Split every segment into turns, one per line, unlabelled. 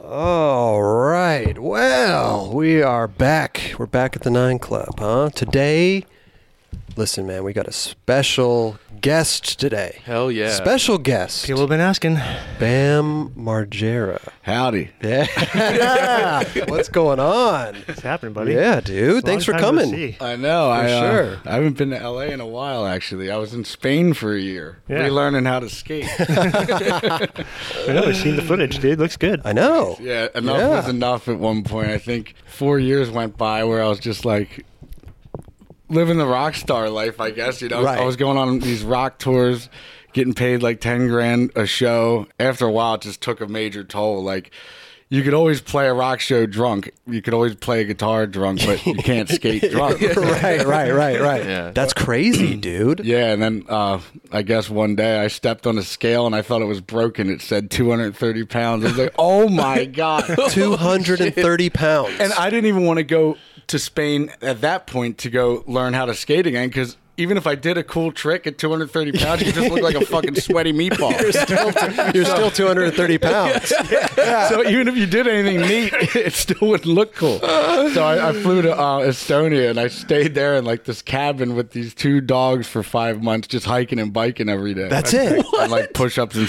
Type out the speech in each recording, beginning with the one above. All right. Well, we are back. We're back at the Nine Club, huh? Today, listen, man, we got a special guest today.
Hell yeah.
Special guest,
People have been asking.
Bam Margera.
Howdy.
Yeah. What's going on?
It's happening, buddy.
Yeah, dude. Thanks for
Long time no
coming.
see.
I know. I, uh,
sure.
I haven't been to LA in a while, actually. I was in Spain for a year,
Yeah.
relearning how to skate.
I know. I've seen the footage, dude. Looks good.
I know.
yeah, enough
Yeah.
was enough at one point. I think four years went by where I was just like living the rock star life, I guess. You know,
Right.
I was going on these rock tours, getting paid like 10 grand a show. After a while, it just took a major toll. Like, you could always play a rock show drunk. You could always play a guitar drunk, but you can't skate drunk.
right, right, right, right.
Yeah.
That's crazy, dude.
Yeah, and then uh, I guess one day I stepped on a scale and I thought it was broken. It said 230 pounds. I was like, oh my God.
230 pounds.
and I didn't even want to go to Spain at that point to go learn how to skate again because even if I did a cool trick at 230 pounds, you just look like a fucking sweaty meatball.
You're still 230 pounds.
So even if you did anything neat, it still wouldn't look cool. So I, I flew to uh, Estonia and I stayed there in like this cabin with these two dogs for five months, just hiking and biking every day.
That's it?
And like push-ups and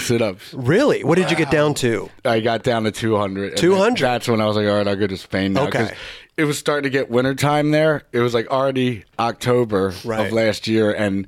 sit-ups.
Really? What did you get down to?
I got down to 200. and
200?
That's when I was like, all right, I'll go to Spain now.
Okay.
'cause It was starting to get wintertime there. It was like already October
Right.
of last year. And,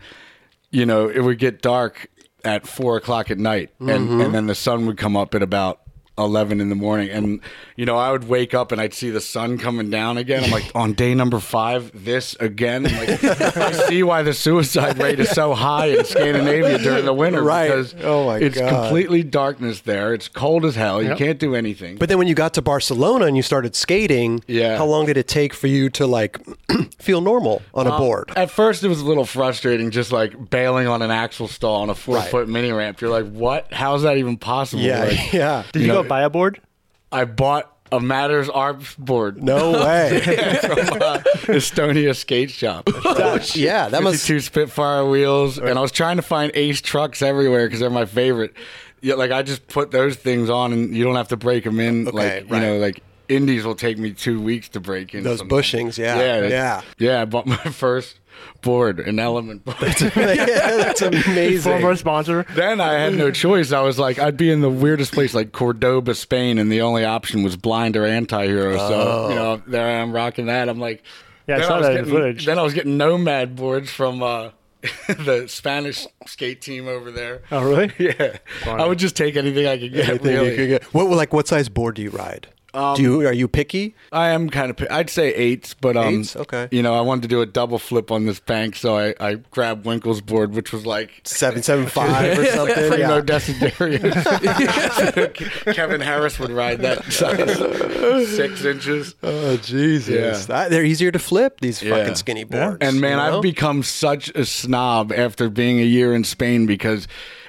you know, it would get dark at four o'clock at night.
Mm-hmm.
And, and then the sun would come up at about 11 in the morning. And, you know, I would wake up and I'd see the sun coming down again. I'm like, on day number five, this again. I'm like, I see why the suicide rate is so high in Scandinavia during the winter.
Right.
Because
Oh my
it's
God.
completely completely darkness there. It's cold as hell. You
Yep.
can't do anything.
But then when you got to Barcelona and you started skating,
Yeah.
how long did it take for you to like feel normal on
Uh,
a board?
at first, it was a little frustrating, just like bailing on an axle stall on a four foot mini ramp. You're like, what? How's that even possible? Like,
yeah.
Did you
No.
go buy a board?
I bought a Matters Arps board
No way.
from uh, Estonia Skate Shop.
yeah, that must.
52 Spitfire wheels, and I was trying to find Ace trucks everywhere because they're my favorite. Yeah, like I just put those things on, and you don't have to break them in. like
right.
you know, like Indies will take me two weeks to break in.
Those
sometimes.
bushings, yeah,
yeah,
yeah.
yeah. I bought my first board, an element board.
That's
Former
amazing.
sponsor.
then I had no choice. I was like, I'd be in the weirdest place, like Cordoba, Spain, and the only option was blind or anti-hero. So you know, there I am rocking that. I'm like,
Yeah, I
then
saw
was
that in the
getting,
footage.
Then I was getting nomad boards from uh, the Spanish skate team over there.
Oh, really?
Yeah, I would just take anything I could get. really. Um,
What like what size board do you ride? do you are you picky?
I am kind of. I'd say eights, but um,
Eights? Okay.
You know, I wanted to do a double flip on this bank, so I, I grabbed Winkle's board, which was like
Seven seven five or something.
Primo
yeah.
Desiderius. Kevin Harris would ride that size, six inches.
Oh Jesus! That- Ah, they're easier to flip these
Yeah.
fucking skinny boards.
And man,
you know?
I've become such a snob after being a year in Spain because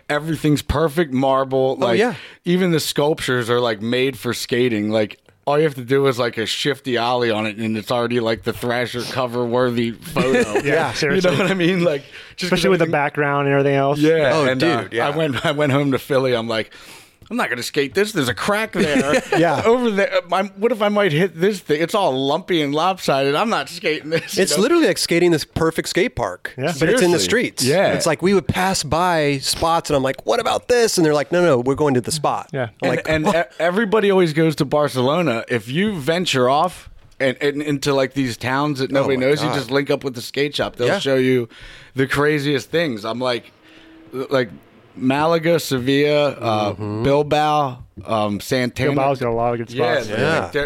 everything's perfect marble.
Oh,
Like
yeah.
even the sculptures are like made for skating. Like all you have to do is like a shifty ollie on it, and it's already like the Thrasher cover worthy photo.
Yeah, seriously.
You know what I mean? Like just 'cause
Especially with the
everything-
background and everything else.
Yeah.
Oh,
and,
dude,
uh,
yeah.
I went. I went home to Philly. I'm like. I'm not going to skate this. There's a crack there.
Yeah.
Over there. um, I'm, what if I might hit this thing? It's all lumpy and lopsided. I'm not skating this. you
It's
know?
literally like skating this perfect skate park,
Yeah.
but it's in the
Seriously.
streets.
Yeah.
it's like we would pass by spots, and I'm like, "What about this?" And they're like, "No, no, we're going to the spot."
Yeah.
I'm
and,
like
and e- everybody always goes to Barcelona. If you venture off and, and into like these towns that nobody
Oh my
knows,
God.
you just link up with the skate shop. They'll
Yeah.
show you the craziest things. I'm like, like Malaga, Sevilla, uh,
Mm-hmm.
Bilbao, um, Santana.
Bilbao's got a lot of good spots.
Yeah,
Yeah.
yeah.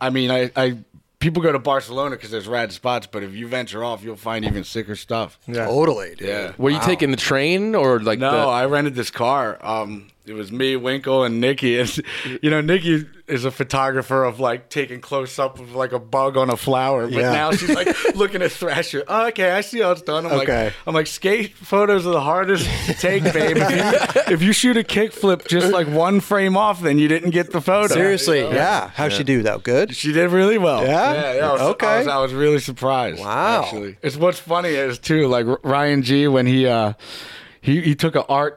I mean, I, I people go to Barcelona because there's rad spots, but if you venture off, you'll find even sicker stuff.
Yeah.
totally, dude.
Yeah.
Were you taking the train or like
No,
the,
I rented this car. Um, it was me, Winkle, and Nikki. And you know, Nikki is a photographer of like taking close up of like a bug on a flower. But
Yeah.
now she's like looking at Thrasher. Oh, okay, I see how it's done. I'm
Okay.
like, I'm like, skate photos are the hardest to take, babe. If you, if you shoot a kickflip just like one frame off, then you didn't get the photo.
Seriously,
You
yeah.
know?
How'd she do that? Good.
She did really well.
Yeah?
I was,
Okay.
I was, I was really surprised.
Wow.
Actually, it's what's funny is too like R- Ryan G when he uh he he took a art ph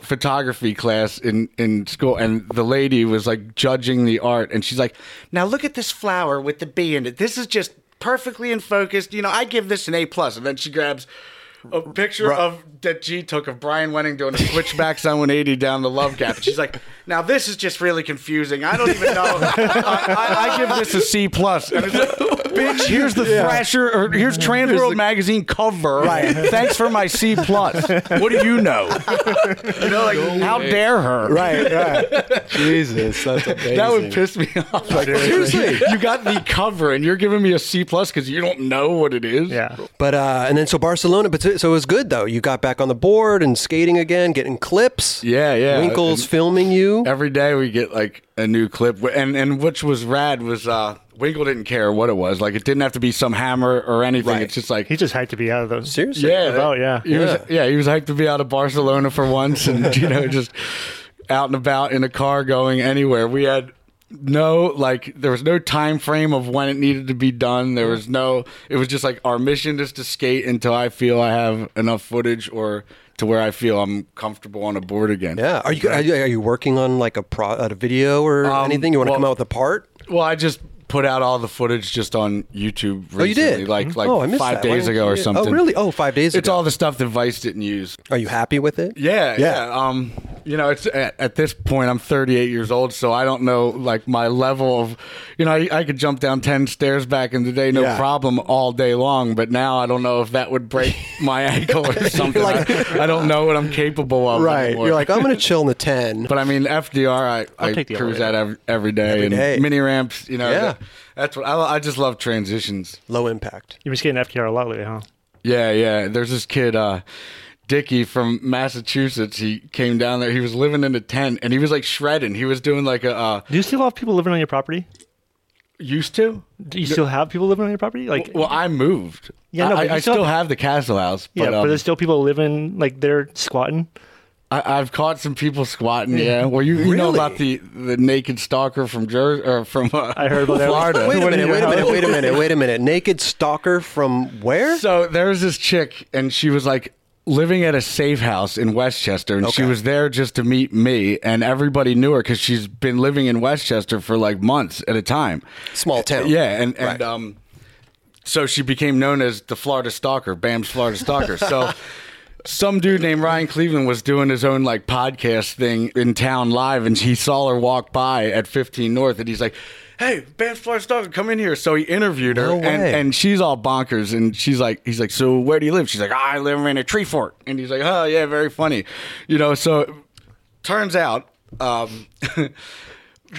photography class in in school, and the lady was like judging the art, and she's like, "Now look at this flower with the bee in it. This is just perfectly in focus. You know, I give this an A plus." And then she grabs. A picture of that G took of Brian Wenning doing a switchbacks on 180 down the love gap. And she's like, "Now this is just really confusing. I don't even know. I, I, I give this a C plus." And it's like, "Bitch, here's the Thrasher, or here's Trans World Magazine cover. Right. Thanks for my C plus. What do you know? you know, like how
way.
dare her?
Right, right. Jesus, that's amazing.
That would piss me off. Like, seriously, you got the cover and you're giving me a C plus because you don't know what it is.
Yeah.
But uh, and then so Barcelona, but so so it was good though. You got back on the board and skating again, getting clips.
Yeah, yeah.
Winkles
And-
filming you.
every day we get like a new clip Wh- and and which was rad was uh winkle didn't care what it was like it didn't have to be some hammer or anything
Right.
it's just like
He just hyped to be out of those.
Seriously.
yeah
Oh, yeah.
he was yeah he was hyped to be out of barcelona for once and you know just out and about in a car going anywhere we had no like there was no time frame of when it needed to be done there was no it was just like our mission is to skate until i feel i have enough footage or to where i feel i'm comfortable on a board again
Yeah. Are you are you, are you working on like a pro a video or
Um,
anything? You want to
well-
come out with a part?
Well, I just put out all the footage just on YouTube. Recently,
Oh, you did.
Like
Mhm.
like
Oh, I missed
five
that. Why
days
didn't
ago
you
or
do it?
something.
Oh, really? Oh, five days
It's
ago.
all the stuff that Vice didn't use.
Are you happy with it?
Yeah,
Yeah.
yeah. Um, you know, it's at, at this point I'm 38 years old, so I don't know like my level of, you know, I, I could jump down 10 stairs back in the day, no
Yeah.
problem, all day long. But now I don't know if that would break my ankle or something.
like-
I, I don't know what I'm capable of. anymore.
You're like, I'm gonna chill in the ten.
But I mean, FDR, I, I
take the
cruise
elevator.
that ev- every day and
day.
mini ramps. You know,
Yeah.
that- that's what I, I just love transitions.
Low impact.
You've been skating FDR a lot lately, huh?
Yeah, yeah. There's this kid, uh, Dickie from Massachusetts. He came down there. He was living in a tent and he was like shredding. He was doing like a uh,
Do you still have people living on your property?
used to.
Do you still have people living on your property? Like,
Well, I moved.
Yeah, no,
I,
but you
I
still-
still have the castle house. But,
yeah, but
um,
there's still people living like they're squatting.
I, I've caught some people squatting. Yeah. Well, you, you know
Really?
about the, the naked stalker from Jersey or from uh,
I heard about that.
Florida.
Wait a
When
minute.
you
Wait a
have-
minute. Wait a minute. Wait a minute. Naked stalker from where?
So there was this chick, and she was like living at a safe house in Westchester, and she
Okay.
was there just to meet me, and everybody knew her because she's been living in Westchester for like months at a time.
Small town.
uh, Yeah, and and
Right.
um, so she became known as the Florida Stalker, Bam's Florida Stalker. So. Some dude named Ryan Cleveland was doing his own like podcast thing in town live, and he saw her walk by at 15 North, and he's like, "Hey, Bam's Florida Stalker, come in here." So he interviewed her,
No
and,
way.
and she's all bonkers, and she's like, "He's like, so where do you live?" She's like, "I live in a tree fort," and he's like, "Oh yeah, very funny," you know. So turns out, um,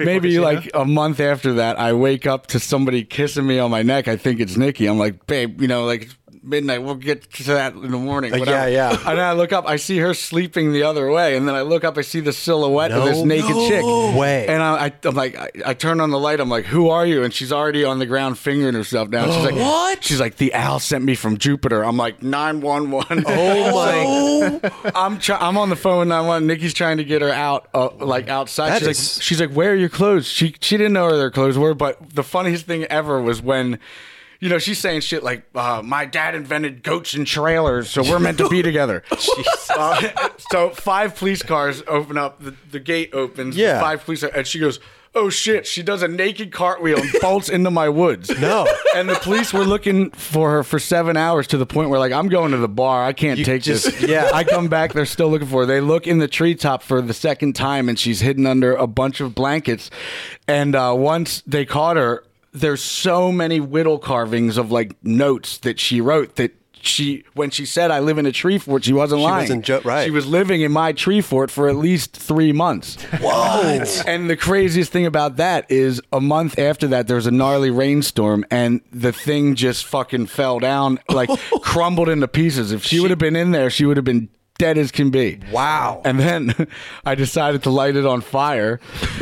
maybe
Casino?
like a month after that, I wake up to somebody kissing me on my neck. I think it's Nikki. I'm like, babe, you know, like it's midnight. We'll get to that in the morning.
Uh,
whatever."
yeah, yeah.
And I look up, I see her sleeping the other way, and then I look up, I see the silhouette of this
No
naked chick.
way.
And I, I, I'm like, I, I turn on the light. I'm like, who are you? And she's already on the ground fingering herself down. She's like,
What?
She's like, the owl sent me from Jupiter. I'm like, nine one one. Oh I'm try- I'm on the phone with 911. Nikki's trying to get her out, uh, like outside.
That
she's
is-
like, she's like, where are your clothes? She she didn't know where their clothes were. But the funniest thing ever was when. You know, she's saying shit like, uh, "My dad invented goats and trailers, so we're meant to be together." Uh, so five police cars open up, the, the gate opens.
Yeah.
Five police, and she goes, "Oh shit!" She does a naked cartwheel and bolts into my woods.
No.
And the police were looking for her for seven hours to the point where, like, I'm going to the bar. I can't take this.
yeah.
I come back. They're still looking for her. They look in the treetop for the second time, and she's hidden under a bunch of blankets. And uh, once they caught her, there's so many whittle carvings of like notes that she wrote that. She when she said I live in a tree fort, she wasn't lying.
wasn't jo- right.
She was living in my tree fort for at least three months.
Whoa.
And the craziest thing about that is a month after that, there was a gnarly rainstorm and the thing just fucking fell down, like crumbled into pieces. If she would have been in there, she would have been dead as can be.
Wow.
And then I decided to light it on fire,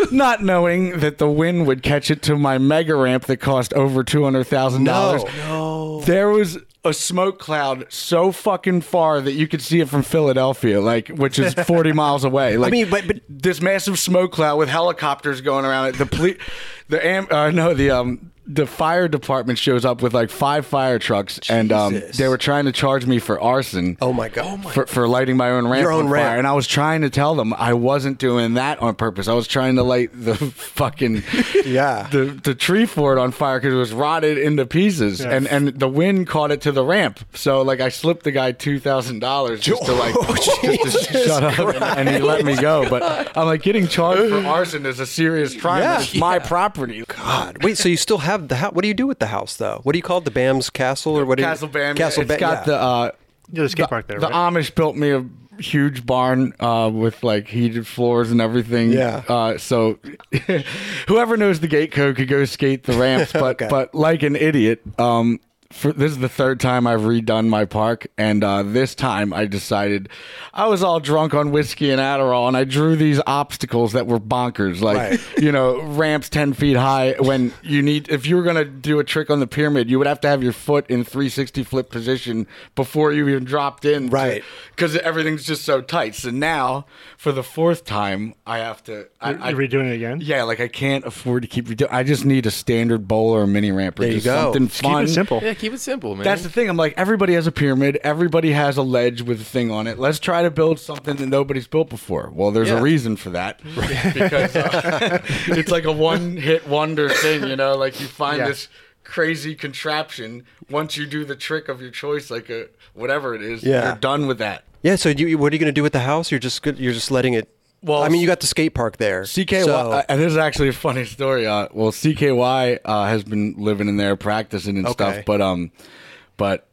not knowing that the wind would catch it to my mega ramp that cost over $200,000.
Oh.
No. There was a smoke cloud so fucking far that you could see it from Philadelphia, like which is 40 miles away. Like,
mean, but- but-
this massive smoke cloud with helicopters going around it. The police, the am, uh, no, the um, the fire department shows up with like five fire trucks, and um,
Jesus.
they were trying to charge me for arson.
Oh my god. Oh my
For, for lighting my own ramp
Your own
on fire,
ramp.
and I was trying to tell them I wasn't doing that on purpose. I was trying to light the fucking
Yeah.
the, the tree fort on fire because it was rotted into pieces, and and the wind caught it to the ramp. So like I slipped the guy two thousand dollars just to
Oh,
like just to shut up, and, and he let me go. But I'm like getting charged for arson is a serious crime.
Yeah.
It's my property.
God. Wait, so you still have the house? What do you do with the house though? What do you call it? The Bam's Castle or what? do you-
Castle Bam.
Castle
It's
Bam.
got
yeah.
the uh,
Yeah, the skate park there,
The
right?
Amish built me a huge barn uh, with like heated floors and everything.
Yeah.
Uh, so whoever knows the gate code could go skate the ramps, but
Okay.
but like an idiot. Um, for, this is the third time I've redone my park, and uh, this time I decided I was all drunk on whiskey and Adderall, and I drew these obstacles that were bonkers, like
Right.
you know ramps ten feet high. When you need, if you were gonna do a trick on the pyramid, you would have to have your foot in three sixty flip position before you even dropped in,
Right.
Because everything's just so tight. So now, for the fourth time, I have to. I,
You're
I-
redoing it again?
yeah, like I can't afford to keep redoing. I just need a standard bowl or a mini ramp or
There you
just
go.
something
Just
Keep
fun.
it simple.
Yeah, keep it simple, man.
That's the thing. I'm like, everybody has a pyramid. Everybody has a ledge with a thing on it. Let's try to build something that nobody's built before. Well, there's
Yeah.
a reason for that because uh, it's like a one-hit wonder thing. You know, like you find
Yeah.
this crazy contraption once you do the trick of your choice, like a whatever it is.
Yeah.
you're done with that.
yeah. So you, what are you going to do with the house? You're just good, you're just letting it. Well,
Well,
I mean, you got the skate park there.
CKY,
So,
uh, and this is actually a funny story. Uh, well, CKY uh, has been living in there, practicing and
Okay.
stuff, but um, but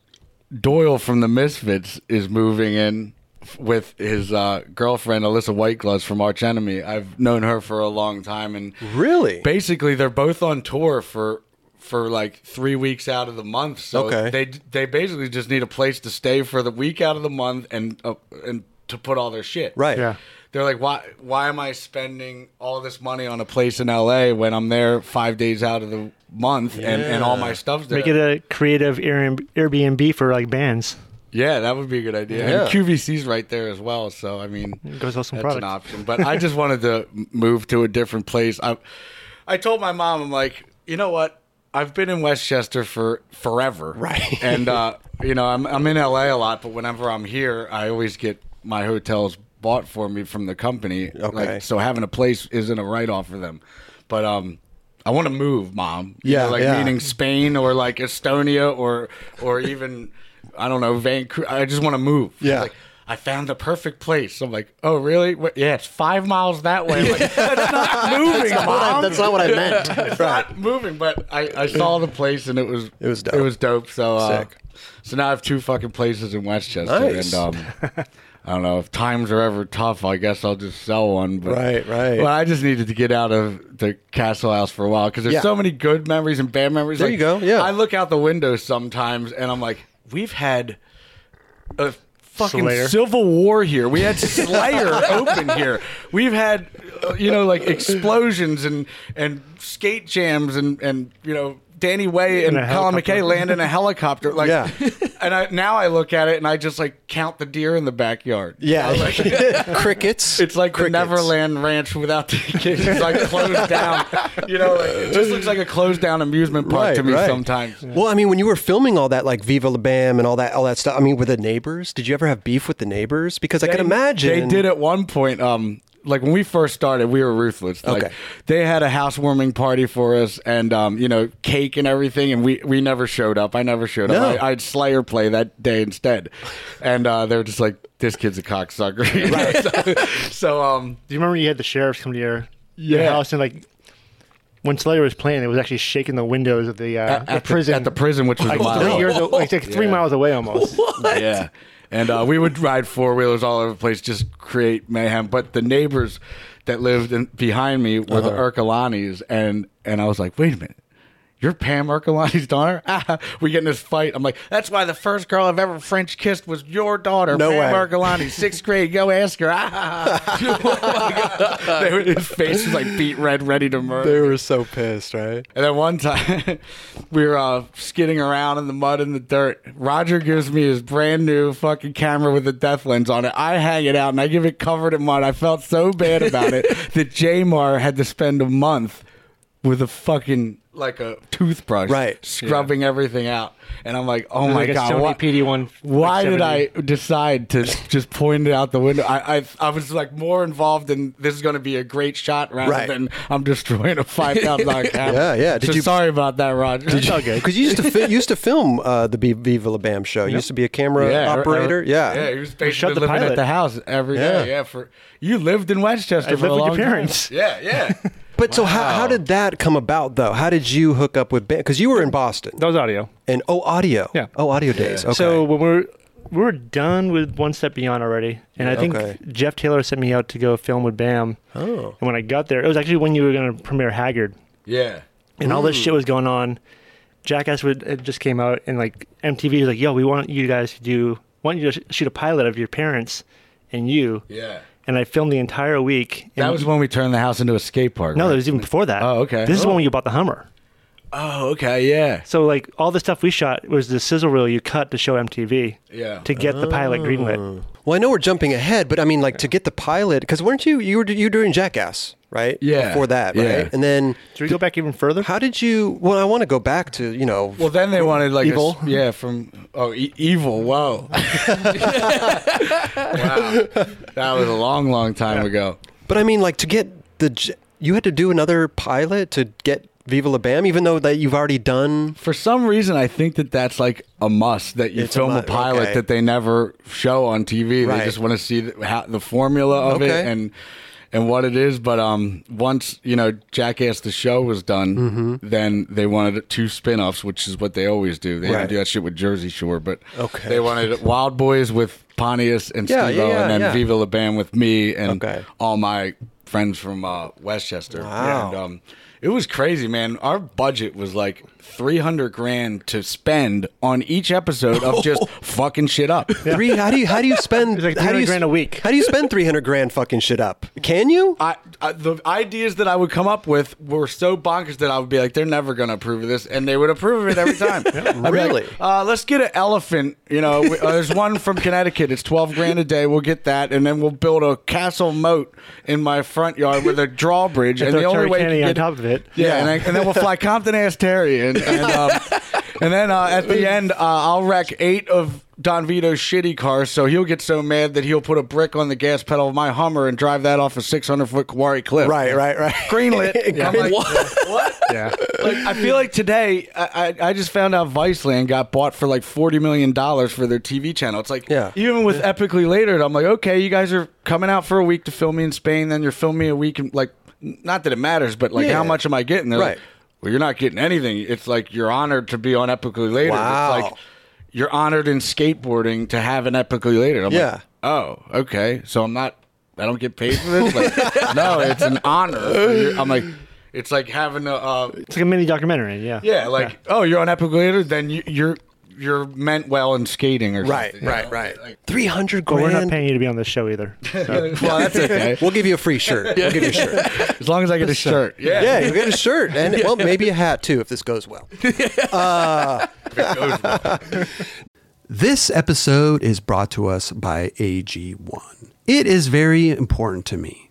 Doyle from the Misfits is moving in f- with his uh, girlfriend Alyssa Whitegloves from Arch Enemy. I've known her for a long time, and
Really?
basically, they're both on tour for for like three weeks out of the month. So
Okay.
they they basically just need a place to stay for the week out of the month and uh, and to put all their shit
right.
Yeah.
they're like, why why am I spending all this money on a place in LA when I'm there five days out of the month and, and all my stuff's there?
Make it a creative Air- Airbnb for like bands.
yeah, that would be a good idea.
Yeah.
And QVC's right there as well, so I mean,
Goes with some
that's
product.
an option. But I just wanted to m- move to a different place. I I told my mom, I'm like, you know what? I've been in Westchester for forever,
Right.
And uh, you know, I'm I'm in LA a lot, but whenever I'm here, I always get my hotels bought for me from the company.
Okay.
Like, so having a place isn't a write off for them. But um, I want to move, mom. You
Yeah,
know, like
yeah.
meaning Spain or like Estonia or or even I don't know Vancouver. I just want to move. She's
Yeah.
like, I found the perfect place. I'm like, oh really? What? Yeah, it's five miles that way. I'm like, that's not moving, mom.
that's not what I meant.
It's not moving. But I, I saw the place and it was
It was dope.
It was dope. So uh,
Sick.
so now I have two fucking places in Westchester,
Nice.
and um, I don't know if times are ever tough. I guess I'll just sell one. But,
Right, right.
Well, I just needed to get out of the castle house for a while because there's
Yeah.
so many good memories and bad memories.
There
Like,
you go, yeah.
I look out the window sometimes, and I'm like, we've had a fucking
Slayer.
civil war here. We had Slayer open here. We've had, uh, you know, like explosions and and skate jams and and you know. Danny Way and
In a
Colin McKay
helicopter.
land in a helicopter. Like,
Yeah.
and I, now I look at it and I just like count the deer in the backyard.
Yeah. crickets.
It's like the
crickets.
Neverland Ranch without the kids. It's like closed down. You know, like, it just looks like a closed down amusement park
Right,
to me
right.
sometimes.
Well, I mean, when you were filming all that, like Viva La Bam and all that, all that stuff. I mean, with the neighbors, did you ever have beef with the neighbors? Because I can imagine
They did at one point. Um, like when we first started, we were ruthless. Like
Okay.
they had a housewarming party for us, and um, you know, cake and everything, and we we never showed up. I never showed
No.
up. I, I'd Slayer play that day instead, and uh, they were just like, "This kid's a cocksucker." you know? so, so, um,
Do you remember you had the sheriffs come to your, your
Yeah.
house and like when Slayer was playing, it was actually shaking the windows of the, uh,
at,
the
at
prison
the, at the prison, which was
Like
a mile
three
away.
years, like, like three
Yeah.
miles away almost.
Yeah. And uh, we would ride four wheelers all over the place, just create mayhem. But the neighbors that lived in, behind me were
Uh-huh.
the Erkalanis, and and I was like, wait a minute, you're Pam Erkalani's daughter? Ah, we get in this fight. I'm like, that's why the first girl I've ever French kissed was your daughter,
No
Pam
way.
Erkalani, sixth grade. Go ask her. Ah. They were- his face was like beat red, ready to murder.
were so pissed, right?
And then one time, we were uh, skidding around in the mud and the dirt. Roger gives me his brand new fucking camera with a death lens on it. I hang it out and I give it covered in mud. I felt so bad about it that Jamar had to spend a month with a fucking like a toothbrush,
Right.
Scrubbing everything out, and I'm like, oh
It was
my
like a
god,
Sony
what-
PD-1
Why did
70.
I decide to just point it out the window? I I, I was like more involved in this is going to be a great shot rather
Right.
than I'm destroying a five thousand dollar camera.
Yeah, yeah. Did
so
you-
sorry about that, Roger.
It's all good.
Because you used to fi- you used to film uh, the B- Viva La Bam show. You used to be a camera
Yeah,
operator.
er- er-
yeah.
yeah. He was basically
shot the
living
pilot.
at the house every day.
Yeah.
yeah. for you lived in Westchester.
I
for
lived
a
with your
long time.
parents.
Yeah, yeah.
But so how, how did that come about though? How did you hook up with Because you were in Boston
That was audio.
and oh audio.
Yeah.
Oh audio days. Okay.
So when we're we were done with One Step Beyond already, and I think
Okay.
Jeff Taylor sent me out to go film with Bam.
oh.
And when I got there, it was actually when you were going to premiere Haggard,
Yeah.
and all this
Hmm.
shit was going on. Jackass would it just came out, and like MTV was like, "Yo, we want you guys to do, want you to sh- shoot a pilot of your parents and you."
Yeah.
And I filmed the entire week. And
That was when we turned the house into a skate park.
no,
right?
that was even before that.
Oh, okay.
This is
Oh.
when you bought the Hummer.
Oh, okay, yeah.
So like all the stuff we shot was the sizzle reel you cut to show MTV.
Yeah. Oh.
To get the pilot greenlit.
Well, I know we're jumping ahead, but I mean, like to get the pilot, because weren't you you were you were doing Jackass, right?
Yeah.
Before that, right?
Yeah.
And then
Should we go back even further?
how did you? Well, I want to go back to you know.
Well, then they wanted like a s-
Evil.
yeah, from oh, e- evil. Wow. wow, that was a long, long time ago.
but I mean, like to get the J- you had to do another pilot to get Viva La Bam, even though that you've already done.
For some reason, I think that that's like a must that you
It's a
film a,
mu-
pilot
okay.
that they never show on TV.
Right.
They just want to see the, how, the formula of it
Okay.
and and what it is. But um, once you know Jackass the show was done,
Mm-hmm.
then they wanted two spin-offs, which is what they always do. They
Right.
didn't do that shit with Jersey Shore, but
Okay.
they wanted Wild Boys with Pontius and
Yeah,
Steve
yeah, yeah,
and then
yeah.
Viva La Bam with me and
Okay.
all my friends from uh, Westchester.
Wow.
And, um, it was crazy, man. Our budget was like 300 grand to spend on each episode of just fucking shit up.
Three? How do you how do you spend
It's like
how do
300
you, s-
grand a week.
How do you spend three hundred grand fucking shit up? Can you?
I, I, the ideas that I would come up with were so bonkers that I would be like, they're never going to approve of this. And they would approve of it every time. I'd be like,
Really?
uh, let's get an elephant. You know, we, uh, there's one from Connecticut. It's 12 grand a day. We'll get that. And then we'll build a castle moat in my front yard with a drawbridge. and
Throw
the only
Terry
way
Kennedy
to
on
get
top of it.
Yeah, And, I- and then we'll fly Compton ass Terry, and and, um, and then uh, at the end, uh, I'll wreck eight of Don Vito's shitty cars, so he'll get so mad that he'll put a brick on the gas pedal of my Hummer and drive that off a 600 foot Kawari cliff.
Right, right, right.
Greenlit. I'm like,
What?
what?
Yeah.
Like, I feel like today, I, I, I just found out Viceland got bought for like $40 million for their TV channel. It's like,
Yeah.
even with Epically Later, I'm like, okay, you guys are coming out for a week to film me in Spain, then you're filming me a week, in, like, n- not that it matters, but like,
Yeah.
how much am I getting? They're
Right.
like, well, you're not getting anything. It's like you're honored to be on Epically Later.
Wow.
It's like you're honored in skateboarding to have an Epically Later. I'm
Yeah.
like, oh, okay. So I'm not, I don't get paid for this? Like, no, it's an honor. I'm like, it's like having a, uh,
It's like a mini documentary. Yeah.
yeah, like oh, you're on Epic Later, then you, you're you're meant well in skating or
Right,
something.
right, right. Three hundred
But
grand.
we're not paying you to be on this show either.
well, that's okay.
We'll give you a free shirt. We'll give you a shirt.
As long as I get a shirt. Yeah.
Yeah, you'll get a shirt and well, maybe a hat too if this goes well. This episode is brought to us by AG1. It is very important to me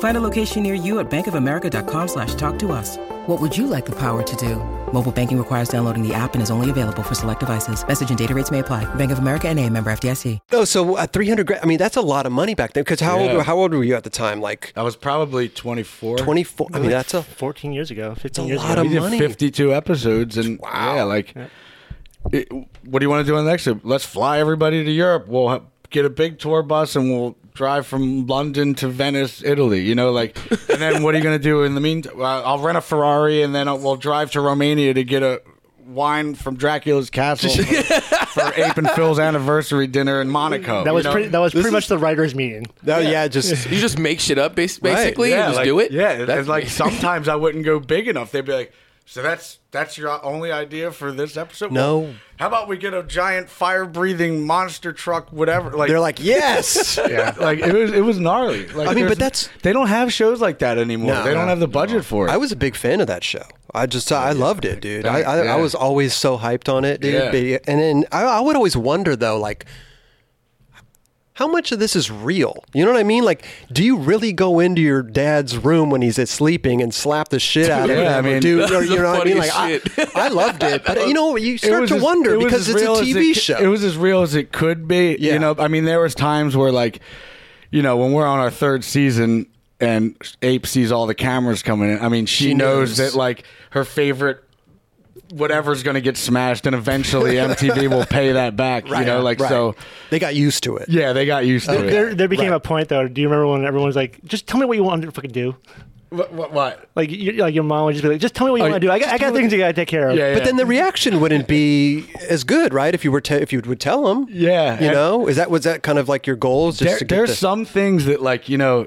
Find a location near you at bankofamerica.com slash talk to us. What would you like the power to do? Mobile banking requires downloading the app and is only available for select devices. Message and data rates may apply. Bank of America and a member FDIC.
Oh, so uh, 300 grand. I mean, that's a lot of money back then. Because how, old,
Yeah.
how old were you at the time? Like
I was probably 24.
24. I mean, that's a.
14 years ago, 15
a
years
lot
ago.
of
We did
money.
52 episodes, and yeah, like, it- what do you want to do on the next? trip? Let's fly everybody to Europe. We'll ha- get a big tour bus, and we'll drive from London to Venice, Italy. You know, like, and then what are you going to do in the meantime? Well, I'll rent a Ferrari, and then I'll, we'll drive to Romania to get a wine from Dracula's castle for, for Ape and Phil's anniversary dinner in Monaco.
That
you
was
know?
pretty. That was pretty
is-
much the writers' meeting.
No, yeah, just.
You just make shit up bas- basically and
Yeah,
just
like-
do it.
Yeah, that's like sometimes I wouldn't go big enough. They'd be like, "So that's that's your only idea for this episode?
No.
Well, how about we get a giant fire breathing monster truck, whatever? Like
They're like, yes.
yeah, like it was it was gnarly. Like
I mean, but
there's-
that's-
they don't have shows like that anymore.
No.
they don't have the budget for it.
I was a big fan of that show. I just I loved it, dude. I I,
Yeah.
I was always so hyped on it, dude.
Yeah.
But- And then I, I would always wonder though, like, how much of this is real? You know what I mean? Like, do you really go into your dad's room when he's sleeping and slap the shit out of
Yeah,
him,
I mean,
dude?
that's
Or, you
the
know what I mean? Like,
funniest
I, I loved it, but you know, you
It
start
was
to
as-
wonder
it was
because
as
it's a
real as
TV
it-
show.
It was as real as it could be.
Yeah.
You know, I mean, there was times where like, you know, when we're on our third season and Ape sees all the cameras coming in. I mean, she, knows.
knows.
that like her favorite whatever's going to get smashed, and eventually MTV will pay that back. you know, like
right.
so.
They got used to it.
Yeah, they got used to it.
There, there became a point though. Do you remember when everyone was like, "Just tell me what you want to fucking do"?
what, what, what?
Like, you, like your mom would just be like, "Just tell me what you
Oh,
want to do. I got, I got things you gotta take care of."
Yeah, yeah.
But then the reaction wouldn't be as good, right? If you were te- if you would tell them,
Yeah,
you
and-
know, is that was that kind of like your goals? Just
There-
to get
there's
the-
some things that like you know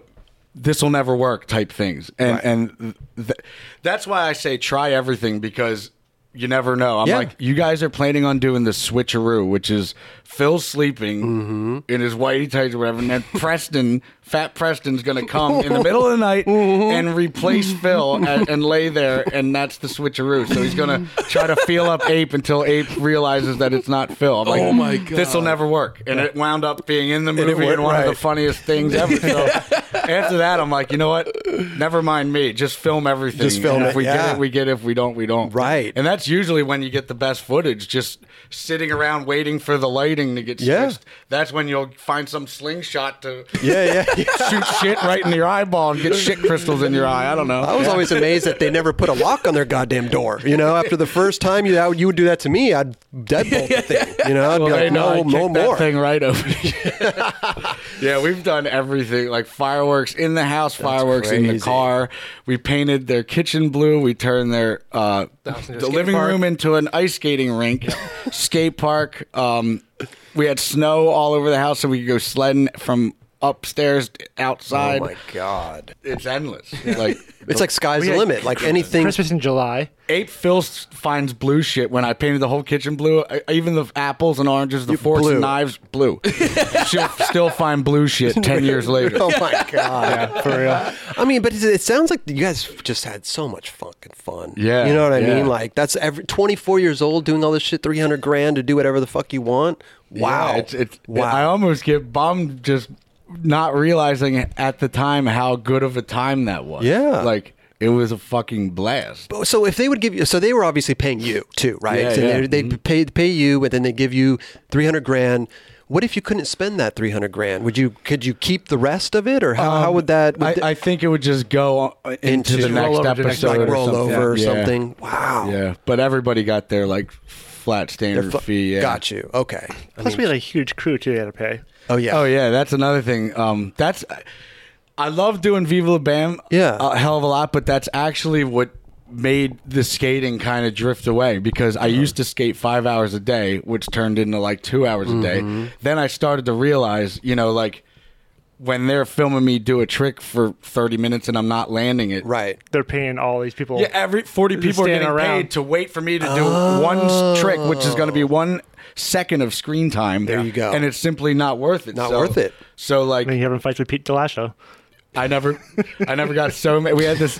this will never work type things and and th- that's why i say try everything because you never know i'm
Yeah.
like you guys are planning on doing the switcheroo which is phil sleeping
Mm-hmm.
in his whitey tights or whatever and then preston fat preston's gonna come in the middle of the night
Mm-hmm.
and replace phil and, and lay there and that's the switcheroo so he's gonna try to feel up ape until ape realizes that it's not phil i'm like
Oh my
this will
God.
never work and it wound up being in the
it
movie
worked
and one of
right.
the funniest things ever. So after that, I'm like, you know what? Never mind me. Just film everything.
Just film
And
it,
If we
yeah.
get it, we get it. If we don't, we don't.
Right.
And that's usually when you get the best footage. Just sitting around waiting for the lighting to get
Yeah.
switched. That's when you'll find some slingshot to
yeah, yeah. yeah.
shoot shit right into your eyeball and get shit crystals in your eye. I don't know.
I was always amazed that they never put a lock on their goddamn door. You know, after the first time you you would do that to me, I'd deadbolt the thing. You know, I'd
Well,
be
they
like,
know I
no, no
kicked that
more.
thing right over. yeah, we've done everything like fireworks in the house, fireworks in the
crazy.
car. We painted their kitchen blue. We turned their uh, the living room into an ice skating rink, skate park. Um, we had snow all over the house, so we could go sledding from upstairs to outside.
god,
It's endless. Like
it's like sky's the
had-
limit. Like anything.
Christmas in July.
Ape Phil s- finds blue shit when I painted the whole kitchen blue. I- Even the apples and oranges, the forks
blue.
and knives, blue. She'll still find blue shit 10 years later.
Oh my god.
Yeah, for real.
I mean, but it- it sounds like you guys just had so much fucking fun.
Yeah,
you know what I
yeah.
mean. Like that's every twenty four years old doing all this shit, three hundred grand to do whatever the fuck you want. Wow,
Yeah, it's, it's, I
wow.
almost get bummed just not realizing at the time how good of a time that was.
Yeah.
Like, it was a fucking blast.
so if they would give you, so they were obviously paying you too, right?
Yeah,
so
yeah. Mm-hmm.
They, they pay pay you, but then they give you three hundred grand. What if you couldn't spend that three hundred grand? Would you? Could you keep the rest of it, or how, how would that? would
Um, I,
th-
I think it would just go uh, into,
Into-
the
Just
next
roll over to the next
episode.
like roll over or
Yeah.
something. Wow.
Yeah. But everybody got their, like, flat
Their
standard
fu-
fee. Yeah.
Got you. Okay. I
Plus,
mean,
we had a huge crew too. We had to pay.
oh yeah.
Oh yeah, that's another thing. Um, that's I love doing Viva La Bam.
Yeah.
a hell of a lot, but that's actually what made the skating kind of drift away because I used to skate five hours a day, which turned into like two hours a
Mm-hmm.
day. Then I started to realize, you know, like when they're filming me do a trick for thirty minutes and I'm not landing it,
Right.
They're paying all these people.
yeah, every forty people are
stand
getting
around.
paid to wait for me to do one s- trick, which is going to be one second of screen time. There
Oh. you go.
and it's simply not worth it.
Not
So-
worth it.
So like,
I mean, you're having fights with Pete DeLasho.
I never, I never got so many. We had this,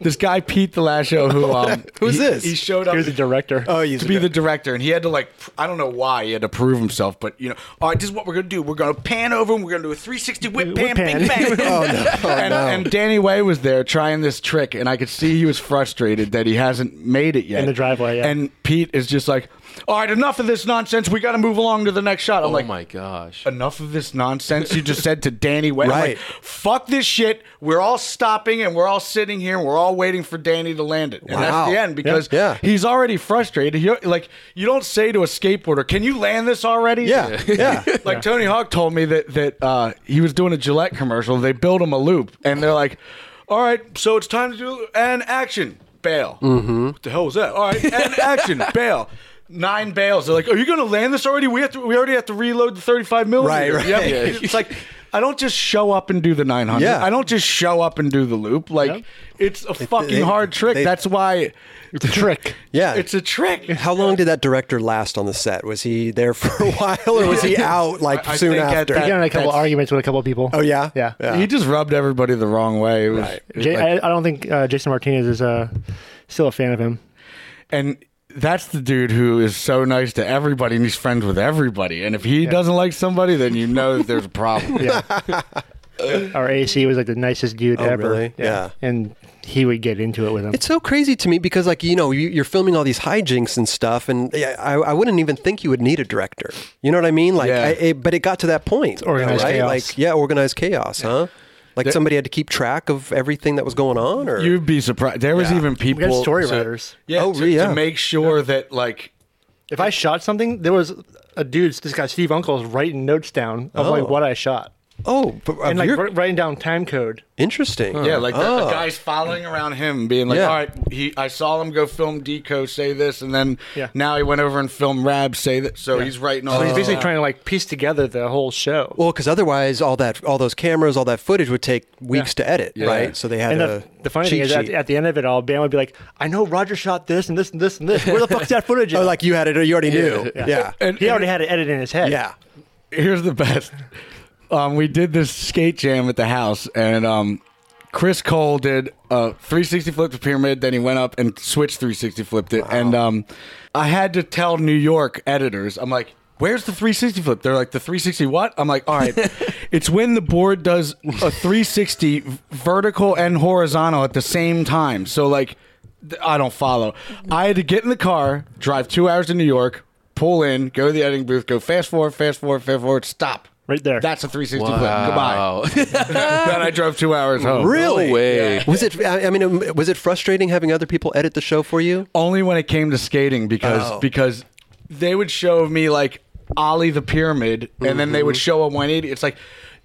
this guy Pete the last show who, um,
Who's
he-
this?
He showed up.
Here's the director.
Oh, he's
to be the director, and he had to like, pr- I don't know why he had to prove himself, but you know, all right, this is what we're gonna do. We're gonna pan over, and we're gonna do a 360 whip,
Whip
pan,
pan.
bing, bang.
Oh, no. Oh,
and,
no.
and Danny Way was there trying this trick, and I could see he was frustrated that he hasn't made it yet
In the driveway, yeah.
And Pete is just like, all right, enough of this nonsense. We got to move along to the next shot. I'm
oh
like,
my gosh.
enough of this nonsense you just said to Danny Way. I'm
Right.
Like, Fuck this shit. We're all stopping and we're all sitting here and we're all waiting for Danny to land it. And
Wow.
that's the end because
Yeah.
he's already frustrated. He, like you don't say to a skateboarder, "Can you land this already?"
Yeah. Yeah.
like Tony Hawk told me that that uh, he was doing a Gillette commercial. They built him a loop, and they're like, "All right, so it's time to do an action bail." Mm-hmm. What the hell was that? All right, an action bail. Nine bails. They're like, "Are you going to land this already? We have to. We already have to reload the thirty-five millimeter."
Right, right.
Yep. It's like. I don't just show up and do the 900.
Yeah.
I don't just show up and do the loop. Like,
Yep.
it's a fucking
they-
hard trick.
they-
That's why
It's a trick.
Yeah.
it's a trick.
How long did that director last on the set? Was he there for a while or was he out like
I- I
soon
think at
after?
that-
He got in a couple
That's-
arguments with a couple of people.
Oh, yeah?
yeah.
Yeah.
He just rubbed everybody the wrong way. It was, it was
J-
like-
I, I don't think uh, Jason Martinez is uh, still a fan of him.
and that's the dude who is so nice to everybody and he's friends with everybody. And if he doesn't like somebody, then you know that there's a problem.
Yeah. Our AC was like the nicest dude ever.
Oh, really? Yeah.
And he would get into it with him.
It's so crazy to me because, like, you know, you, you're filming all these hijinks and stuff, and yeah, I, I wouldn't even think you would need a director. You know what I mean? Like,
Yeah.
I, it- but it got to that point.
organized
right?
chaos.
Like, yeah, organized chaos, huh? Like somebody had to keep track of everything that was going on, or
You'd be surprised. There was even people
we got story
to-
writers.
Yeah,
Oh,
to,
really?
to
Yeah.
make sure that like
If I shot something, there was a dude, this guy Steve Uncles, writing notes down of like what I shot
oh, but, uh,
and like
you're-
wri- writing down time code.
interesting.
Uh,
yeah, like the,
Oh.
the guys following around him, being like,
Yeah.
"All right, he, I saw him go film Deco say this, and then
Yeah.
now he went over and filmed Rab say that." So he's writing all.
So he's
this
basically
down.
trying to like piece together the whole show.
Oh. Well, because otherwise, all that, all those cameras, all that footage would take weeks to edit, right? So they had
and
a
the, the funny thing
cheat
is, at,
sheet.
at the end of it all, Bam would be like, "I know Roger shot this and this and this and this. Where the fuck's that footage?"
oh,
at?"
like you had it, you already knew, yeah, yeah.
And-
he already had it edited in his head.
here's the best. Um, we did this skate jam at the house, and um, Chris Cole did a 360 flip to pyramid. Then he went up and switched 360 flipped it. And um, I had to tell New York editors, I'm like, "Where's the 360 flip?" They're like, "The 360 what?" I'm like, "All right, it's when the board does a 360 v- vertical and horizontal at the same time." So like, th- I don't follow. I had to get in the car, drive two hours to New York, pull in, go to the editing booth, go fast forward, fast forward, fast forward, stop.
Right there.
That's a 360
Wow.
flip. Goodbye. then I drove two hours home.
Really?
No way.
Was it? I I mean, um, was it frustrating having other people edit the show for you?
Only when it came to skating because
Oh.
because they would show me like Ollie the pyramid, and then they would
Mm-hmm.
show a 180. It's like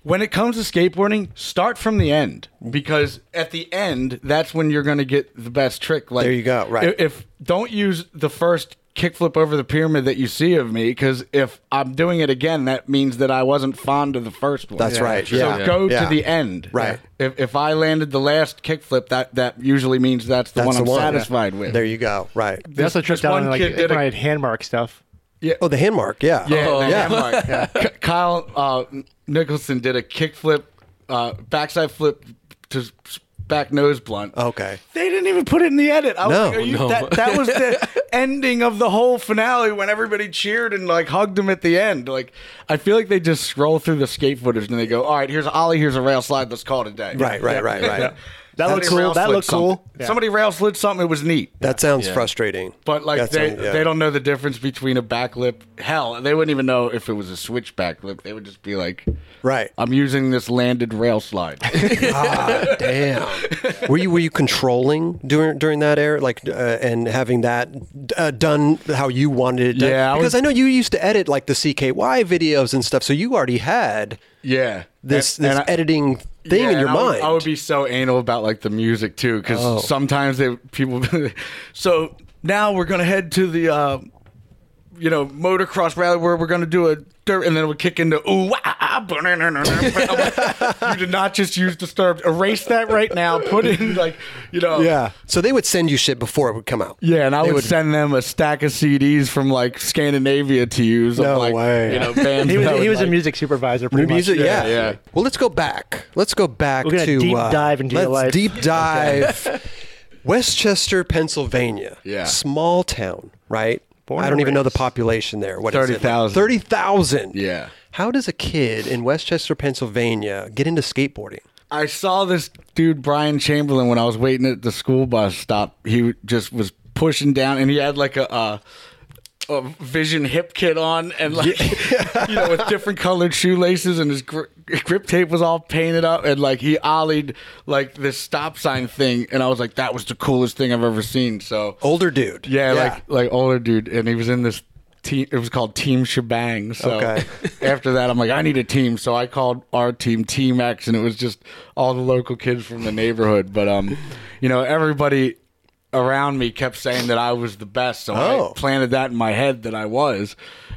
when it comes to skateboarding, start from the end because at the end, that's when you're going to get the best trick. Like
There you go, right.
i- If, don't use the first kickflip over the pyramid that you see of me because if I'm doing it again, that means that I wasn't fond of the first one.
That's right, yeah,
So go
yeah.
to the end.
Right.
If, if I landed the last kickflip, that that usually means that's the
That's
one
the
I'm
one.
satisfied with.
There you go. Right.
They also tripped out
one
on like
kid did
when
a-
I had hand mark stuff.
Oh, the hand mark. Yeah.
Yeah,
Oh,
that
yeah.
landmark. K- Kyle uh, Nicholson did a kickflip, uh, backside flip to s- back nose blunt.
Okay.
They didn't even put it in the edit. I was
No.
like, are you, that, that was the ending of the whole finale when everybody cheered and like hugged him at the end. Like, I feel like they just scroll through the skate footage and they go, "All right, here's Ollie, here's a rail slide. Let's call it a day."
Right. Right. Right. Right.
That
Somebody
looked cool.
rail
That
slid
looked cool.
something.
Yeah.
Somebody rail slid something. It was neat.
That sounds frustrating.
But like
That
they
sound- yeah.
they don't know the difference between a back lip. Hell, they wouldn't even know if it was a switch back lip. They would just be like,
Right.
I'm using this landed rail slide."
ah, damn. Were you were you controlling during during that era, like, uh, and having that uh, done how you wanted it? Done?
Yeah, I
Because
was-
I know you used to edit like the CKY videos and stuff, so you already had
yeah,
this
And-
this
and I-
editing thing
Yeah,
in your
and I would-
mind.
I would be so anal about like the music too, because
Oh.
sometimes they people. so now we're gonna head to the, uh, you know, motocross rally where we're gonna do a dirt, and then we'll kick into ooh wah, ah, you did not just use disturbed. Erase that right now. Put in like you know.
Yeah. So they would send you shit before it would come out.
Yeah, and I
They
would, send them a stack of CDs from like Scandinavia to use. of,
No
like,
way.
You know, bands.
He was,
that I would
he was a
like.
music supervisor. Pretty
New music,
much.
yeah,
yeah.
Well, let's go back. Let's go back
We're gonna
to
deep
uh,
dive into your
let's
life.
Deep dive. Westchester, Pennsylvania.
Yeah.
Small town, right?
Born
I don't
and
even know the
raised.
population there. What is it?
30,000.
Thirty thousand.
Yeah.
How does a kid in Westchester, Pennsylvania, get into skateboarding?
I saw this dude Brian Chamberlain when I was waiting at the school bus stop. He just was pushing down, and he had like a. Uh, a vision hip kit on and like you know with different colored shoelaces and his grip, grip tape was all painted up and like he ollied like this stop sign thing and I was like that was the coolest thing I've ever seen so
Older dude.
yeah, like like older dude, and he was in this team. It was called Team Shebang. So
Okay.
after that, I'm like, I need a team, so I called our team Team X, and it was just all the local kids from the neighborhood. But um, you know, everybody around me kept saying that I was the best, so
Oh.
I planted that in my head that I was,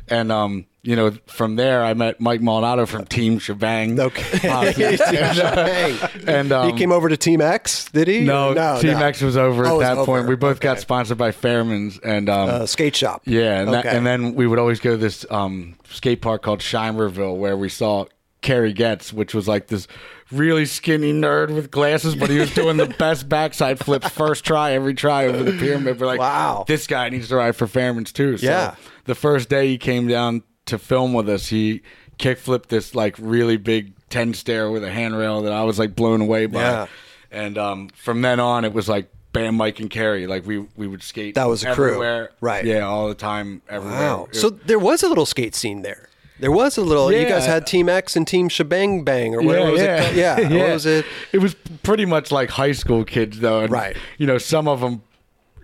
and um. You know, from there I met Mike Maldonado from Team Shebang.
Okay.
Podcast. and, uh, and, um,
he came over to Team X, did he?
no, Team X was over at
Oh, it was
that point.
over.
We both got
Okay.
sponsored by Fairman's and um,
uh, skate shop.
yeah, and, that,
Okay.
and then we would always go to this um, skate park called Shimerville where we saw Carrie Getz, which was like this really skinny nerd with glasses, but he was doing the best backside flips first try, every try over the pyramid. We're like,
Wow.
this guy needs to ride for Fairman's too. So
Yeah.
the first day he came down to film with us, he kickflipped this like really big 10 stair with a handrail that I was like blown away by.
Yeah.
And um, from then on, it was like, Bam, Mike, and Carrie. Like we we would skate.
That was a crew.
everywhere.
Right.
Yeah, all the time everywhere.
Wow.
It-
So there was a little skate scene there. There was a little. You
Yeah.
guys had Team X and Team Shebang Bang or whatever was it? called? Yeah. What was it?
It was pretty much like high school kids though. and,
Right.
You know, some of them,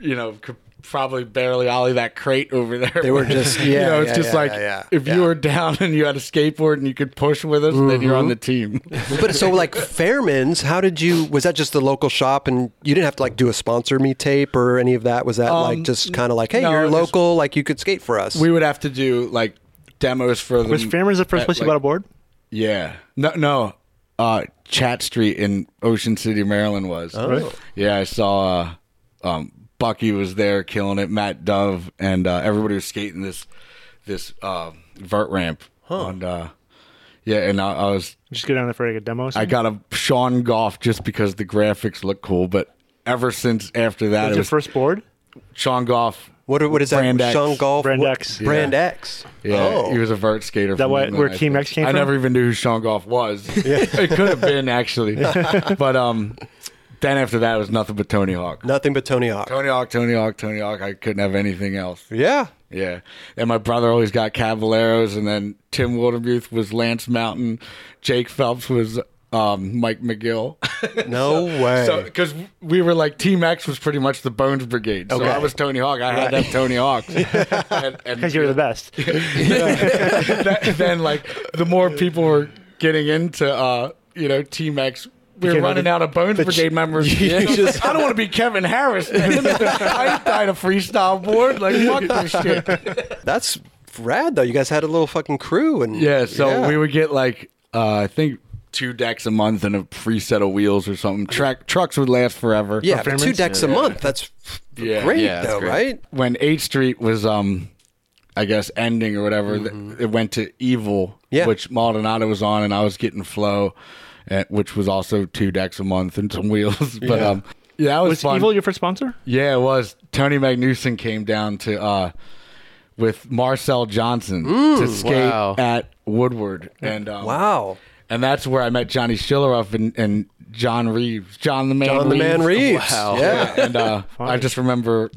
you know, could probably barely ollie that crate over there.
They were just-
you
yeah,
know, it's
yeah,
just
yeah,
like
yeah, yeah,
if
yeah.
you were down and you had a skateboard and you could push with us, then you're
Mm-hmm.
on the team.
But so like Fairman's, how did you? Was that just the local shop, and you didn't have to like do a sponsor me tape or any of that? Was that like
Um,
just kind of like, hey,
no,
you're
it was-
local, like you could skate for us?
we would have to do like demos for them.
Was Farmer's the first
at,
place you
like-
got aboard?
Yeah. No, no. Uh, Chat Street in Ocean City, Maryland was.
Right.
Yeah, I saw uh, um, Bucky was there killing it. Matt Dove and uh, everybody was skating this this uh, vert ramp. And uh, yeah, and I, I was
Just go down there for like a demo. or
I
something?
got a Sean Goff just because the graphics look cool, but ever since after that,
That was
it
your
was
first board.
Sean Goff.
what what is that?
Brand X.
Sean Golf.
Brand
what-
X.
Brand X.
Yeah,
Oh.
he was a vert skater.
That
from
why-
England,
where
I
Team
think.
X came
I
from?
never even knew who Sean Goff was. it could have been actually, but um, then after that it was nothing but Tony Hawk.
Nothing but Tony Hawk.
Tony Hawk, Tony Hawk, Tony Hawk. I couldn't have anything else.
Yeah.
Yeah, and my brother always got Cavaleros, and then Tim Wildermuth was Lance Mountain, Jake Phelps was um, Mike McGill.
No way.
So, because we were like Team X was pretty much the Bones Brigade, so
Okay.
I was Tony Hawk. I had to have Tony Hawks
Because you were the best.
that, then like the more people were getting into uh you know Team X. We were
Became
running
like-
out of Bones Brigade members. So it's like, I don't want to be Kevin Harris. Man. I ain't died a freestyle board. Like fuck this shit.
That's rad though. You guys had a little fucking crew and
Yeah. So
Yeah.
we would get like uh, I think two decks a month and a free set of wheels or something. Track trucks would last forever.
yeah, but two
Fairman's?
decks a month. That's f-
Yeah,
great
yeah, that's
though,
great.
right?
When Eighth Street was um, I guess ending or whatever, th- it went to Evil,
Yeah.
which Maldonado was on, and I was getting Flow, uh, which was also two decks a month and some wheels. But um, yeah, that was,
Was
fun.
Evil your first sponsor?
Yeah, it was. Tony Magnuson came down to uh, with Marcel Johnson to skate
Wow.
at Woodward, and um,
Wow.
and that's where I met Johnny Schilleruff and, and John Reeves, John the Man,
On the
Reeves.
man Reeves.
Wow.
Oh, Yeah.
and uh, I just remember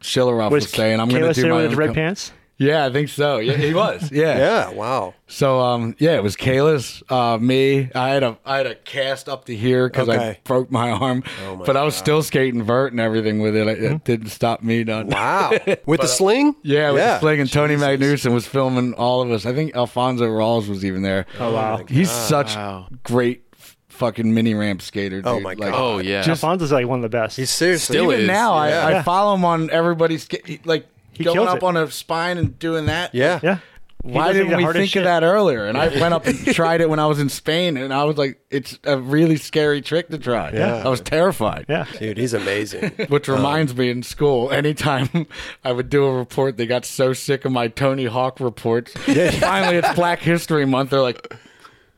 Schilleroff was,
Was
saying, "I'm going
Kayla
to do
Sarah
my
with
own
red
com-"
pants?
Yeah, I think so. Yeah, he was. Yeah.
Yeah, wow.
So um, yeah, it was Kayla's, uh, me. I had a I had a cast up to here because
Okay.
I broke my arm,
Oh,
but I was still skating vert and everything with it. It it didn't stop me none.
Wow. With the sling?
uh, Yeah, with the fling and Tony Magnuson was filming all of us. I think Alfonso Rawls was even there. Oh
wow.
he's such
Wow.
great f- fucking mini ramp skater. Dude.
Oh, my
Like,
God.
Oh yeah.
Just-
Fonz is like one of the best.
He's seriously
Still
even
is.
now I,
Yeah.
I follow him on everybody's he- like
He
going
kills
up
it.
on a spine and doing that.
Yeah.
yeah.
why
does, like,
didn't
the
we
hardest
think
shit.
of that earlier? And I went up and tried it when I was in Spain, and I was like, it's a really scary trick to try. Yeah. I was terrified.
Yeah.
Dude, he's amazing.
Which reminds me, in school, anytime I would do a report, they got so sick of my Tony Hawk reports. Finally, it's Black History Month. They're like,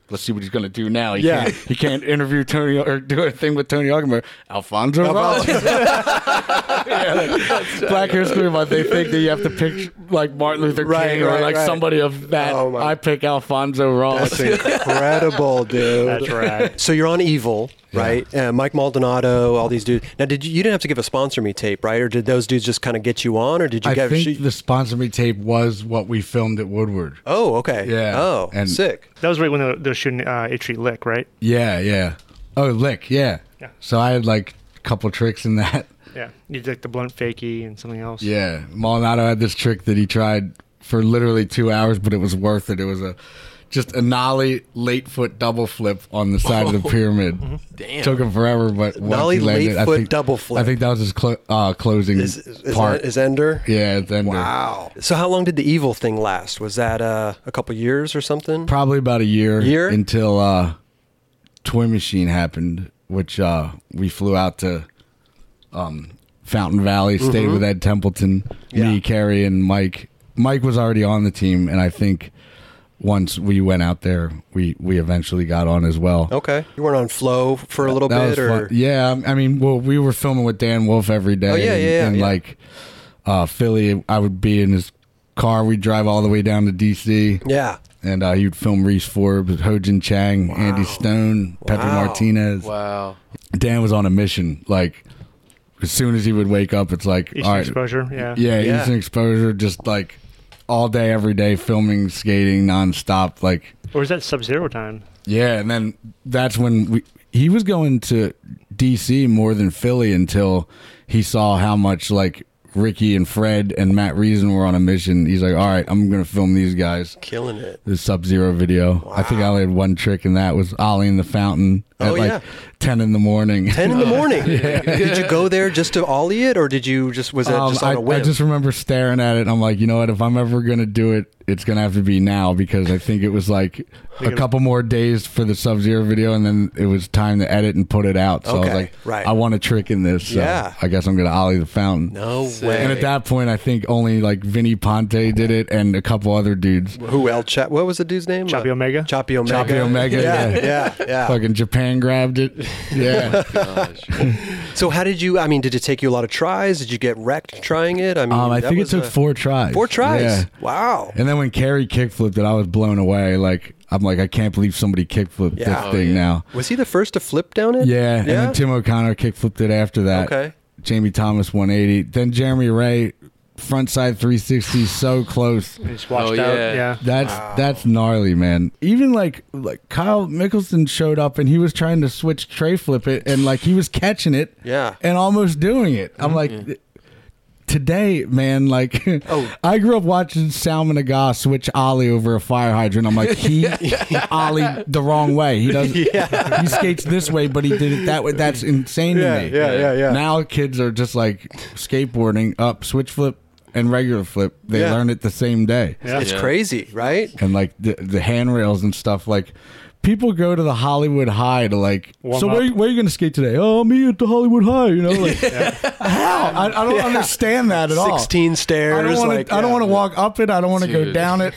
"Let's see what he's going to do now." He
Yeah.
can't, he can't interview Tony or do a thing with Tony Hawk. I'm like, Alfonso Rollins. Yeah, like, Black History Month. They think that you have to pick like Martin Luther
Right,
King or
right,
like
right.
somebody of that.
Oh, my-
I pick Alfonso Rollins.
That's incredible, dude.
That's rad.
So you're on Evil, right? Uh, Mike Maldonado, all these dudes. Now, did you, you didn't have to give a sponsor me tape, right? Or did those dudes just kind of get you on, or did you
I
get?
think
she-
the sponsor me tape was what we filmed at Woodward.
oh, okay.
Yeah,
Oh,
and-
sick.
That was right when they were, they were shooting uh, Itchy Lick, right?
Yeah, yeah. Oh, lick, yeah.
Yeah.
So I had like a couple tricks in that.
Yeah. You did like the blunt fakie and something else.
Yeah. Molinado had this trick that he tried for literally two hours, but it was worth it. It was a just a nollie late foot double flip on the side of the pyramid.
Damn.
Took him forever, but once
Nollie
he landed,
Oh. Mm-hmm. late
I
foot
think-
double flip.
I think that was his clo- uh, closing
Is is,
part.
is Ender?
yeah, then
Wow. So how long did the Evil thing last? Was that uh, a couple years or something?
probably about a year,
Year?
until uh, Toy Machine happened, which uh, we flew out to um, Fountain Valley, stayed
Mm-hmm.
with Ed Templeton, me, Carrie, and Mike. Mike was already on the team, and I think once we went out there, we we eventually got on as well.
Okay. You weren't on Flow for a little
That
bit,
was
or
fun. yeah. I mean, well, we were filming with Dan Wolf every day.
Oh, yeah,
and,
yeah, yeah,
and
yeah.
like uh, Philly, I would be in his car. We'd drive all the way down to DC
yeah.
and uh, he'd film Reese Forbes, Hojin Chang, Andy Stone, Pepe
Wow.
Martinez.
Wow.
Dan was on a mission. Like as soon as he would wake up, it's like
Eastern
all right,
exposure. Yeah.
yeah,
Yeah.
Eastern Exposure, just like all day, every day, filming, skating nonstop. Like
Or is that Sub Zero time?
yeah, and then that's when we he was going to DC more than Philly until he saw how much like Ricky and Fred and Matt Reason were on a mission. He's like, all right, I'm gonna film these guys
Killing it.
the Sub Zero video. I think I only had one trick, and that was Ollie in the fountain at
Oh,
like
yeah.
ten in the morning.
Ten in the morning. Did you go there just to ollie it, or did you just was that
Um,
just on
I,
a whim?
I just remember staring at it. and I'm like, you know what? If I'm ever gonna do it, it's gonna have to be now because I think it was like a couple more days for the Sub Zero video, and then it was time to edit and put it out. So I
Okay,
was like,
right.
I want a trick in this. So
Yeah.
I guess I'm gonna Ollie the fountain.
no
And at
way.
that point, I think only like Vinny Ponte did it, and a couple other dudes.
Who else? Cha- what was the dude's name?
Choppy Omega?
Choppy Omega.
Choppy Omega,
Yeah,
yeah.
yeah, yeah.
Fucking Japan grabbed it. Yeah.
So how did you? I mean, did it take you a lot of tries? Did you get wrecked trying it? I mean,
Um, I
that
think it
was
took
a-
four tries.
four tries.
Yeah.
Wow.
And then when Carrie kickflipped it, I was blown away. Like I'm like, I can't believe somebody kickflipped
Yeah.
this
Oh,
thing now.
Was he the first to flip down it?
Yeah. And
Yeah.
then Tim O'Connor kickflipped it after that.
Okay.
Jamie Thomas 180. Then Jeremy Ray frontside 360, so close.
And it's washed
Oh,
out.
Uh,
yeah.
Yeah.
That's that's gnarly, man. Even like like Kyle Mickelson showed up and he was trying to switch tray flip it and like he was catching it,
Yeah.
and almost doing it. I'm like. Today, man, like
Oh.
I grew up watching Salman Aga switch Ollie over a fire hydrant. I'm like, he Ollie the wrong way. He doesn't. He skates this way, but he did it that way. That's insane
Yeah,
to me.
yeah, yeah, yeah.
Now kids are just like skateboarding up switch flip and regular flip. They
Yeah.
learn it the same day
It's
Yeah.
crazy, right?
and like the, the handrails and stuff like people go to the hollywood high to like
Warm
so
up.
where, where are you gonna skate today oh me at the hollywood high you know like how I, I don't understand that at all
Sixteen stairs.
I don't want to.
like,
I don't
yeah.
want to walk up it. I don't want to go
Dude.
down it.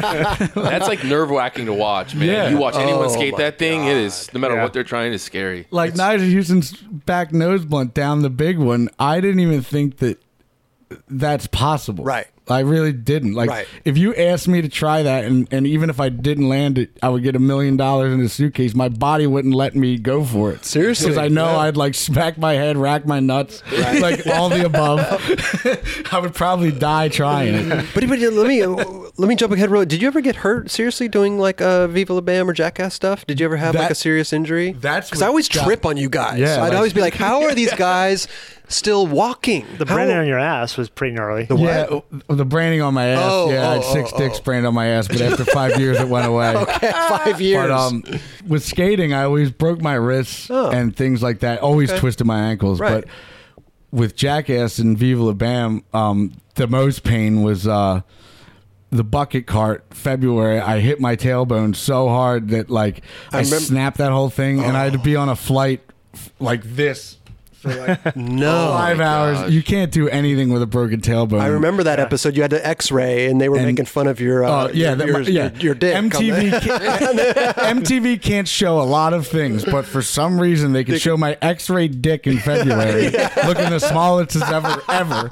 That's like nerve wracking to watch, man.
Yeah.
You watch anyone
Oh,
skate
my
that thing, it is, no matter
Yeah.
what they're trying, it's scary.
like Nigel Houston's back nose blunt down the big one. I didn't even think that that's possible.
Right.
I really didn't. Like
Right.
if you asked me to try that and, and even if I didn't land it, I would get a million dollars in a suitcase. My body wouldn't let me go for it.
Seriously?
Because I know
Yeah.
I'd like smack my head, rack my nuts, like all the above. I would probably die trying it.
But, but let me let me jump ahead. Real. Did you ever get hurt seriously doing like uh, Viva La Bam or Jackass stuff? Did you ever have like
That-
a serious injury?
that's
because I
what
always
got-
trip on you guys.
Yeah,
I'd
like-
always be like, "How are these guys still walking?"
The
How-
Brennan on your ass was pretty gnarly. The
Yeah, oh, the branding on my ass.
Oh,
yeah, I had
oh,
six
oh,
dicks brand on my ass, but after five years, it went away.
five years.
But um, with skating, I always broke my wrists
Oh.
and things like that. Always twisted my ankles.
Right.
But with Jackass and Viva La Bam, um, the most pain was uh, the bucket cart February, I hit my tailbone so hard that like I,
remem-
snapped that whole thing, and I had to be on a flight f- like this for like
No.
five hours.
gosh.
You can't do anything with a broken tailbone.
Oh, I remember that episode. You had to X-ray, and they were
And-
making fun of your,
Oh
uh,
yeah,
your,
that,
your,
yeah.
your, your dick. on
MTV,
the-
can't- MTV can't show a lot of things, but for some reason they can show my X-ray dick in February, looking the smallest it's ever ever,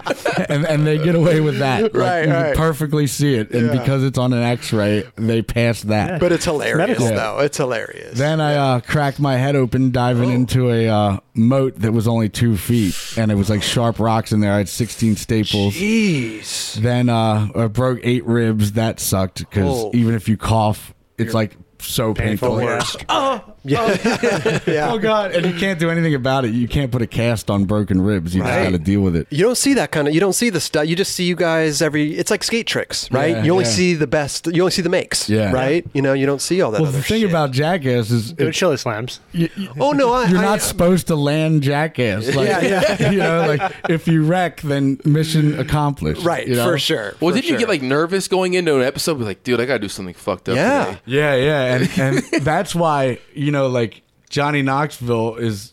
and and they get away with that. Like,
Right,
you
right.
can perfectly see it, and because it's on an X-ray, they pass that.
But it's hilarious,
Medical.
though. It's hilarious.
Then I uh, cracked my head open
Oh.
diving into a uh, moat that was only two feet, and it was like sharp rocks in there. I had 16 staples.
Jeez.
Then uh, I broke eight ribs. That sucked because
Oh.
even if you cough, it's like so painful.
Painful, yeah.
Yeah.
Oh god! And you can't do anything about it. You can't put a cast on broken ribs. You
Right.
just got to deal with it.
You don't see that kind of. You don't see the stuff. You just see you guys every. It's like skate tricks, right?
Yeah,
you only
yeah.
see the best. You only see the makes,
Yeah.
right? You know, you don't see all that.
Well,
other
the thing
Oh, shit.
about Jackass is
They're
it-
chili slams.
you, you-
oh no, I,
you're
I-
not supposed to land Jackass. Like, You know, like if you wreck, then mission accomplished.
right
you know?
for sure.
Well,
for
didn't
sure.
you get like nervous going into an episode? Be like, dude, I gotta do something fucked up.
Yeah.
today.
Yeah, yeah, and and that's why you know, like Johnny Knoxville is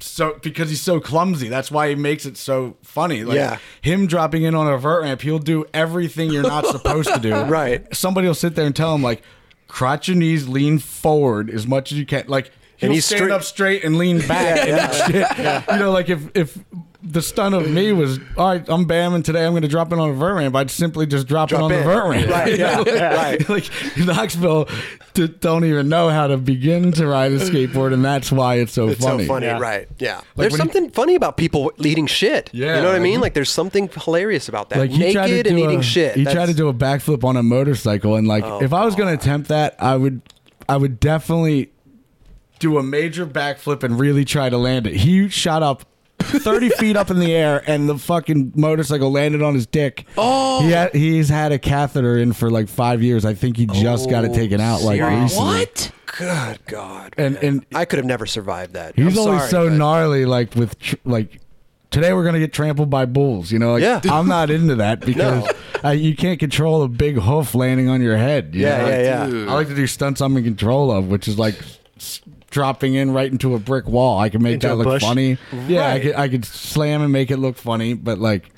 so because he's so clumsy. That's why he makes it so funny. Like
Yeah.
him dropping in on a vert ramp, he'll do everything you're not supposed to do.
Right.
Somebody will sit there and tell him like, crotch your knees, lean forward as much as you can. Like he'll
he's
stand
straight-
up straight and lean back. and shit. You know, like if if. The stunt of me was all right. I'm bamming today. I'm going to drop in on a vert ramp. I'd simply just drop,
Drop
it on
in.
the vert ramp.
Right, yeah, right.
like Knoxville d- don't even know how to begin to ride a skateboard, and that's why it's so
It's
funny.
so funny,
Yeah.
right? Yeah.
when
there's
he-
something funny about people eating shit.
Yeah,
You know what I mean?
like-
Like there's something hilarious about that.
Like he tried to
Naked
do
and
a,
eating shit.
He
That's-
tried to do a backflip on a motorcycle, and like if I was going to attempt that, I would, I would definitely do a major backflip and really try to land it. He shot up. 30 feet up in the air and the fucking motorcycle landed on his dick. Oh. He had, he's had a catheter in for like 5 years. I think he just got it taken out like recently.
What?
Good God.
And and
I could have never survived that.
He's
I'm
always
sorry,
so
but-
gnarly, like with tr- like. Today we're gonna get trampled by bulls. You know, like,
Yeah.
I'm not into that because uh, you can't control a big hoof landing on your head. you
Yeah,
know?
yeah, yeah.
Dude.
I like to do stunts I'm in control of, which is like s- dropping in right into a brick wall. I can make
Into a
that look
bush.
funny. Yeah, I
Right.
could I could slam and make it look funny, but like,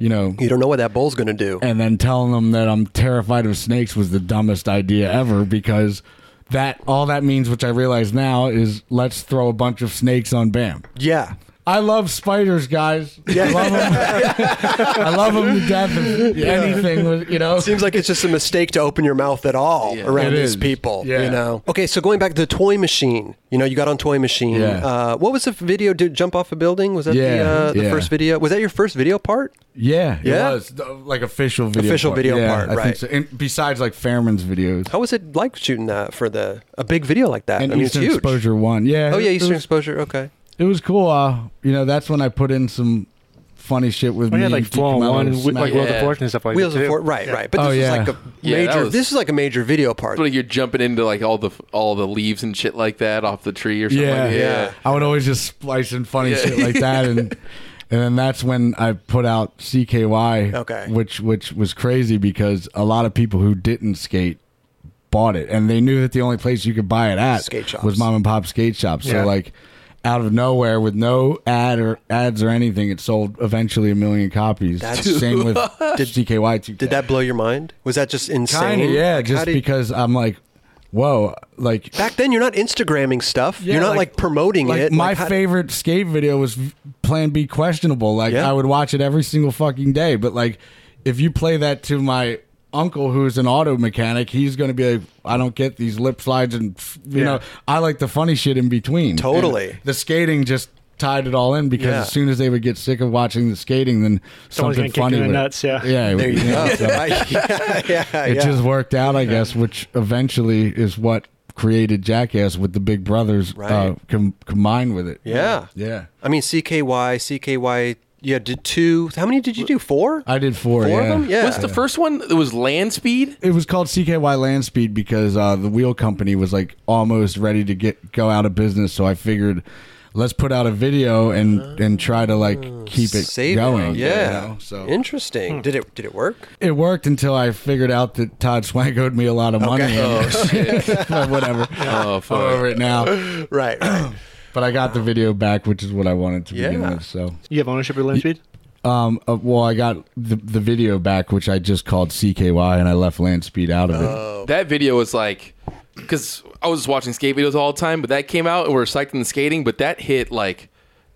you know.
You don't know what that bull's gonna do.
And then telling them that I'm terrified of snakes was the dumbest idea ever because that all that means, which I realize now, is let's throw a bunch of snakes on Bam.
Yeah.
I love spiders, guys. I love them. I love 'em to death. If Anything, was- you know.
Seems like it's just a mistake to open your mouth at all around
It
these
is.
people. You
Yeah.
know. Okay, so going back to the toy machine. You know, you got on toy machine.
Yeah.
Uh, what was the video? Did jump off a building? Was that the,
Yeah,
uh, the
yeah.
first video? Was that your first video part?
Yeah,
Yeah?
It was the- like official video.
Official
part.
video
Yeah,
part,
I think
right.
so. And besides, like Fairman's videos
How was it like shooting that for the a big video like that?
and
I mean,
Eastern
it's huge.
Exposure One. Yeah.
Oh yeah,
it
Eastern
was-
Exposure. Okay.
It was cool. Uh, you know, that's when I put in some funny shit with
We
me.
had Oh, like
and
four on
Camilo
one,
and
with, like
Smack-
Wheels of
Yeah.
Fortune and stuff like
Wheels
that.
of
too.
Fort. Right, right. But
Oh,
this
yeah.
is like a
Yeah, that
major.
was-
This is like a major video part.
It's like you're jumping into like all the all the leaves and shit like that off the tree or something.
Yeah,
like that.
yeah. I would always just splice in funny
Yeah.
shit like that, and and then that's when I put out CKY,
Okay.
which which was crazy because a lot of people who didn't skate bought it, and they knew that the only place you could buy it at
Skate shops.
was mom and pop skate shops.
Yeah.
So like. Out of nowhere, with no ad or ads or anything, it sold eventually a million copies.
That's-
Same with CKY. 2K.
Did that blow your mind? Was that just insane?
kind of yeah?
Like, how
just
did-
because I'm like, whoa, like
Back then, you're not Instagramming stuff.
Yeah,
you're not like,
like-
promoting
like
it.
my
how-
favorite skate video was v- Plan B questionable. Like
Yeah.
I would watch it every single fucking day. But like if you play that to my uncle who's an auto mechanic, he's gonna be like, I don't get these lip slides and f- you
Yeah.
know I like the funny shit in between.
Totally.
And the skating just tied it all in because
Yeah.
as soon as they would get sick of watching the skating, then
Someone's gonna
something
kick
funny
you in
would
the nuts, yeah.
yeah.
There you go.
yeah, so-
yeah, yeah,
it
Uh, yeah.
just worked out, I guess, which eventually is what created Jackass with the Big Brothers uh,
Right.
com- combined with it.
Yeah.
Yeah.
I mean, CKY, CKY. Yeah, did two. How many did you do? Four.
I did four.
Four
yeah.
of them. Yeah.
What's the first one? It was land speed.
It was called CKY Land Speed because uh, the wheel company was like almost ready to get go out of business. So I figured let's put out a video and and try to like keep it
Ah. Save
going.
it.
you
Yeah.
know? So Hmm.
Interesting. Did it did it work?
it worked until I figured out that Todd Swank owed me a lot of money.
Okay.
Oh, shit. but whatever.
Oh,
I'm
fuck.
over it now.
Right. right.
But I got the video back, which is what I wanted to begin
Yeah.
with. So,
You have ownership of Landspeed?
um, uh, well, I got the the video back, which I just called CKY, and I left Land Speed out of it.
That video was like, because I was watching skate videos all the time, but that came out and we are psyched in skating, but that hit like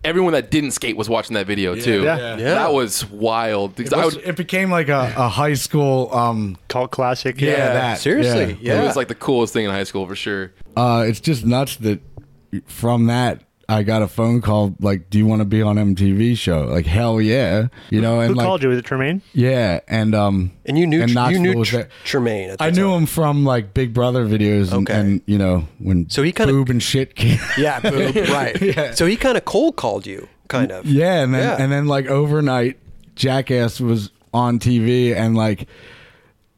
everyone that didn't skate was watching that video too.
Yeah.
Yeah.
That was wild. Because
It,
I
was-
would,
it became like a, a high school. Um,
Cult classic.
yeah, that.
Seriously.
Yeah.
Yeah.
It was like the coolest thing in high school for sure.
Uh, it's just nuts that from that I got a phone call like, "Do you want to be on MTV show?" Like, hell yeah, you know.
Who
And like, Mm-hmm.
called you? Was it Tremaine?
Yeah, and um,
and you knew you
Knoxville
knew
was
Tr-
there.
Tremaine. At the
I knew
time.
him from like Big Brother videos, and,
Okay.
and you know when
So he kinda-
boob and shit came.
Yeah, boob, right.
Yeah.
So he kind of cold called you, kind of.
Yeah, and then
Yeah.
and then like overnight, Jackass was on TV, and like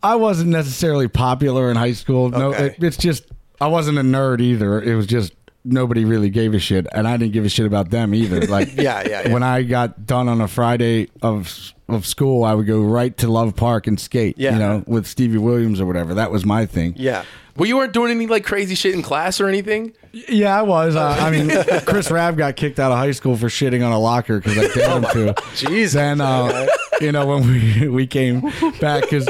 I wasn't necessarily popular in high school. No,
Okay.
it, it's just I wasn't a nerd either. It was just nobody really gave a shit, and I didn't give a shit about them either. Like
Yeah, yeah, yeah.
When I got done on a Friday of of school, I would go right to Love Park and skate.
Yeah.
you know, with Stevie Williams or whatever. That was my thing.
Yeah.
Well, you weren't doing any like crazy shit in class or anything.
Yeah, I was. Uh, I mean, Chris Rabb got kicked out of high school for shitting on a locker because I dared him to.
Jesus.
Then, uh, you know, when we we came back because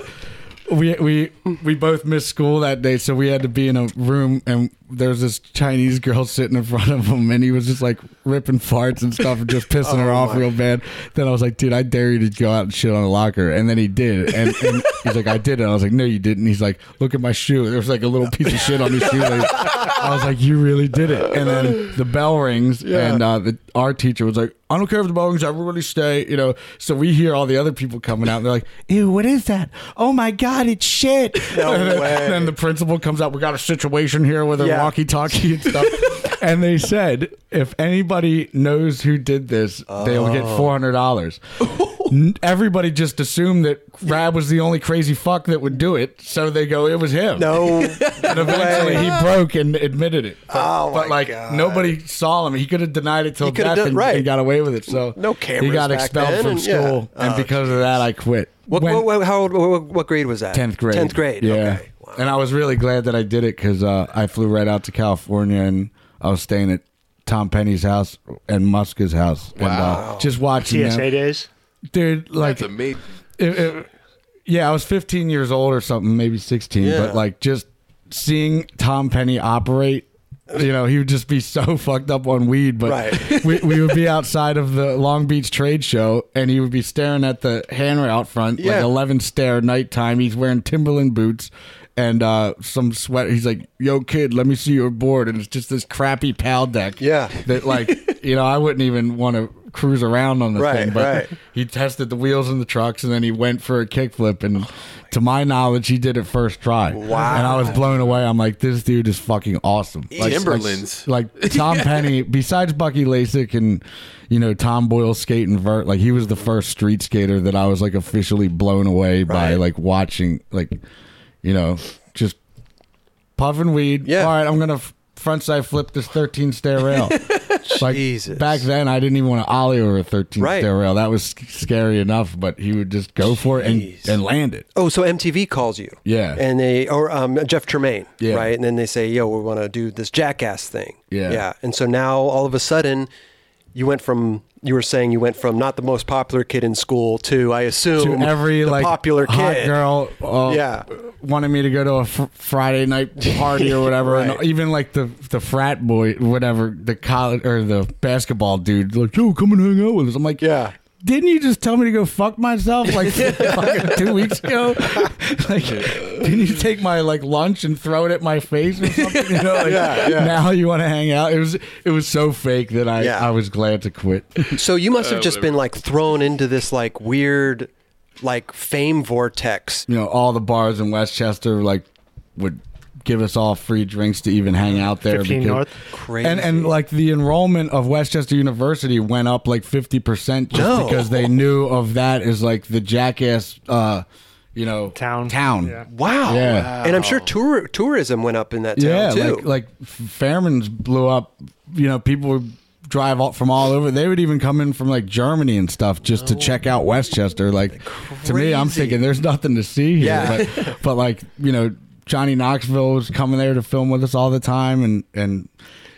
we we we both missed school that day, so we had to be in a room, and there was this Chinese girl sitting in front of him, and he was just like ripping farts and stuff, and just pissing her off real bad. Then I was like, dude, I dare you to go out and shit on a locker, and then he did, and, and he's like, I did it. I was like, no, you didn't. He's like, look at my shoe. There was like a little piece of shit on his shoe. I was like, you really did it. And then the bell rings, and uh, the, our teacher was like, I don't care if the bell rings, everybody stay. You know, so we hear all the other people coming out, and they're like, ew, what is that? Oh my God, it's shit.
No
and then,
way.
then the principal comes out, we got a situation here with a
Yeah.
walkie talkie and stuff. and they said, if anybody knows who did this, they'll
Oh.
get $400. N- Everybody just assumed that Rab was the only crazy fuck that would do it, so they go, it was him.
No.
And eventually he broke and admitted it. But,
Oh,
but
my
like
God.
nobody saw him. He could have denied it till
He could have
death
done-
and,
right.
and got away with it. So
No
He
cameras
got
back
expelled
then
from
and- yeah.
school, and
Oh,
because of that, I quit.
What,
When-
what, what, how old, what, what grade was that?
10th grade.
10th grade.
Yeah.
Okay. Wow.
And I was really glad that I did it because uh, I flew right out to California and I was staying at Tom Penny's house and Muska's house. And, uh, just watching
TSA
them.
days.
Dude, like,
That's amazing.
it- it- yeah, I was 15 years old or something, maybe 16,
Yeah.
but like just seeing Tom Penny operate. You know, he would just be so fucked up on weed, but
Right.
we, we would be outside of the Long Beach trade show and he would be staring at the handrail out front,
Yeah.
like 11 stare nighttime. He's wearing Timberland boots and uh, some sweater. He's like, Yo, kid, let me see your board. And it's just this crappy pal deck.
Yeah.
That, like, you know, I wouldn't even want to cruise around on the
Right,
thing, but
right.
he tested the wheels and the trucks and then he went for a kickflip and to my knowledge he did it first try
Wow.
and i was blown away i'm like this dude is fucking awesome like,
Timberlands.
like, like tom penny besides bucky lasik and you know tom boyle skate and vert like he was the first street skater that i was like officially blown away by
Right.
like watching like you know just puffing weed
Yeah.
all right i'm gonna f- front side flip this 13 stair rail like
Jesus.
back then i didn't even want to ollie over a 13
Right.
stair rail that was sc- scary enough but he would just go for it and,
Jeez.
and land it
Oh, so MTV calls you.
Yeah.
And they, or um, Jeff Tremaine,
Yeah.
right? And then they say, yo, we want to do this jackass thing.
Yeah.
Yeah. And so now all of a sudden, you went from, you were saying you went from not the most popular kid in school to, I
to
assume,
every
the
like
popular
hot
kid.
girl uh,
Yeah.
wanted me to go to a fr- friday night party or whatever and
Right.
even like the the frat boy whatever the college or the basketball dude like yo come and hang out with us i'm like
Yeah.
didn't you just tell me to go fuck myself like fucking two weeks ago? like, didn't you take my like lunch and throw it at my face or something? You know, like,
Yeah, yeah.
Now you want to hang out? It was it was so fake that I
Yeah.
I was glad to quit.
So you must have just been like thrown into this like weird, like fame vortex.
you know, all the bars in Westchester like would give us all free drinks to even hang out there.
15 North?
Crazy.
And and like the enrollment of Westchester University went up like fifty percent just
No.
because they knew of that as like the jackass, uh, you know,
Town.
town.
Yeah.
Wow.
Yeah.
And I'm sure tour- tourism went up in that town
Yeah,
too.
like like Fairman's blew up. You know, people were drive all, from all over. They would even come in from like Germany and stuff just to check out Westchester. Like to me, I'm
Oh. Crazy.
thinking there's nothing to see here.
Yeah.
But, but like you know, Johnny Knoxville was coming there to film with us all the time, and and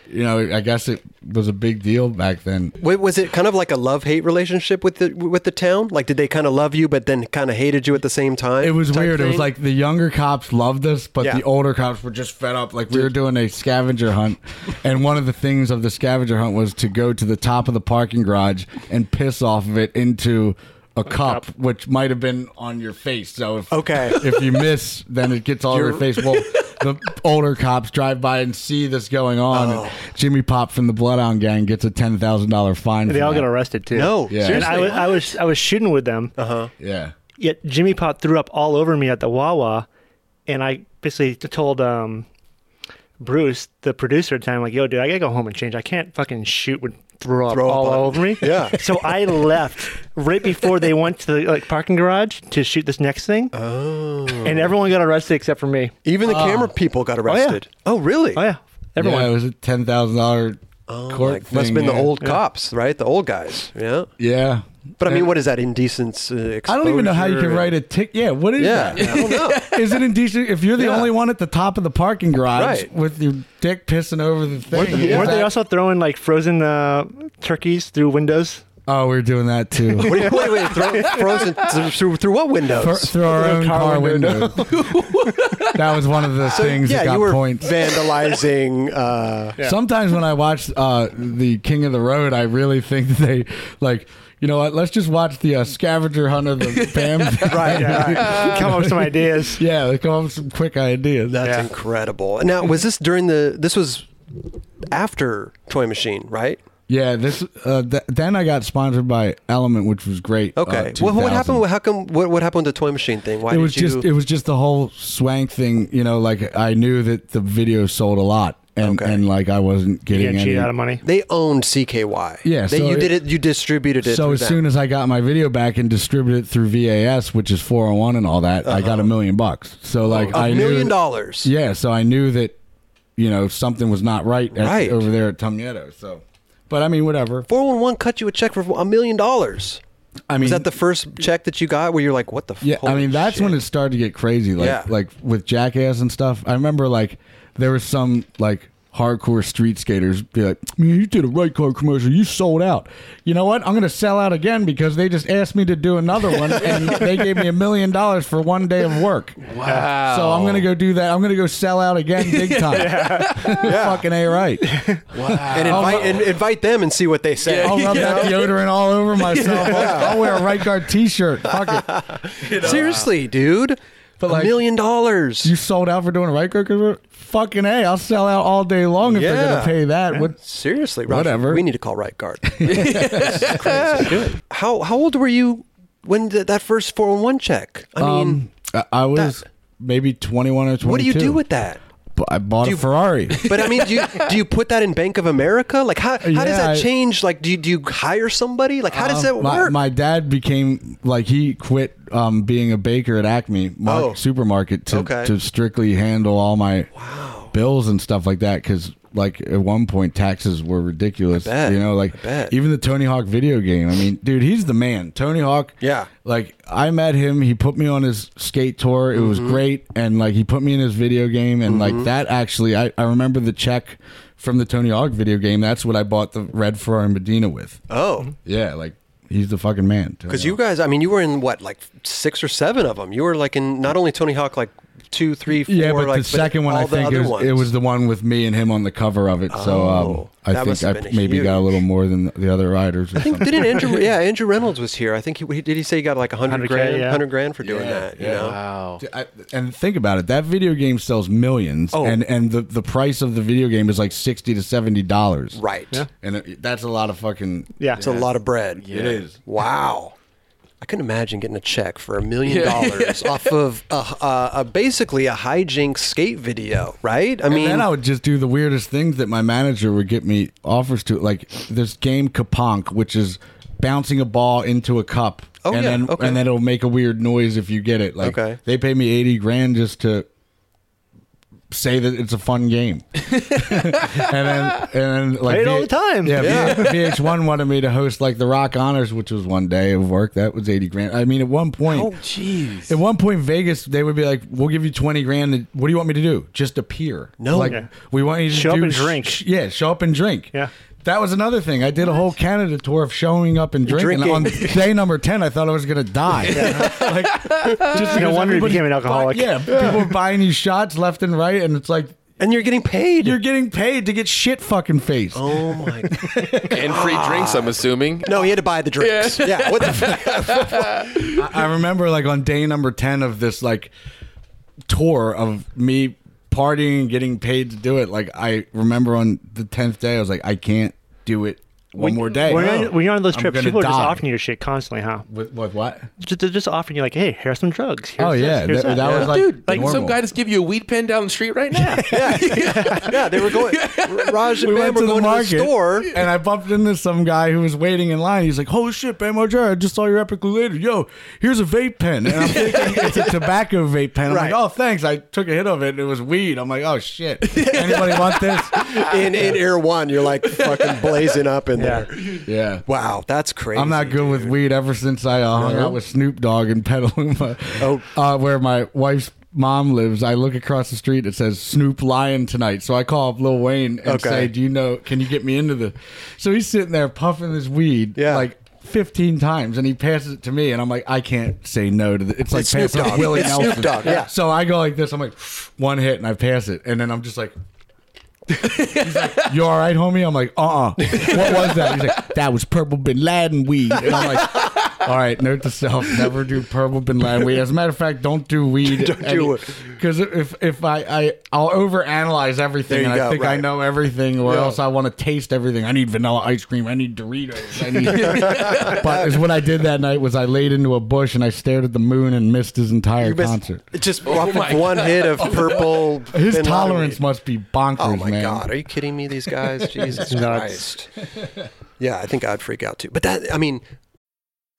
you know, I guess it was a big deal back then.
Wait, was it kind of like a love hate relationship with the with the town? Like, did they kind of love you, but then kind of hated you at the same time?
It was
type
weird. It was
thing?
like the younger cops loved us, but
Yeah.
the older cops were just fed up. Like we were doing a scavenger hunt, and one of the things of the scavenger hunt was to go to the top of the parking garage and piss off of it into a, cup, which might have been on your face. So if
Okay.
if you miss, then it gets all over your face. Well, the older cops drive by and see this going on.
Oh.
and Jimmy Pop from the Bloodhound Gang gets a ten thousand dollar fine.
They
for
all
that.
got arrested too.
no,
Yeah.
And
seriously.
I was, I was I was shooting with them.
Yeah.
Yet Jimmy Pop threw up all over me at the Wawa, and I basically t- told um, Bruce, the producer at the time, like, "Yo, dude, I gotta go home and change. I can't fucking shoot with throw up
Throw up
all
on-
over me."
Yeah.
So I left right before they went to the like parking garage to shoot this next thing. Oh. And everyone got arrested except for me.
Even
"Ah."
the camera people got arrested. Oh, really?
Oh yeah, everyone.
Yeah, it was a ten thousand dollar court.
Like, must have
thing,
Oh been the
yeah.
old cops, right? The old guys. Yeah.
Yeah.
But I mean,
And-
what is that indecent uh, exposure?
I don't even know how you can write a tick. Yeah, what is
Yeah, I don't know.
that? Is it indecent if you're the
Yeah.
only one at the top of the parking garage
Right.
with your dick pissing over the thing?
Weren't,
Is
weren't they
that-
also throwing like frozen uh, turkeys through windows?
Oh, we are doing that too.
What do you, wait, wait, throw, frozen through, through, through what windows?
Thro- through our own
car
car, window. that was one of the things
yeah,
that got
you were
points.
vandalizing. Uh,
Sometimes when I watch uh, the King of the Road, I really think that they like. You know what? Let's just watch the uh, scavenger hunt of the Bam.
right,
Come up with some ideas.
yeah, they come up with some quick ideas.
That's incredible. Now, was this during the? This was after Toy Machine, right?
Yeah, this uh, th- then I got sponsored by Element, which was great.
Okay.
uh,
well, what
2000.
happened? How come? What, what happened to Toy Machine thing? Why
It
did
was
you?
just it was just the whole swank thing. You know, like I knew that the video sold a lot, and
Okay.
and like I wasn't
You
getting
can't cheat
any.
out of money.
they owned CKY.
Yeah,
They,
so
you
it-
did it. You distributed it.
so
through
as
them.
soon as I got my video back and distributed it through VAS, which is four hundred one and all that, I got a million bucks. So like
Uh-huh. a
I
million
knew,
dollars.
Yeah, so I knew that you know something was not right, at-
Right.
over there at Tom Nieto. So, but I mean, whatever.
Four one one cut you a check for a million dollars.
I mean,
Was that the first check that you got where you're like, what the?
Yeah, I
holy
mean that's
shit?
when it started to get crazy. Like
Yeah.
like with Jackass and stuff. I remember like there was some like hardcore street skaters be like, Man, you did a right card commercial, you sold out. You know what? I'm gonna sell out again because they just asked me to do another one and they gave me a million dollars for one day of work.
Wow.
So I'm gonna go do that. I'm gonna go sell out again big time. Fucking A right.
and invite and invite them and see what they say.
I'll rub that deodorant all over myself. I'll, I'll wear a right guard t shirt. Fuck it.
Seriously, dude.
But
a
like-
million dollars.
You sold out for doing a right cooker? Fucking A, I'll sell out all day long if they're
Yeah.
gonna pay that. What
Seriously, Ralph,
Whatever.
We need to call right guard. This is crazy. How how old were you when did that first four one one check? I mean,
um I- I was
that-
maybe twenty one or twenty two.
what do you do with that?
B- I bought
you-
a Ferrari.
But I mean, do you do you put that in Bank of America? Like how how does
Yeah,
that
I-
change? Like do you, do you hire somebody? Like how does
Um,
that
my,
work?
My dad became like he quit um, being a baker at Acme Mark,
Oh.
supermarket to,
Okay.
to strictly handle all my bills and stuff like that because like at one point taxes were ridiculous.
I bet.
You know, like
I bet.
even the Tony Hawk video game. I mean, dude, he's the man. Tony Hawk.
Yeah.
Like I met him. He put me on his skate tour. It
Mm-hmm.
was great, and like he put me in his video game, and like that actually, I, I remember the check. From the Tony Hawk video game, that's what I bought the red Ferrari Medina with.
oh,
Yeah, like he's the fucking man.
because you guys, I mean, you were in what like six or seven of them. You were like in not only Tony Hawk, like two, three, four.
Yeah, but
like,
the second one
all
I
the
think
other
it was, it
ones.
was the one with me and him on the cover of it. so um,
Oh, that
I
must
think
have
I
been
maybe got a
huge.
little more than the other riders. Or something.
Didn't Andrew? Yeah, Andrew Reynolds was here. I think he he- did. He say he got like a hundred
100K,
grand,
yeah.
hundred grand for doing
Yeah,
that. You
yeah.
know,
wow.
I- and think about it. That video game sells millions,
Oh.
and and the, the price of the video game is like sixty to seventy dollars.
right?
and it, that's a lot of fucking.
Yeah.
It's a lot of bread.
it is.
Wow. I couldn't imagine getting a check for a million dollars off of a, a, a basically a hijinks skate video, right? I mean,
and then I would just do the weirdest things that my manager would get me offers to, like this game Kaponk, which is bouncing a ball into a cup.
Oh,
and
yeah,
then,
okay.
And then it'll make a weird noise if you get it. Like
Okay.
they pay me eighty grand just to say that it's a fun game. and then, and then, like
Play it all the time.
Yeah, VH, one wanted me to host like the Rock Honors, which was one day of work. That was eighty grand. I mean, at one point,
Oh,
jeez.
at one point, Vegas, they would be like, "We'll give you twenty grand. and What do you want me to do? Just appear?
No.
like
Yeah.
we want you to
Show up
do
and
sh-
drink.
sh- yeah, show up and drink.
Yeah.
That was another thing. I did a whole Canada tour of showing up and drinking.
Drinking.
On day number ten, I thought I was gonna die. like, just
No
because
wonder you
everybody's
became an alcoholic.
bu- yeah, people are buying you shots left and right, and it's like
And you're getting paid.
you're getting paid to get shit fucking faced.
oh my!
and free drinks, I'm assuming.
No, he had to buy the drinks. Yeah. what the? F-
I remember like on day number 10 of this like tour of me partying and getting paid to do it. Like I remember on the 10th day, I was like, I can't do it one more day.
When, you're, on- when you're on those
oh, I'm
trips,
gonna
people are just
die.
offering you shit constantly, huh?
With, with what?
Just, they're just offering you like, hey, here's some drugs. Here's
Oh
this,
yeah,
here's
that, that was like
Dude, like
normal.
some guy just give you a weed pen down the street right now.
yeah, they were going. Raj and
we went
Bam were
to the
going
market
to the store.
and I bumped into some guy who was waiting in line. He's like, "Holy shit, Bam Margera! I just saw your epic later. Yo, here's a vape pen." And I'm thinking it's a tobacco vape pen. I'm
Right.
like, "Oh, thanks." I took a hit of it. and It was weed. I'm like, "Oh shit, anybody want this?"
In in Air One, you're like fucking blazing up in
Yeah.
there.
Yeah.
Wow, that's crazy.
I'm not good with weed ever since I uh, hung out with Snoop Dogg in Petaluma,
Oh.
uh, where my wife's mom lives. I look across the street. It says Snoop lying tonight. So I call up Lil Wayne and
Okay.
say, "Do you know? Can you get me into the?" So he's sitting there puffing his weed,
Yeah.
like. 15 times and he passes it to me and I'm like I can't say no to the, it's like
It's Snoop
passing
Dogg.
Willie
It's Snoop
Nelson
Dogg, yeah.
so I go like this I'm like one hit and I pass it and then I'm just like you all right, homie? I'm like, uh uh What was that? He's like, that was purple bin Laden weed. And I'm like, all right, note to self, never do purple bin Laden weed. As a matter of fact, don't do weed.
Don't do it.
Because if, if I, I, I'll overanalyze everything
There you
and I
go,
think I
right.
know everything or
Yeah.
else I want to taste everything. I need vanilla ice cream. I need Doritos. I need. but is what I did that night was I laid into a bush and I stared at the moon and missed his entire
You missed-
concert.
Just off of one hit of purple.
His
Bin Laden
tolerance
weed.
must be bonkers,
Oh my
man.
god, are you kidding me? These guys, Jesus Christ. Yeah, I think I'd freak out too. But that, I mean,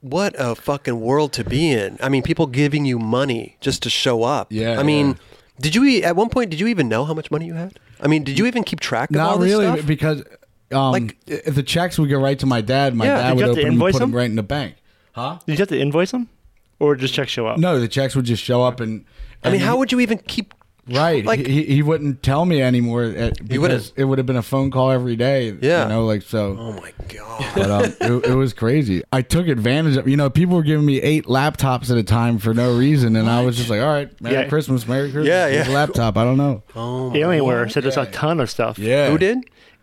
what a fucking world to be in. I mean, people giving you money just to show up.
Yeah,
I mean,
yeah.
did you e- at one point did you even know how much money you had? I mean, did you even keep track of all
Not
this
really,
stuff?
because um,
Like-
i- the checks would go right to my dad. My
Yeah,
dad
did you have
would
to
open them and
invoice
put them
them?
right in the bank. Huh?
Did you have to invoice them, or just check show up?
No, the checks would just show up and.
I mean, how would you even keep?
Right,
Like-
he, he wouldn't tell me anymore. At,
He wouldn't.
because It would have been a phone call every day.
Yeah.
you know, like so.
Oh my god.
But um, it, it was crazy. I took advantage of. You know, people were giving me eight laptops at a time for no reason, and I was just like, "All right, Merry
Yeah.
Christmas, Merry Christmas."
Yeah,
Here's
yeah.
a laptop. I don't know.
Alienware said there's a ton of stuff.
Yeah,
Who did?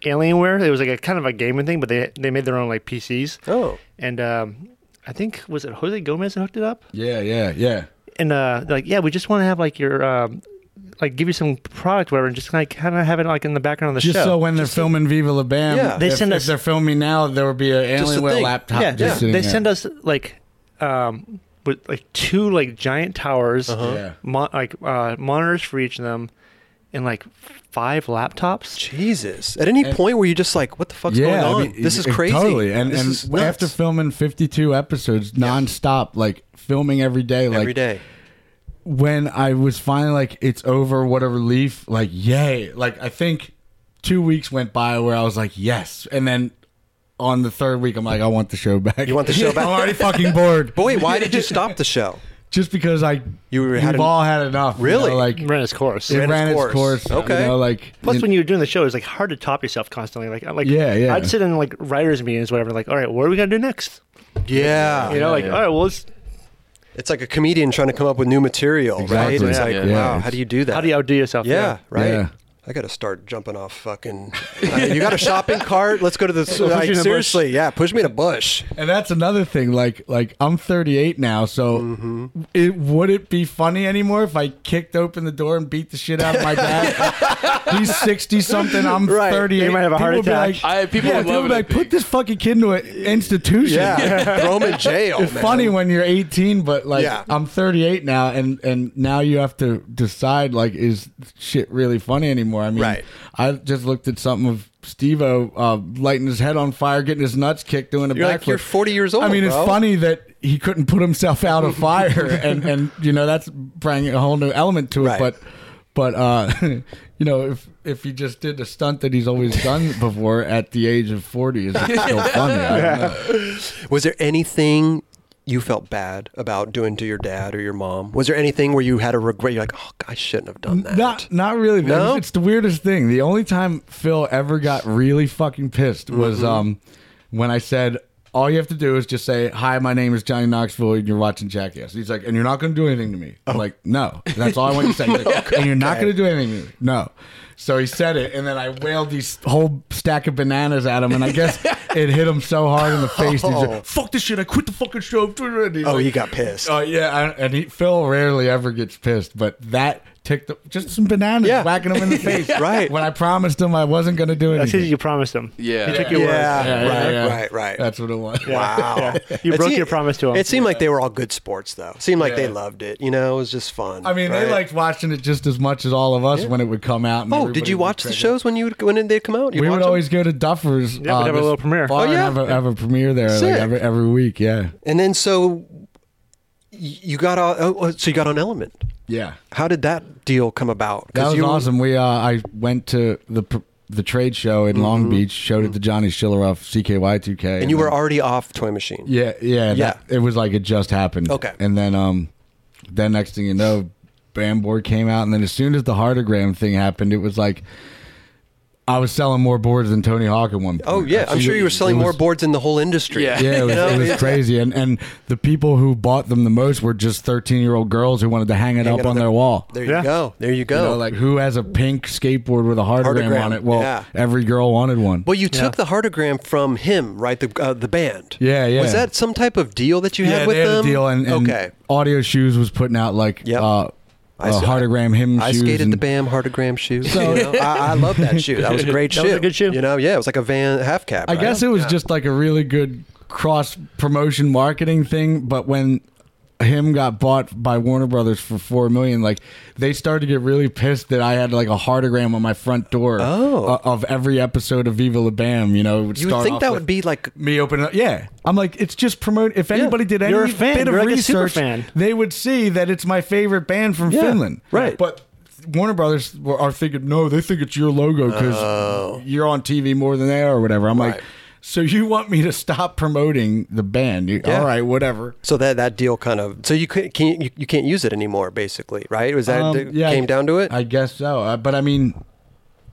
Alienware. It was like a kind of a gaming thing, but they they made their own like PCs.
Oh.
And um, I think was it Jose Gomez that hooked it up?
Yeah, yeah, yeah.
And uh, they're like, yeah, we just want to have like your um, like give you some product, whatever, and just like kind of have it like in the background of the
Just
show.
so when they're filming Viva La Bam,
Yeah. They
if,
send
if
us-
they're filming now, there would be an
Just a
Alienware
thing.
laptop.
yeah,
just
just-
sitting
they
there.
send us like um, with like two like giant towers,
Yeah.
mon- like uh, monitors for each of them, and like five laptops.
Jesus. At any point were you just like, what the fuck's going
I
on?
mean,
this is
it-
crazy.
Totally. And,
this
and
is nuts.
after filming 52 episodes nonstop, like filming every day, like
every day.
when I was finally like, it's over, what a relief. Like, yay. Like, I think two weeks went by where I was like, yes. And then on the third week, I'm like, I want the show back.
You want the show back?
I'm already fucking bored.
But wait, why did you stop the show?
just because I
You
we've
had an-
all had enough. you
Really?
know, like
Ran its course.
it ran its course.
Okay.
you know, like
Plus,
you-
when you were doing the show, it was like hard to top yourself constantly. Like, uh, like
Yeah, yeah.
I'd sit in like writers' meetings, whatever. Like, all right, what are we gonna do next?
Yeah.
You know, like,
yeah.
all right, well, let's,
It's like a comedian trying to come up with new material, right?
Exactly.
It's like,
Yeah.
wow,
Yeah.
how do you do that?
how do you outdo yourself?
Yeah, right.
Yeah.
I got to start jumping off fucking. I mean, you got a shopping cart? Let's go to the.
me
Like,
in a bush.
seriously, yeah, push me in a bush.
and that's another thing. Like like I'm 38 now, so it would it be funny anymore if I kicked open the door and beat the shit out of my dad? He's 60 something. I'm
Right.
38.
They might have a heart
People would be
attack.
I- people
yeah,
would love
would
it,
be
I
like, put
think.
this fucking kid into an institution.
Yeah, throw him in jail.
It's
man.
funny when you're 18, but like
Yeah.
I'm 38 now, and and now you have to decide like is shit really funny anymore? I mean,
Right.
I just looked at something of Steve-O uh, lighting his head on fire, getting his nuts kicked, doing a
You're
backflip.
like, you're 40 years old,
I mean,
bro.
it's funny that he couldn't put himself out of fire, and and you know that's bringing a whole new element to it,
Right.
but. But uh, you know, if if he just did a stunt that he's always done before at the age of forty, is it still funny? I don't know.
Was there anything you felt bad about doing to your dad or your mom? Was there anything where you had a regret? You're like, oh, I shouldn't have done that.
Not, not really. man.
No?
It's the weirdest thing. The only time Phil ever got really fucking pissed was
Mm-hmm.
um, when I said, all you have to do is just say, hi, my name is Johnny Knoxville, and you're watching Jackass. He's like, and you're not going to do anything to
Oh.
me. I'm like, no. That's all I want you to say. He's like, And you're not going to do anything to me. No. So he said it, and then I wailed these whole stack of bananas at him, and I guess it hit him so hard in the face. He's like, fuck this shit. I quit the fucking show.
Oh, he got pissed.
Oh yeah, I, and he, Phil rarely ever gets pissed, but that ticked the, just some bananas
Yeah.
whacking him in the face.
Right.
when I promised him I wasn't going to do
That's because
anything.
you promised them.
Yeah.
you took
yeah,
your word.
right,
yeah.
right, right.
That's what it was.
wow.
You
It
broke
seem-
your promise to him.
It seemed like they were all good sports, though. seemed like they
Yeah.
loved it. You know, it was just fun.
I mean, they
right?
liked watching it just as much as all of us when it would come out. and
Oh,
everybody
did you
would
watch the
crank it.
shows when you would, when did they come out? You'd
We
watch
would
them?
always go to Duffer's. uh,
Yeah, we'd have a
this
little premiere.
bar
Oh,
and
yeah.
have a, have a premiere there
Sick.
like every every week. Yeah,
And then so y- you got on. Oh, oh, so you got on Element.
yeah.
How did that deal come about? 'Cause
That was
you,
awesome. We uh, I went to the pr- the trade show in Long Beach, showed it to Johnny Schilleroff, CKY2K,
Mm-hmm. And you
then-
were already off Toy Machine.
Yeah, yeah, yeah.
Yeah.
it was like it just happened.
Okay.
and then um, then next thing you know, Bamboard came out, and then as soon as the Hardogram thing happened, it was like I was selling more boards than Tony Hawk at one point.
Oh yeah, I'm
It
sure you were
was-
selling
it
more
was-
boards in the whole industry.
Yeah.
Yeah, it was, it was crazy, and and the people who bought them the most were just 13 year old girls who wanted to hang it
Hang
up on their wall.
There you
Yeah.
go. There you
You
go.
know, like who has a pink skateboard with a hardogram,
Hardogram,
on it? Well,
yeah.
every girl wanted one.
well, you took the hardogram from him, right? The uh, the band.
Yeah, yeah.
Was that some type of deal that you had with
they had
them?
A deal and, and
okay.
Audio Shoes was putting out like
Yep.
uh,
I
uh,
s-
hardogram him
I
shoes.
skated the
and-
BAM hardogram shoe. you know? I, I love that shoe. That was a great shoe.
That was a good shoe.
You know, yeah, it was like a van half cap.
I
right?
guess it was just like a really good cross promotion marketing thing, but when him got bought by Warner Brothers for four million, like they started to get really pissed that I had like a hardogram on my front door o- of every episode of Viva La Bam. You know, it
Oh. You would
start
think
off
that
with
would be like
me opening up. Yeah, I'm like it's just promote. If anybody did any
You're a fan.
bit of
You're like a super
research,
fan.
they would see that it's my favorite band from Finland.
right.
but. Warner Brothers were- are thinking, no, they think it's your logo because
Oh.
you're on TV more than they are, or whatever. I'm like, so you want me to stop promoting the band? You-
Yeah.
All right, whatever.
so that that deal kind of so you could can you, you can't use it anymore basically, right? Was that
Um,
that
yeah,
came
I-
down to it?
I guess so. Uh, but I mean,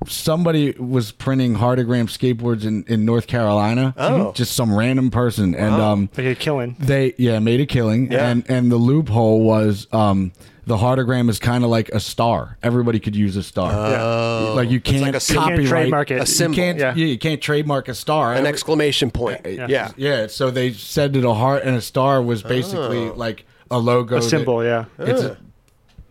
somebody was printing hardogram skateboards in, in North Carolina.
Oh.
just some random person, and um,
Like a killing.
They yeah made a killing,
Yeah.
and and the loophole was um the hardogram is kind of like a star. Everybody could use a star.
Oh.
Like you can't
like a symbol.
copyright
You can't trademark it. A
symbol.
You can't,
Yeah.
yeah. you can't trademark a star.
An
Every-
exclamation point. Yeah.
yeah. So they said that a heart and a star was basically
Oh.
like a logo,
A
that-
symbol, yeah.
It's a,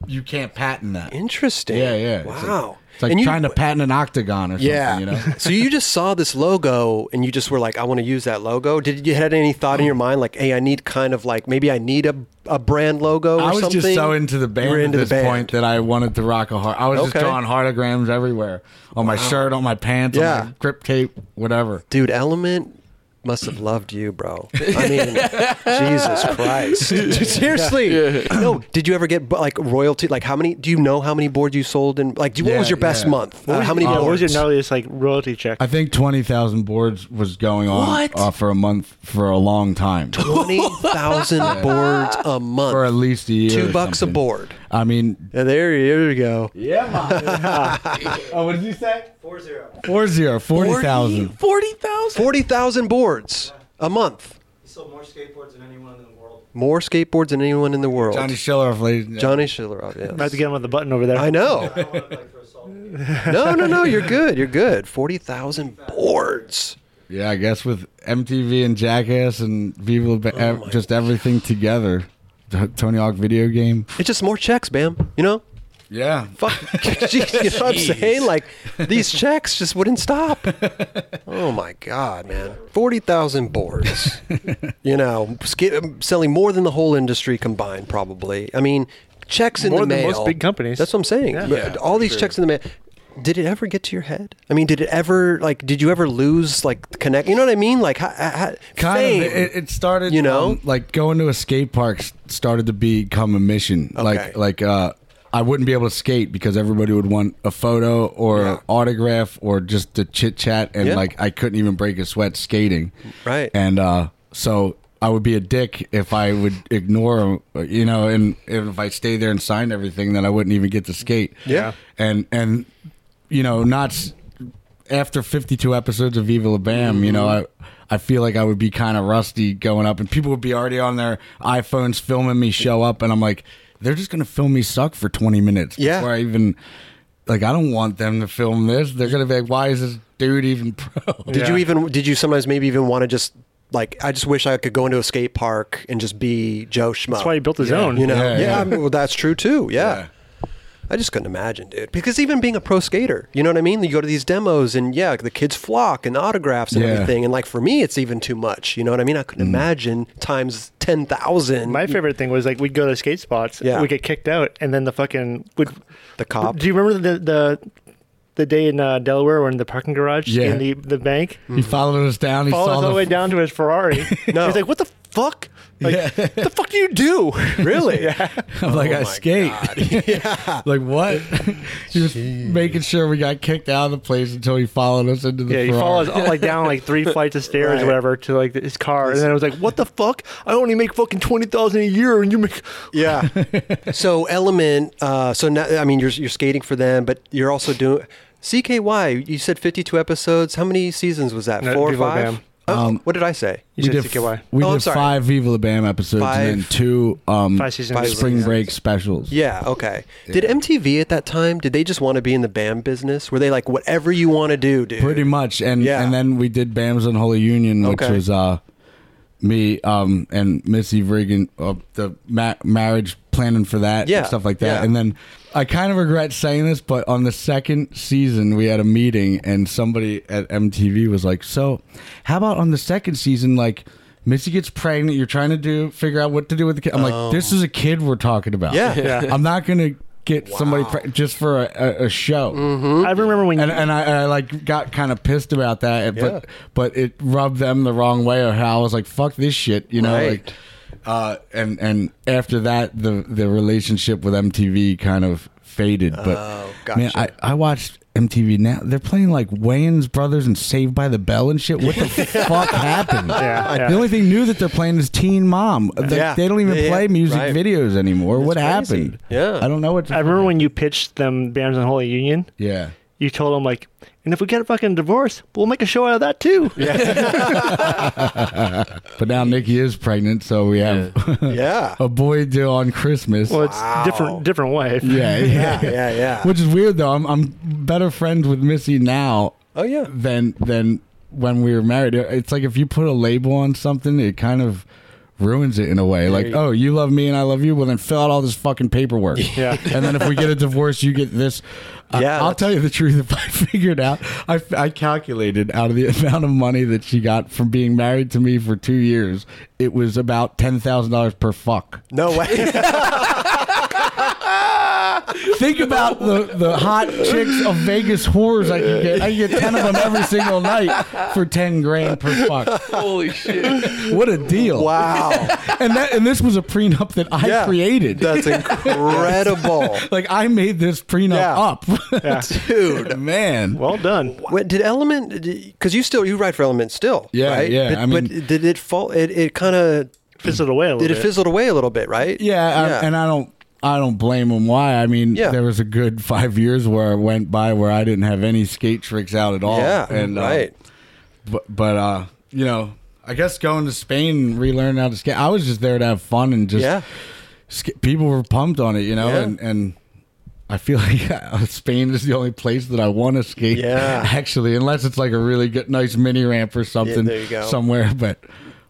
you can't patent that.
Interesting.
Yeah, yeah. It's like-
Wow.
It's like,
And you-
trying to patent an octagon or something.
Yeah.
You know.
so you just saw this logo and you just were like, I want to use that logo. Did you had any thought in your mind like, hey, I need kind of like maybe I need a, a brand logo or
I was
something?
just so into the
You were
band
into
at this
the band.
point that I wanted to rock a heart. I was
Okay.
just drawing hartograms everywhere on my shirt, on my pants,
Yeah.
on my grip tape, whatever.
Dude, Element must have loved you, bro. I mean, Jesus Christ. Seriously. No, did you ever get like royalty? Like, how many? Do you know how many boards you sold? And like, do, what
Yeah,
was your best
yeah.
month? Uh, how many
Yeah,
boards?
what was your gnarliest like royalty check?
I think twenty thousand boards was going on
What?
uh, for a month for a long time,
Twenty thousand boards a month.
for at least a year.
Two
or
bucks a
something.
board.
I mean,
Yeah, there, here we go.
yeah, oh, what did you say? Four zero. Four zero. Forty thousand.
Forty thousand.
Forty thousand boards a month.
sold more skateboards than anyone in the world.
More skateboards than anyone in the world.
Johnny Schilleroff, ladies. and
Johnny Schilleroff. Yes.
About to get him on the button over there.
I know.
I want to like for assault.
No, no, no. You're good. You're good. Forty thousand boards.
Yeah, I guess with MTV and Jackass and Viva La
Oh
Ba- ev- just everything together, the Tony Hawk video game.
It's just more checks, bam. You know.
Yeah,
Fuck. Jeez, you know what I'm saying? Like these checks just wouldn't stop. Oh my god, man. Forty thousand boards. you know, sk- selling more than the whole industry combined, probably. I mean, checks in
More
the
than
mail.
most big companies.
That's what I'm saying.
Yeah.
But All these checks in the mail. Did it ever get to your head? I mean, did it ever like? Did you ever lose like connect? You know what I mean? Like, how, how,
kind
fame.
of. It, it started,
You know?
um, like going to a skate park s- started to become a mission. Like, like uh, I wouldn't be able to skate because everybody would want a photo or an autograph or just to chit chat, and
Yeah.
like I couldn't even break a sweat skating.
Right.
and uh, so. I would be a dick if I would ignore them, you know, and, and if I stayed there and signed everything, then I wouldn't even get to skate.
Yeah.
and and you know, not s- after 52 episodes of Viva La Bam, you know, I, I feel like I would be kind of rusty going up, and people would be already on their iPhones filming me show up, and I'm like, they're just gonna film me suck for 20 minutes
Yeah.
before I even like I don't want them to film this. They're gonna be like, why is this dude even pro?
Did you
Yeah.
even? Did you sometimes maybe even want to just like? I just wish I could go into a skate park and just be Joe Schmo.
That's why he built his own.
You know, yeah,
Yeah, yeah.
I mean, well, that's true too. Yeah.
Yeah.
I just couldn't imagine, dude. Because even being a pro skater, you know what I mean? You go to these demos and yeah, the kids flock and autographs and
Yeah. Mm.
everything. And like for me, it's even too much. You know what I mean? I couldn't imagine times 10,000.
My favorite thing was like we'd go to skate spots,
Yeah.
yeah. we'd get kicked out, and then the fucking would
The cop.
Do you remember the the the day in uh, Delaware or in the parking garage
Yeah.
in the the bank?
He followed us down. He
Followed
saw
us all the way down to his Ferrari.
No.
He's like, "What the fuck? Like, what the fuck do you do?"
Really?
I'm
Oh
like, I
my
skate. like what? he was making sure we got kicked out of the place until he followed us into the
yeah, he
Ferrari.
follows all like down like three flights of stairs
Right.
or whatever to like his car, and then I was like, "What the fuck? I only make fucking twenty thousand a year, and you make
Yeah. so Element. Uh, so now, I mean, you're you're skating for them, but you're also doing CKY. You said 52 episodes. How many seasons was that?
No,
Four or
Viva La
five?
Bam.
Oh,
Um,
what did I say?
you said
did
CKY."
f- we
Oh, I'm
did
sorry.
five Viva La Bam episodes and then
Five.
two um,
Five seasons. Five
spring
seasons.
break specials.
Yeah. Okay. Did MTV at that time? Did they just want to be in the BAM business? Were they like, whatever you want to do, dude?
pretty much. And
Yeah.
and then we did Bams and Holy Union, which
Okay.
was uh, me um, and Missy Vrigan, uh, the ma- marriage planning for that,
Yeah,
and stuff like that.
yeah.
And then I kind of regret saying this, but on the second season, we had a meeting, and somebody at MTV was like, "So, how about on the second season, like?" Missy gets pregnant. You're trying to do figure out what to do with the kid. I'm like, this is a kid we're talking about.
Oh. Yeah.
I'm not gonna get somebody pre- just for a, a, a show
Mm-hmm.
I remember
Hmm?
when
and
you,
and I, and I like got kind of pissed about that, and- but but it rubbed them the wrong way, or how I was like, "Fuck this shit," you know.
Right.
Like, uh, and and after that, the the relationship with MTV kind of faded. But man, I,
Oh, gotcha.
I watched MTV now. They're playing like Wayans Brothers and Saved by the Bell and shit. What the fuck happened?
Yeah, yeah.
The only thing new that they're playing is Teen Mom. They,
Yeah.
they don't even
Yeah, yeah.
play music
Right.
videos anymore. what
crazy.
happened?
Yeah.
I don't know what. To
I remember when you pitched them Bams and Holy Union.
yeah.
you told him like, and if we get a fucking divorce, we'll make a show out of that too. Yeah,
But now Nikki is pregnant, so we have
Yeah.
a boy do on Christmas.
well, it's different, different wife.
yeah, yeah,
yeah, yeah.
Which is weird though. I'm, I'm better friends with Missy now.
Oh, yeah.
Than than when we were married. It's like if you put a label on something, it kind of ruins it in a way. Like, oh, you love me and I love you. Well, then fill out all this fucking paperwork.
Yeah.
and then if we get a divorce, you get this. I-
Yeah,
I'll
that's-
tell you the truth. If I figured out, I, f- I calculated out of the amount of money that she got from being married to me for two years, it was about ten thousand dollars per fuck.
No way.
Think about the, the hot chicks of Vegas whores I can get. I can get 10 of them every single night for 10 grand per fuck.
Holy shit.
What a deal.
Wow.
And that and this was a prenup that I
Yeah.
created.
That's incredible.
like I made this prenup
Yeah.
up.
Yeah.
Dude, man.
Well done.
Wait, did Element? Because you still you write for Element still,
Yeah,
right?
yeah,
But,
I
but
mean-
did it fall? It, it kind of
Fizzled away a little
did it
bit.
fizzled away a little bit, right?
Yeah, I, and uh, I don't I don't blame him. Why? I mean,
Yeah.
there was a good five years where I went by where I didn't have any skate tricks out at all.
yeah, Mm,
and uh,
right.
but but uh, you know, I guess going to Spain, and relearning how to skate. I was just there to have fun and just
yeah,
sk- people were pumped on it, you know,
Yeah.
and and I feel like uh, Spain is the only place that I want to skate.
Yeah.
actually, unless it's like a really good, nice mini ramp or something
there you go.
somewhere, but.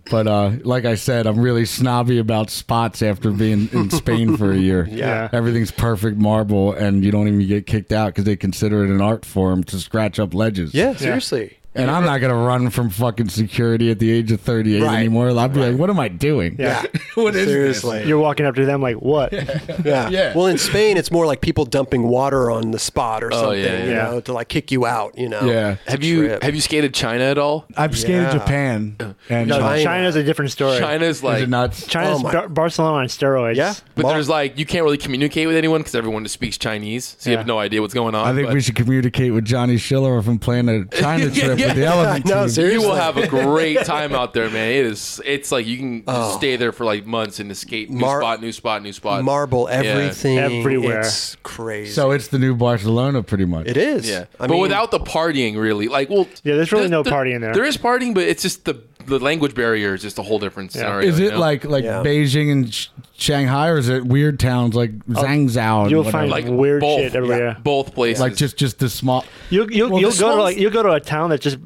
But uh, like I said, I'm really snobby about spots after being in Spain for a year.
Yeah.
everything's perfect marble, and you don't even get kicked out because they consider it an art form to scratch up ledges.
yeah. Seriously,
and I'm not gonna run from fucking security at the age of 38
Right.
anymore. I'd be like, what am I doing?
Yeah.
what is this?
seriously.
You're walking up to them like, what?
Yeah.
Yeah.
Well, in Spain, it's more like people dumping water on the spot or something,
yeah,
you
yeah.
know, to like kick you out, you know.
Yeah.
Have you
Trip.
have you skated China at all?
I've skated
Yeah.
Japan and
No,
China.
China's a different story.
China's like
nuts.
China's
Oh my-
Bar- Barcelona on steroids.
Yeah.
But there's like you can't really communicate with anyone because everyone just speaks Chinese, so you
Yeah.
have no idea what's going on.
I think
but
we should communicate with Johnny Schiller if I'm playing a China
Yeah,
trip
yeah.
with the Elephant
No,
Team.
seriously.
You will have a great time out there, man. It is. It's like you can
Oh.
just stay there for like months and escape new
Mar-
spot, new spot, new spot.
Marble everything
Everywhere.
It's crazy.
So it's the new Barcelona, pretty much.
it is.
Yeah,
I
but
mean,
without the partying, really. Like, well,
Yeah, there's really no partying there.
There is partying, but it's just the the language barrier is just a whole different scenario.
Is
you
it
know?
like like
Yeah.
Beijing and Sh- Shanghai, or is it weird towns like Zhangzhou? and
You'll
whatever?
find
Like
weird
both,
shit everywhere.
both places?
like just just the small.
You'll you'll,
Well,
you'll
this
go to
one's-
like you'll go to a town that's just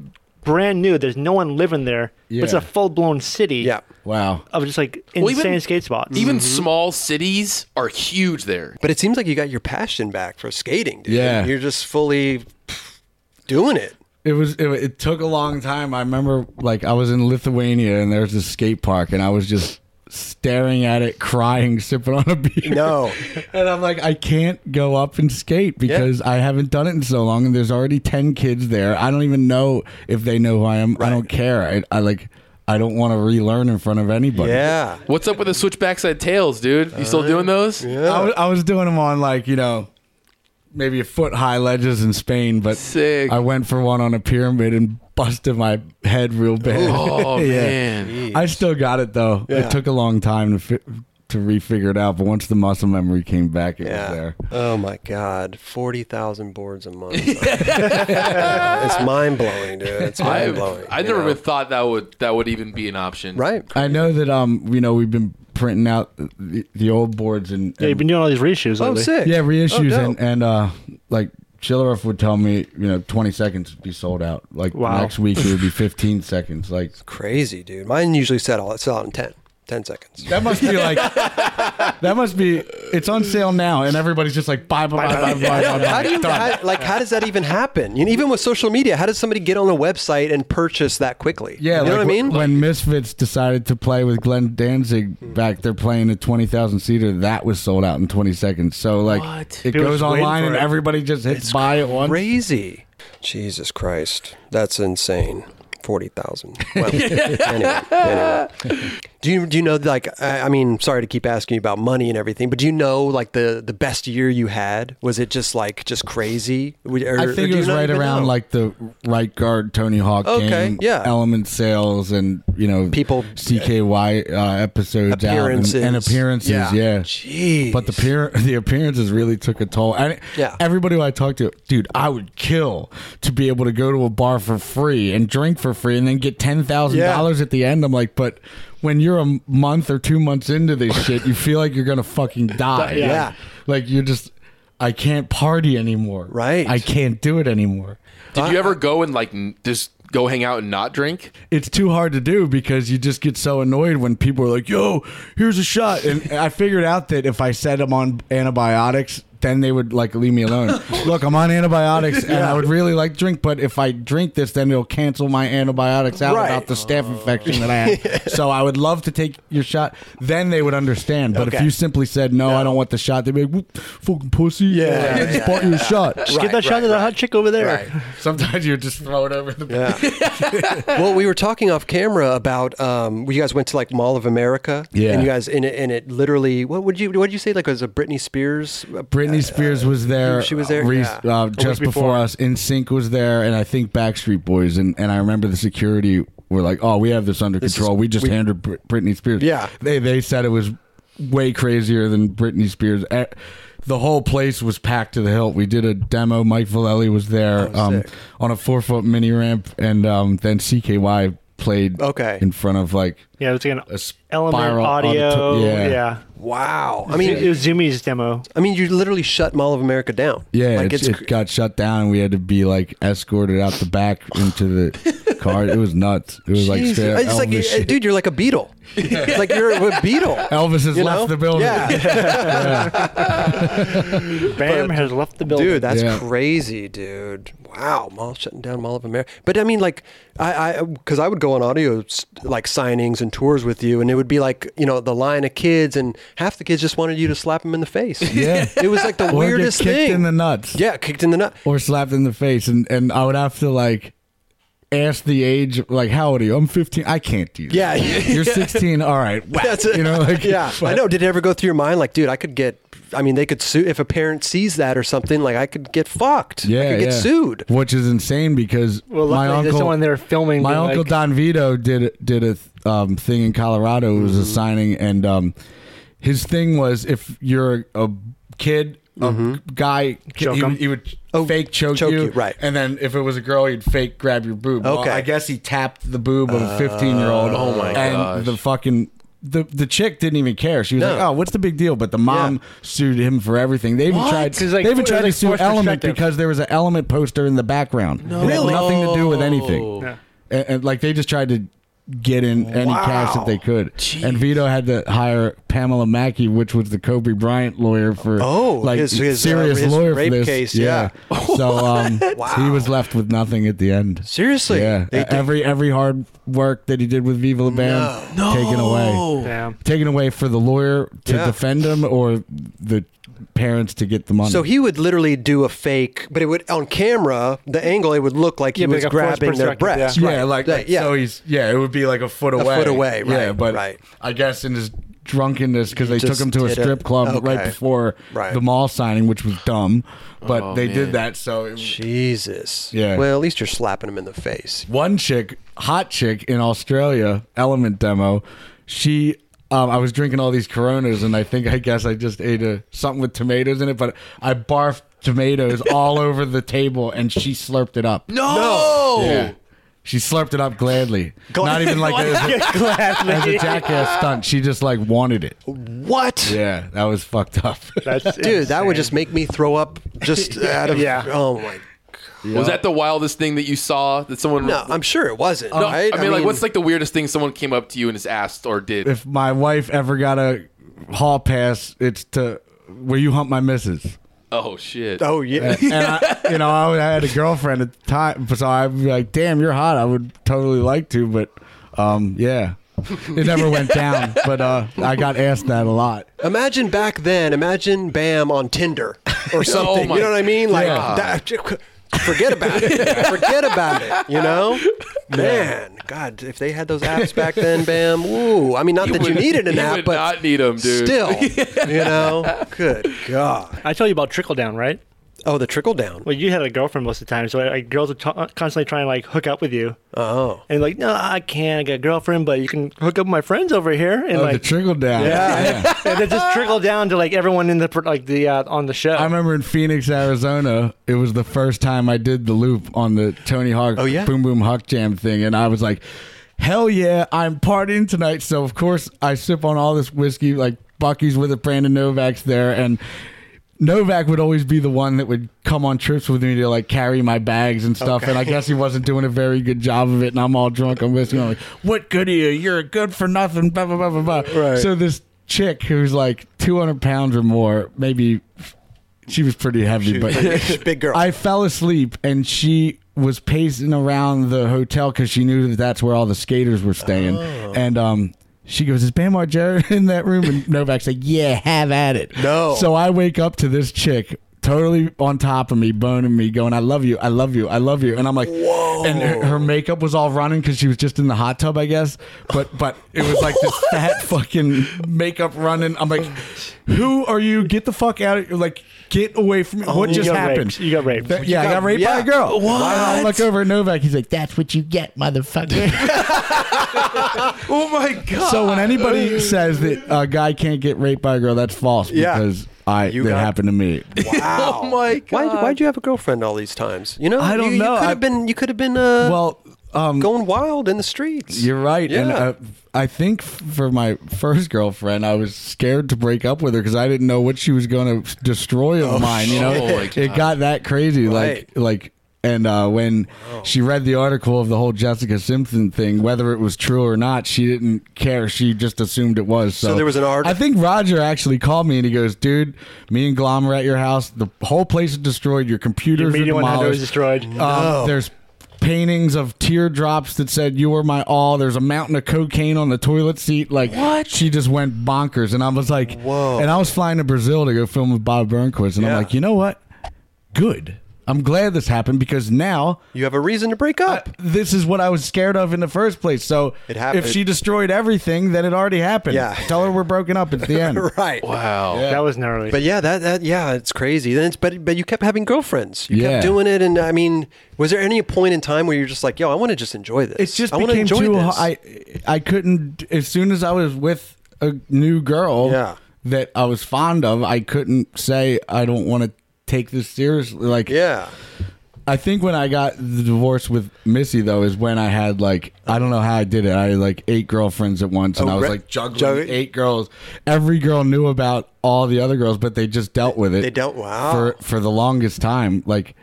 brand new. There's no one living there. But it's
Yeah.
a full blown city.
yeah,
Wow.
Of just like insane
Well, even-
skate Mm-hmm. spots.
even small cities are huge there.
but it seems like you got your passion back for skating. Dude.
Yeah.
you're just fully pff, doing it.
It was. It, it took a long time. I remember, like, I was in Lithuania and there was this skate park, and I was just staring at it, crying, sipping on a beer.
No.
and I'm like, I can't go up and skate because I haven't done it in so long, and there's already ten kids there. I don't even know if they know who I am. I don't care. I, I like. I don't want to relearn in front of anybody.
Yeah.
What's up with the switchbackside tails, dude? You still doing those? Yeah.
I was, I was doing them on like you know maybe a foot high ledges in Spain, but
Sick.
I went for one on a pyramid and busted my head real bad.
Oh man.
I still got it though. It took a long time to fi- to refigure it out, but once the muscle memory came back, it
Yeah.
was there.
Oh my God, forty thousand boards a month. it's mind blowing, dude. It's mind
I've,
blowing.
I never even thought that would that would even be an option.
right.
I know that um you know we've been printing out the, the old boards and,
yeah, you've
and-
been doing all these reshoots
Oh,
lately.
sick.
yeah reissues
Oh,
and
dope.
and uh like Chilleroff would tell me you know 20 seconds would be sold out like
Wow.
next week it would be 15 seconds like
Crazy, dude. Mine usually settle. It's out in 10, 10 seconds.
That must be like that must be it's on sale now and everybody's just like buy buy buy buy buy buy. buy.
How do you how, like? How does that even happen? You know, even with social media, how does somebody get on a website and purchase that quickly?
Yeah,
you
like
know what I mean.
wh- When Misfits decided to play with Glenn
Hmm.
Danzig back there playing a 20,000 seater, that was sold out in 20 seconds. So, like, it
People
goes
just waiting
online
for
and
it.
everybody just hits buy at once.
Crazy. Jesus Christ, that's insane. Forty thousand. Well, anyway, anyway. Do you do you know like I, I mean, sorry to keep asking you about money and everything, but do you know like the the best year you had? Was it just like just crazy? Or- or
I
do
think
you
it was
not
right
even
around
know?
like the right guard Tony Hawk
Okay,
game,
yeah.
Element sales, and you know
People-
CKY uh, episodes out and- and,
Appearances.
appearances.
Yeah.
Yeah,
Jeez.
But the peer, the appearances really took a toll. And
Yeah.
everybody who I talked to, dude, I would kill to be able to go to a bar for free and drink for free, and then get ten thousand dollars at the end. I'm like, but when you're a month or two months into this shit, you feel like you're gonna fucking die.
Yeah.
Yeah.
Like you're just I can't party anymore.
Right.
I can't do it anymore.
Did you ever go and like n- just go hang out and not drink?
It's too hard to do because you just get so annoyed when people are like, "Yo, here's a shot." And I figured out that if I set them on antibiotics then they would like leave me alone. Look, I'm on antibiotics and I would really like drink, but if I drink this, then it'll cancel my antibiotics out
Right.
about the staph infection that I have. so I would love to take your shot. Then they would understand. But if
Okay.
you simply said no, I don't want the shot, they'd be like, "Whoop, "Fucking pussy! Yeah, I
yeah,
just
yeah,
bought you a shot."
Just get that shot to the hot chick over there.
Right.
Sometimes you would just throw it over the.
Yeah. well, we were talking off camera about um, you guys went to like Mall of America.
Yeah.
And you guys and it, and it literally what would you what did you say like it was a Britney Spears? uh,
Britney Spears was there.
she was there?
re-
Yeah.
uh, just before,
before.
us. In Sync was there, and I think Backstreet Boys. And, and I remember the security were like, "Oh, we have this under control. we just handed Br- Britney Spears."
Yeah.
they they said it was way crazier than Britney Spears. Eh, The whole place was packed to the hilt. We did a demo. Mike Vallely was there
Oh,
um, on a four foot mini ramp, and um, then CKY played
Okay.
in front of like
Yeah, it was like
a
an
spiral
element audio.
audito-
yeah.
Wow. I
It,
mean,
it was Zoomy's demo.
I mean, you literally shut Mall of America down.
Yeah,
Like
it,
it's,
it got shut down. and We had to be like escorted out the back into the car. It was nuts. It was like
Jesus.
straight up
it's like,
Elvis.
uh,
shit.
dude, you're like a beetle. like you're a beetle.
Elvis has
you
left
know?
the building.
Yeah.
Bam has left the building.
dude, that's
Yeah.
crazy, dude. Wow, Mall shutting down Mall of America. But I mean, like, I, I, because I would go on audio s- like signings and tours with you, and it would be like, you know, the line of kids, and half the kids just wanted you to slap them in the face.
Yeah.
It was like the
Or get
weirdest
kicked
thing.
in the nuts.
Yeah, kicked in the nut.
Or slapped in the face. And, and I would have to like ask the age, like, how old are you? I'm 15. I can't do that.
Yeah.
You're 16. All right. Whack.
That's it.
You know, like,
yeah, I know. Did it ever go through your mind, like, dude, I could get? I mean, they could sue if a parent sees that or something. Like, I could get fucked.
Yeah,
I could get
yeah.
sued.
which is insane because
Well,
my
luckily
uncle,
there's someone there filming
My
being
uncle
like-
Don Vito did did a um, thing in Colorado. It was
Mm-hmm.
a signing, and um, his thing was if you're a, a kid, a
Mm-hmm.
guy,
Choke
he, would-
him.
he would fake choke,
Oh, choke you, right.
And then if it was a girl, he'd fake grab your boob. Well,
Okay.
I guess he tapped the boob of a 15 year old.
Oh my
and
gosh.
the fucking. The, the chick didn't even care. She was like, "Oh, what's the big deal?" But the mom sued him for everything. They even tried.
'Cause, like,
they even
it
tried to
was, like,
sue
forced
Element
perspective.
because there was an Element poster in the background. It had nothing to do with anything.
Yeah.
And, and, like they just tried to get in any cash that they could. And Vito had to hire Pamela Mackey, which was the Kobe Bryant lawyer for
Oh,
like
his- his, uh,
serious
his
lawyer
rape
for this.
case,
So um, he was left with nothing at the end.
Seriously,
Yeah. E,
They did-
every every hard work that he did with Viva La Band taken away.
Damn.
Taken away for the lawyer to
Yeah.
defend him or the parents to get the money.
So he would literally do a fake, but it would on camera. The angle, it would look like he
Yeah, but
was
like a forced
grabbing their
perspective,
breasts.
Yeah,
right.
like,
That-
like,
yeah.
So he's yeah, it would be like a foot away.
foot away,
Yeah,
right,
but
right.
I guess in his drunkenness because
You
they took
just
him to a
did it.
strip club right
Okay.
before
Right.
the mall signing, which was dumb. But they did that, so it,
Jesus.
Yeah.
Well, at least you're slapping him in the face.
one chick, hot chick in Australia, Element demo. She, um, I was drinking all these Coronas, and I think I guess I just ate a something with tomatoes in it, but I barfed tomatoes all over the table, and she slurped it up.
No.
Yeah. She slurped it up gladly. Not even like as a, as a jackass stunt. She just like wanted it.
What?
Yeah, that was fucked up.
That's
Dude, that would just make me throw up just out of.
Yeah.
Oh my.
Was that the wildest thing that you saw that someone?
No, I'm sure it wasn't.
No,
right?
I, mean, like, what's like the weirdest thing someone came up to you and just asked or did?
if my wife ever got a hall pass, it's to will you hump my missus?
oh shit!
Oh yeah.
And I, you know, I, would- I had a girlfriend at the time, so I'd be like, "Damn, you're hot. I would totally like to," but um, yeah, it never went down. But uh, I got asked that a lot.
Imagine back then. Imagine Bam on Tinder or
Oh
something.
my
you know what I mean? Like
God.
that, forget about it. forget about it. You know, man. God, if they had those apps back then, Bam. Ooh, I mean, not that you
would-
needed an
you
app,
would
but
not need 'em, dude.
Still, you know. Good God.
I told you about trickle down, right?
Oh, the trickle down.
Well, you had a girlfriend most of the time, so like girls would ta- uh, constantly try and like hook up with you,
Oh,
and like, no, I can't. I got a girlfriend, but you can hook up with my friends over here, and
Oh, the
like,
trickle down. yeah.
and it just trickled down to like everyone in the pr- like the uh, on the show.
I remember in Phoenix, Arizona, it was the first time I did the loop on the Tony Hawk
Oh, yeah?
Boom Boom Huck Jam thing, and I was like, "Hell yeah, I'm partying tonight!" So of course I sip on all this whiskey. Like Bucky's with it, Brandon Novak's there, and. Novak would always be the one that would come on trips with me to like carry my bags and stuff, and I guess he wasn't doing a very good job of it. And I'm all drunk, I'm whiskey. I'm like, "What good are you? You're good for nothing." Blah blah blah blah blah. Right. So this chick who's like 200 pounds or more, maybe She was pretty heavy, but
She's a big girl.
I fell asleep and she was pacing around the hotel because she knew that that's where all the skaters were staying. And um, she goes, "Is Bam Margera in that room?" And Novak's like, "Yeah, have at it."
No.
So I wake up to this chick. Totally on top of me, boning me, going, "I love you, I love you, I love you," and I'm like, "Whoa!" And her, her makeup was all running because she was just in the hot tub, I guess. But but it was like this fat fucking makeup running. I'm like, "Who are you? Get the fuck out of like, get away from me! What
you
just
got
happened?
raped. You got raped.
That- yeah, I got raped by a girl. What? I look over at Novak. He's like, "That's what you get, motherfucker."
Oh my god!
so when anybody says that a guy can't get raped by a girl, that's false.
Yeah.
because I
You
that
got-
happened to me.
Wow.
oh my god!
Why, why'd you have a girlfriend all these times? You know,
I don't
you,
know.
You could
I-
have been, you could have been, uh,
well, um,
going wild in the streets.
You're right. And
Yeah.
uh, I think for my first girlfriend, I was scared to break up with her because I didn't know what she was going to destroy of mine. You know,
Oh, my
it got that crazy.
Right. Oh.
Like, like, and uh, when she read the article of the whole Jessica Simpson thing, whether it was true or not, she didn't care. She just assumed it was. So,
there was an art-
I think Roger actually called me and he goes, "Dude, me and Glom are at your house. The whole place is destroyed. Your
Your
computers are
media window was
demolished.
destroyed.
Um, there's paintings of teardrops that said "You were my all." There's a mountain of cocaine on the toilet seat. Like what? She just went bonkers, and I was like, "Whoa!" And I was flying to Brazil to go film with Bob Burnquist, and I'm
Yeah.
like, "You know what? Good. I'm glad this happened because now."
you have a reason to break up.
This is what I was scared of in the first place. So
It happened.
if she destroyed everything, then it already happened.
Yeah.
Tell her we're broken up at the end.
right.
wow!
that was gnarly.
But yeah, that, that yeah, it's crazy. Then it's but but you kept having girlfriends. You
Yeah.
kept doing it, and I mean, was there any point in time where you're just like, yo, I want to just enjoy this.
It just
I wanna
became
enjoy
too.
this.
I I couldn't. As soon as I was with a new girl
Yeah.
that I was fond of, I couldn't say I don't want to take this seriously. Like
yeah,
I think when I got the divorce with Missy though is when I had like I don't know how I did it. I had like eight girlfriends at once, and
Oh,
I was
re-
like juggling
juggling.
eight girls. Every girl knew about all the other girls, but they just dealt with it.
They dealt- wow.
for for the longest time. Like,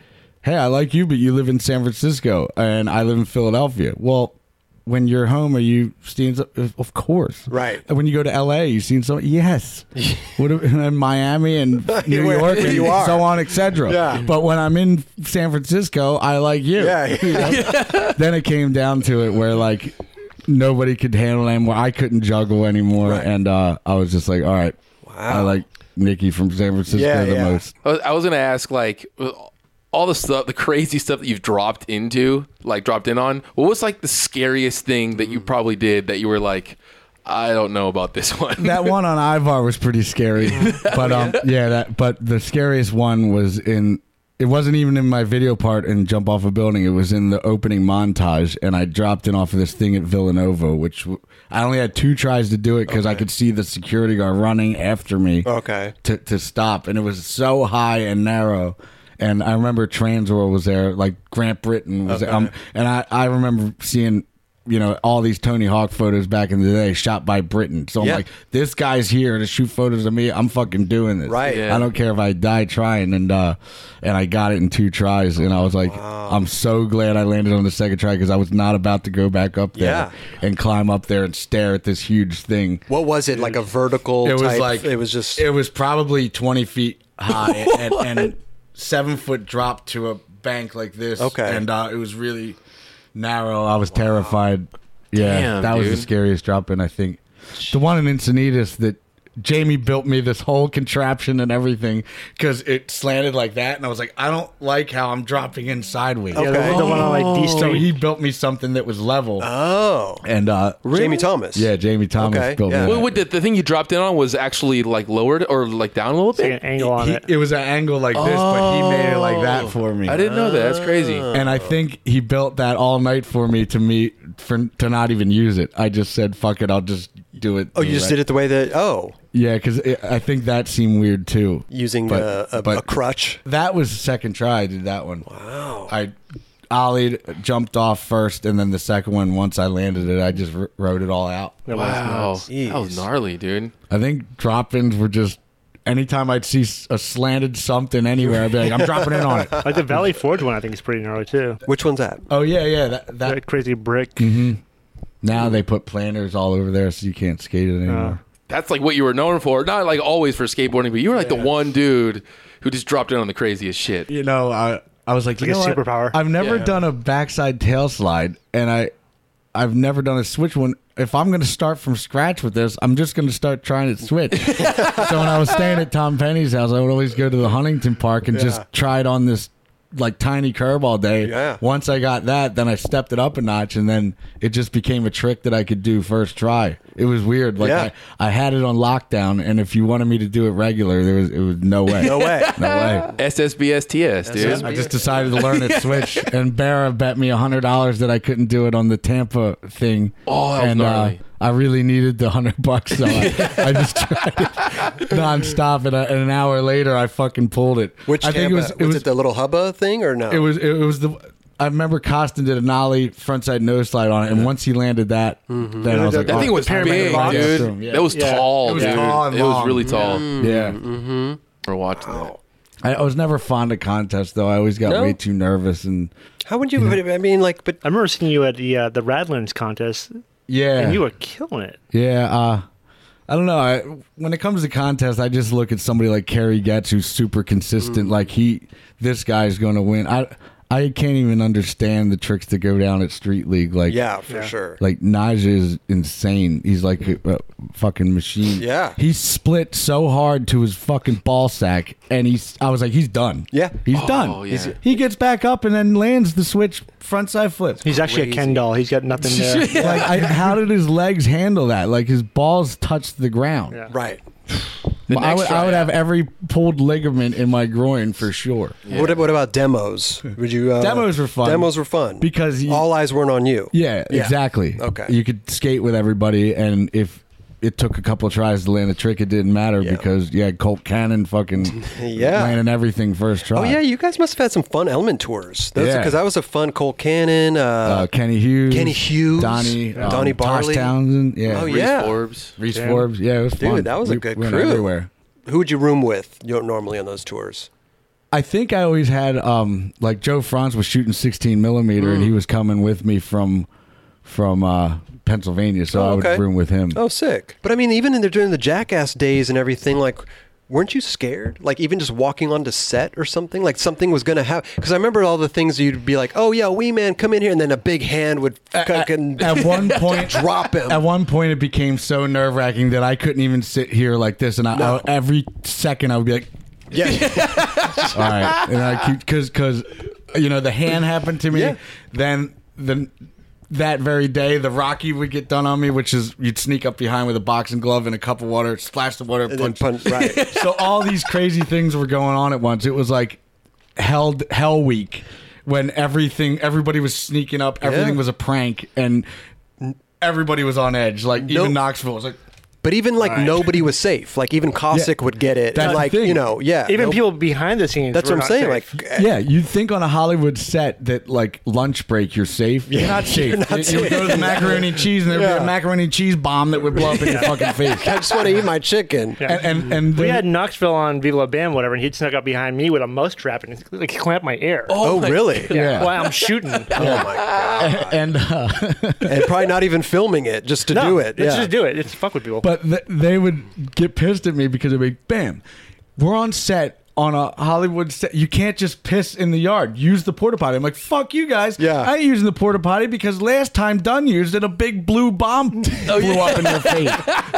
hey, I like you, but you live in San Francisco, and I live in Philadelphia. Well. When you're home, are you seeing? some- Of course,
Right.
And when you go to L.A., you seen some? Yes. what ab- and Miami and New
Where-
York
where
and
you are.
so on, etc.
Yeah.
But when I'm in San Francisco, I like you.
Yeah, yeah.
You know? then it came down to it where like nobody could handle it anymore. I couldn't juggle anymore, and uh, I was just like, all right, I like Nikki from San Francisco
Yeah,
the
yeah.
most.
I was, I was gonna ask like all the stuff, the crazy stuff that you've dropped into, like dropped in on. What was like the scariest thing that you probably did that you were like, I don't know about this one.
That one on Ivar was pretty scary, but um, yeah, that. But the scariest one was in. It wasn't even in my video part and jump off a building. It was in the opening montage, and I dropped in off of this thing at Villanova, which w- I only had two tries to do it because I could see the security guard running after me.
Okay.
to, to stop, and it was so high and narrow. And I remember Transworld was there, like Grant Britain was there. Um, and I, I remember seeing, you know, all these Tony Hawk photos back in the day shot by Britain. So I'm
Yeah.
like, this guy's here to shoot photos of me. I'm fucking doing this.
Right.
I don't care if I die trying. And uh, and I got it in two tries. And I was like, I'm so glad I landed on the second try because I was not about to go back up there
Yeah.
and climb up there and stare at this huge thing
what was it like a vertical?
it was
type-
like
it was just
it was probably 20 feet high and, and seven foot drop to a bank like this
Okay.
and uh, it was really narrow i was terrified yeah
Damn,
that was the
dude.
scariest drop in i think the one in encinitas that jamie built me this whole contraption and everything because it slanted like that and i was like i don't like how i'm dropping in sideways
yeah,
okay.
the, the one on like D
so
Street.
Oh, he built me something that was level
oh,
and uh
Jamie Thomas.
yeah jamie thomas
Okay,
built
yeah.
me that.
Wait, wait, the, the thing you dropped in on was actually like lowered or like down a little
like
bit.
an angle on
He-
it.
it was an angle like this but he made it like
Oh.
Oh, that for me
I didn't know that. That's crazy.
and I think he built that all night for me to me for to not even use it. I just said fuck it, I'll just do it.
Oh, you just did it the way that oh,
Yeah, because I think that seemed weird too.
using
But-
uh, a,
but
a crutch.
That was the second try. I did that one. Wow. I ollied, jumped off first, and then the second one. Once I landed it, I just wr- wrote it all out.
That was
Wow,
nuts.
that was gnarly, dude.
I think drop ins were just. Anytime I'd see s- a slanted something anywhere, I'd be like, "I'm dropping in on it."
Like the Valley Forge one, I think is pretty gnarly too.
Which one's that?
Oh yeah, yeah. Mm-hmm. That, that
That crazy brick.
now they put planters all over there, so you can't skate it anymore.
that's like what you were known for. Not like always for skateboarding, but you were like the one dude who just dropped in on the craziest shit.
you know, I I was like, you
Like a
know what?
superpower.
I've never
Yeah.
done a backside tail slide, and I I've never done a switch one. If I'm going to start from scratch with this, I'm just going to start trying to switch. so when I was staying at Tom Penny's house, I would always go to the Huntington Park and
Yeah.
just try it on this like tiny curb all day.
Yeah.
Once I got that, then I stepped it up a notch, and then it just became a trick that I could do first try. It was weird. Like
Yeah.
I, I had it on lockdown, and if you wanted me to do it regular, there was it was no way.
No way.
no way.
SSBSTS, dude.
I just decided to learn it switch, and Barra bet me hundred dollars that I couldn't do it on the Tampa thing.
Oh, that was
and uh,
gnarly.
I really needed the hundred bucks, so I, I just tried it nonstop. And, I, and an hour later, I fucking pulled it.
Which
I
Tampa- was,
it was
it the little hubba thing or no?
it was it was the. I remember Costin did a nollie frontside nose slide on it, and once he landed that, then I was
Mm-hmm.
like,
that
oh,
thing was
pyramid
big,
box.
dude.
Yeah.
That was Mm-hmm.
Yeah.
tall.
It was
dude.
tall and
It was
long.
really tall.
yeah.
We're watching that.
I, I was never fond of contests though. I always got
No?
way too nervous, and
How would you? I mean, like, but
I remember seeing you at the uh, the Radlands contest,
yeah,
and you were killing it.
Yeah, uh, I don't know. I, when it comes to contests, I just look at somebody like Kerry Getz, who's super consistent.
Mm.
Like he, this guy's going to win. I, I can't even understand the tricks that go down at Street League. Like,
yeah, for sure.
like Naja is insane. He's like a, a fucking machine.
Yeah.
he split so hard to his fucking ball sack, and he's. I was like, he's done.
Yeah.
he's done.
yeah.
He's- he gets back up and then lands the switch frontside flip.
He's actually a Ken doll. He's got nothing there.
Like, I, how did his legs handle that? Like his balls touched the ground.
Yeah.
right.
Well, I
next
would,
try
I would
out.
have every pulled ligament in my groin for sure.
What, what about demos? Would you? Uh,
Demos were fun.
Demos were fun
Because you-
all eyes weren't on you.
Yeah, exactly.
Okay.
You could skate with everybody, and if it took a couple of tries to land a trick, it didn't matter because, yeah, Colt Cannon fucking
Yeah.
landing everything first try.
Oh yeah, you guys must have had some fun element tours. Those
Yeah.
because that was a fun Cole Cannon. Uh,
Uh, Kenny Hughes.
Kenny Hughes,
Donnie. uh,
yeah. Donnie Barley.
Tosh Townsend. Yeah.
Oh,
Reese
yeah.
Forbes.
Reese Forbes. Yeah, it was
Dude,
fun.
that was a
We-
good
we went
crew.
everywhere.
who would you room with? You don't normally on those tours.
I think I always had um like Joe Franz was shooting 16 millimeter and he was coming with me from from uh, Pennsylvania, so
Oh,
I
okay.
would room with him.
Oh, sick. But I mean, even in the, during the Jackass days and everything, like, weren't you scared? Like, even just walking onto set or something? Like, something was going to happen. Because I remember all the things you'd be like, oh, yeah, Wee Man, come in here. And then a big hand would
Uh,
fucking
At one point,
drop him.
At one point, it became so nerve wracking that I couldn't even sit here like this, and I, I- every second I would be like,
yeah.
"All right," and I keep because because you know the hand happened to me,
Yeah.
then the. That very day, the Rocky would get done on me, which is you'd sneak up behind with a boxing glove and a cup of water, splash the water,
and then
punch,
punch, right.
so all these crazy things were going on at once. It was like hell hell week when everything everybody was sneaking up, everything
Yeah.
was a prank and everybody was on edge. Like
Nope.
even Knoxville was like
But even, like, nobody was safe. Like, even Cossack
Yeah.
would get it.
That's
and,
the
like,
thing.
you know, yeah.
Even
nope.
people behind the scenes.
That's
were
what I'm
not
saying.
safe.
Like,
yeah, you'd think on a Hollywood set that like lunch break you're safe. You're not safe. You're
not
You would go to the macaroni and cheese and there'd
Yeah.
be a macaroni and cheese bomb that would blow up in your fucking
I
face.
just want to eat my chicken.
And and, and
we
then-
had Knoxville on Viva La Bam, whatever, and he'd snuck up behind me with a mouse trap and like clamped my ear.
Oh, really?
yeah.
While I'm shooting.
Oh, my God.
and uh,
And probably not even filming it, just to
No,
do it.
Let's
Yeah.
just do it. It's fuck with people.
But th- they would get pissed at me because they'd be, like, "Bam, we're on set on a Hollywood set. You can't just piss in the yard. Use the porta potty." I'm like, "Fuck you guys!
Yeah.
I ain't using the porta potty because last time Dunn used it, a big blue bomb blew up in your face.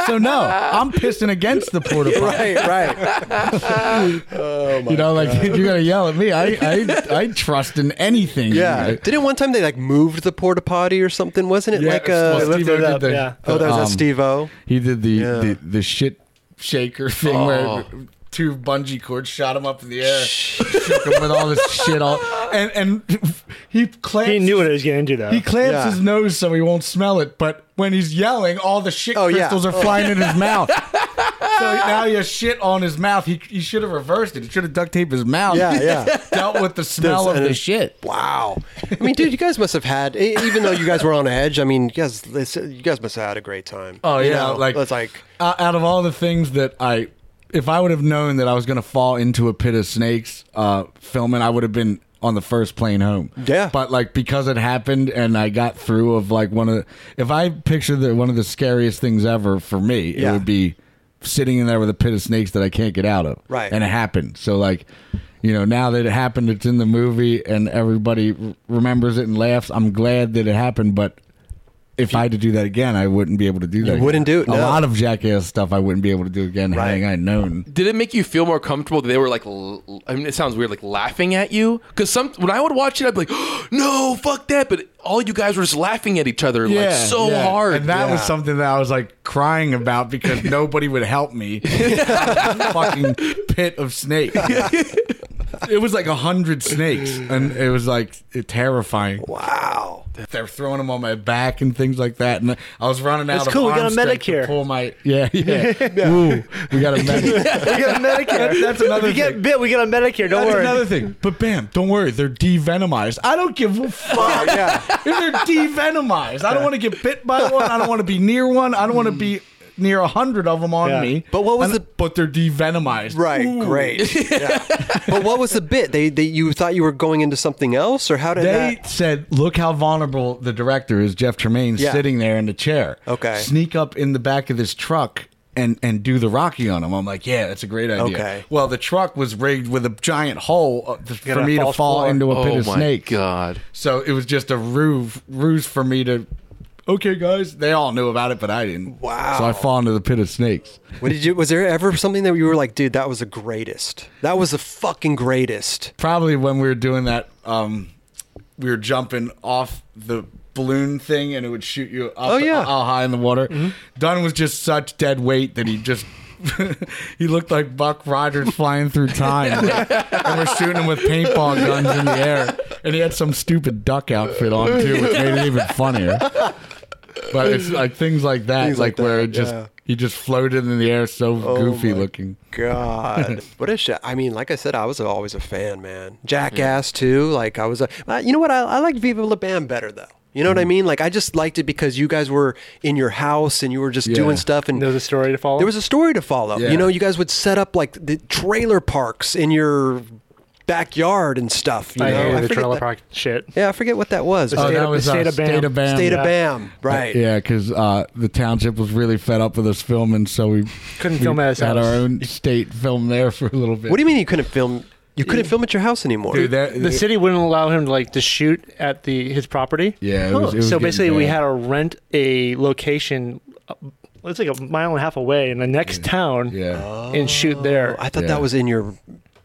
So no, I'm pissing against the porta potty.
Right, Oh right.
you know, like you gotta yell at me. I I, I trust in anything.
Yeah. Didn't one time they like moved the porta potty or something? Wasn't it
Yeah,
like
well,
a?
lifted
Steve-O
it
did
up,
the-
yeah.
the,
oh, that was
um,
a Steve O.
He did the
Yeah.
the, the shit shaker thing
Oh.
where two bungee cords shot him up in the air, shook him with all this shit all, and and he clamps.
he knew what he was getting into, though.
He clamps
Yeah.
his nose so he won't smell it, but when he's yelling, all the shit
Oh, yeah.
crystals are
Oh.
flying in his mouth. So now he has shit on his mouth. He, he should have reversed it. He should have duct taped his mouth.
Yeah, yeah.
Dealt with the smell of
and
the
it-
shit.
Wow. I mean, dude, you guys must have had, e- even though you guys were on edge. I mean, you guys, this- you guys must have had a great time.
Oh
You
yeah,
know,
like
it's like
o- out of all the things that I, if I would have known that I was going to fall into a pit of snakes, uh, filming, I would have been on the first plane home.
Yeah.
but like because it happened and I got through of like one of, the, if I picture that one of the scariest things ever for me,
Yeah.
it would be sitting in there with a pit of snakes that I can't get out of.
Right.
And it happened. So like, you know, now that it happened, it's in the movie and everybody r- remembers it and laughs. I'm glad that it happened, but if I had to do that again, I wouldn't be able to do that. again.
wouldn't do it,
A
no.
lot of jackass stuff I wouldn't be able to do again.
Right.
Had I known.
Did it make you feel more comfortable that they were like, l- I mean, it sounds weird, like laughing at you? Because some when I would watch it, I'd be like, no, fuck that. But all you guys were just laughing at each other like so
yeah.
hard.
And that was
Yeah.
something that I was like crying about because nobody would help me. fucking pit of snakes. it was like a hundred snakes, and it was like terrifying.
Wow.
They're throwing them on my back and things like that. And I was running out
That's
of
cool, we got
arm
a
strength
Medicare.
To pull my yeah yeah. Ooh, we got a Medicare. we got a Medicare. That's another.
If you
thing.
get bit, we get on Medicare. Don't
That's
worry.
another thing. But bam, don't worry, they're devenomized. I don't give a fuck. If they're devenomized, I don't want to get bit by one. I don't want to be near one. I don't want to be near a hundred of them on
Yeah.
me.
But what was
And-
the-
But they're devenomized.
Right.
Ooh.
Great. Yeah. but what was the bit? They, they you thought you were going into something else, or how did
They
that?
said, "Look how vulnerable the director is, Jeff Tremaine,
Yeah.
sitting there in the chair.
Okay.
sneak up in the back of this truck." And, and do the Rocky on him. I'm like, yeah, that's a great idea.
Okay.
Well, the truck was rigged with a giant hole uh, th- for
got a
me to fall
false floor.
into a pit
oh
of
my
snakes.
God.
So it was just a ruse, ruse for me to. Okay, guys, they all knew about it, but I didn't.
Wow.
So I fall into the pit of snakes.
What did you? Was there ever something that you were like, dude, that was the greatest? That was the fucking greatest.
Probably when we were doing that, um, we were jumping off the balloon thing, and it would shoot you up
Oh, yeah. Mm-hmm.
all high in the water. Dunn was just such dead weight that he just. he looked like Buck Rogers flying through time, and we're shooting him with paintball guns in the air. And he had some stupid duck outfit on too, which made it even funnier. But it's like things like that,
Things like
like, where
that,
it just
yeah. Oh,
he just floated in the air, so goofy looking.
God, what a shit! I mean, like I said, I was always a fan, man. Jackass too. Like I was a. Uh, you know what? I, I liked Viva La Bam better though. You know
Mm.
what I mean? Like I just liked it because you guys were in your house and you were just doing stuff and
There was a story to follow.
There was a story to follow.
Yeah.
You know, you guys would set up like the trailer parks in your backyard and stuff. You
I
know,
hated the
Oh, forget
trailer
that-
park shit.
Yeah, I forget what that was.
Oh,
state,
that
of,
was, uh, State of Bam.
State of Bam.
State of
yeah.
Bam, right?
Yeah, because uh, the township was really fed up with us filming, so we
Couldn't
we
film at his
had
house.
our own state film there for a little bit.
What do you mean you couldn't film? You couldn't film at your house anymore.
Dude, that-
The city wouldn't allow him to like to shoot at the his property.
Yeah, it was- it was
so
getting
basically, we
bad.
had to rent a location. uh, It's like a mile and a half away in the next town.
Yeah.
and shoot there.
Oh, I thought
Yeah.
that was in your.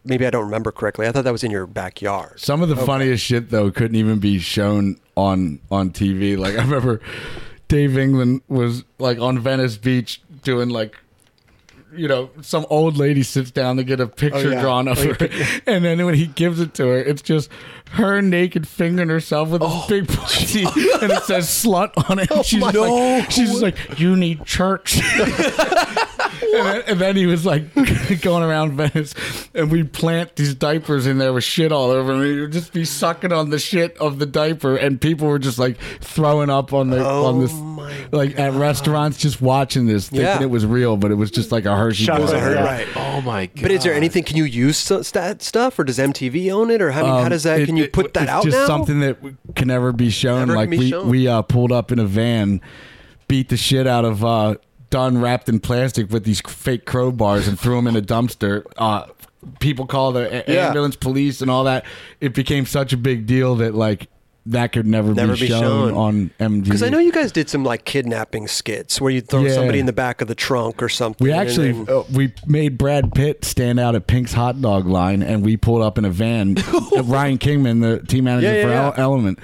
Maybe I don't remember correctly. I thought that was in your backyard.
Some of the funniest shit though couldn't even be shown on on TV. Like I remember Dave England was like on Venice Beach doing like you know, some old lady sits down to get a picture
Oh, yeah.
drawn of her, and then when he gives it to her, it's just her naked fingering herself with this big pussy, and it says "slut" on it. And she's
Oh. my-
like, she's just like, "You need church." and, then, and then he was like going around Venice, and we'd plant these diapers in there with shit all over, and we'd just be sucking on the shit of the diaper, and people were just like throwing up on the on this like at restaurants, just watching this, thinking
Yeah.
it was real, but it was just like a Hershey
Shot
bar.
was a Hershey.
Right.
Oh my God.
But is there anything? Can you use so- that stuff, or does MTV own it, or how, I mean, how
Um,
does that?
it-
Can you
it-
put that
it's
out
just
now?
something that w- can never be shown.
Never
like
be
we
shown.
we uh, pulled up in a van, beat the shit out of uh, Don wrapped in plastic with these fake crowbars and threw him in a dumpster. Uh, people called the a-
Yeah.
ambulance, police, and all that. It became such a big deal that like that could never,
Never
be, shown, on MTV.
Because I know you guys did some like kidnapping skits where you throw
Yeah.
somebody in the back of the trunk or something.
We
and
actually
then- Oh.
uh, we made Brad Pitt stand out at Pink's hot dog line, and we pulled up in a van. Ryan Kingman, the team manager
Yeah, yeah,
for
yeah.
Ele- Element,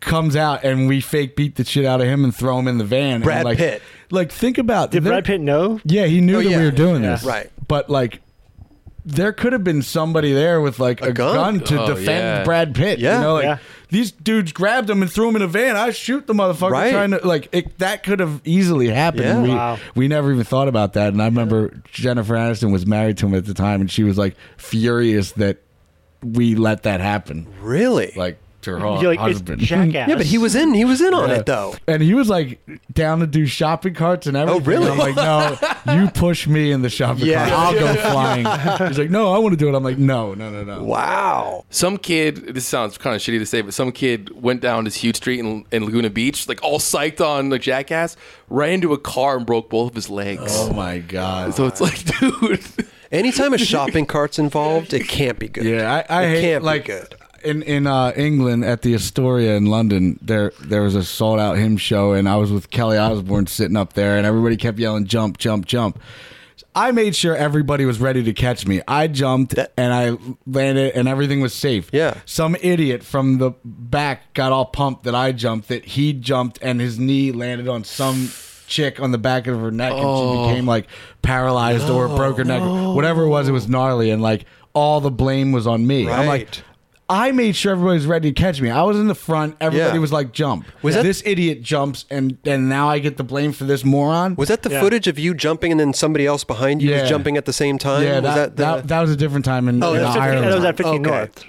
comes out, and we fake beat the shit out of him and throw him in the van.
Brad
and like,
Pitt.
Like, think about
Did
there-
Brad Pitt know?
Yeah, he knew
Oh,
that
yeah.
we were doing
Yeah.
this,
Right.
But like. There could have been somebody there with like a,
gun?
gun. to
Oh,
defend
yeah.
Brad Pitt.
Yeah.
you know, like
Yeah.
these dudes grabbed him and threw him in a van. I shoot the motherfucker
Right.
trying to like it, that could have easily happened.
Yeah.
We-
Wow.
we never even thought about that. And I remember Jennifer Aniston was married to him at the time, and she was like furious that we let that happen.
really
Like,
her hu-
You're like, it's
husband.
jackass.
Yeah, but he was in. He was in on it though.
Uh, And he was like down to do shopping carts and everything.
Oh, really?
I'm like, no, you push me in the shopping
Yeah.
cart. I'll go flying. He's like, no, I want to do it. I'm like, no, no, no, no.
Wow.
Some kid, this sounds kind of shitty to say, but some kid went down this huge street in, in Laguna Beach, like all psyched on like jackass, ran into a car and broke both of his legs.
Oh my god.
So it's like, dude,
Anytime a shopping cart's involved, it can't be good.
Yeah, I, I
it
hate
can't
like
be good.
in in uh, England at the Astoria in London. There there was a sold out hymn show, and I was with Kelly Osbourne sitting up there, and everybody kept yelling "jump, jump, jump." I made sure everybody was ready to catch me. I jumped and I landed, and everything was safe.
Yeah.
Some idiot from the back got all pumped that I jumped, that he jumped, and his knee landed on some chick on the back of her neck,
Oh.
and she became like paralyzed or broke her neck, whatever it was. It was gnarly, and like all the blame was on me. I'm like.
Right.
I made sure everybody was ready to catch me. I was in the front. Everybody
Yeah.
was like, "Jump!"
Was that-
this idiot jumps, and and now I get the blame for this moron.
Was that the footage of you jumping and then somebody else behind you
Yeah.
was jumping at the same time?
yeah,
was
that, that,
the-
that was a different time in,
Oh,
in
that's different.
Ireland.
that was at 15
Okay.
North.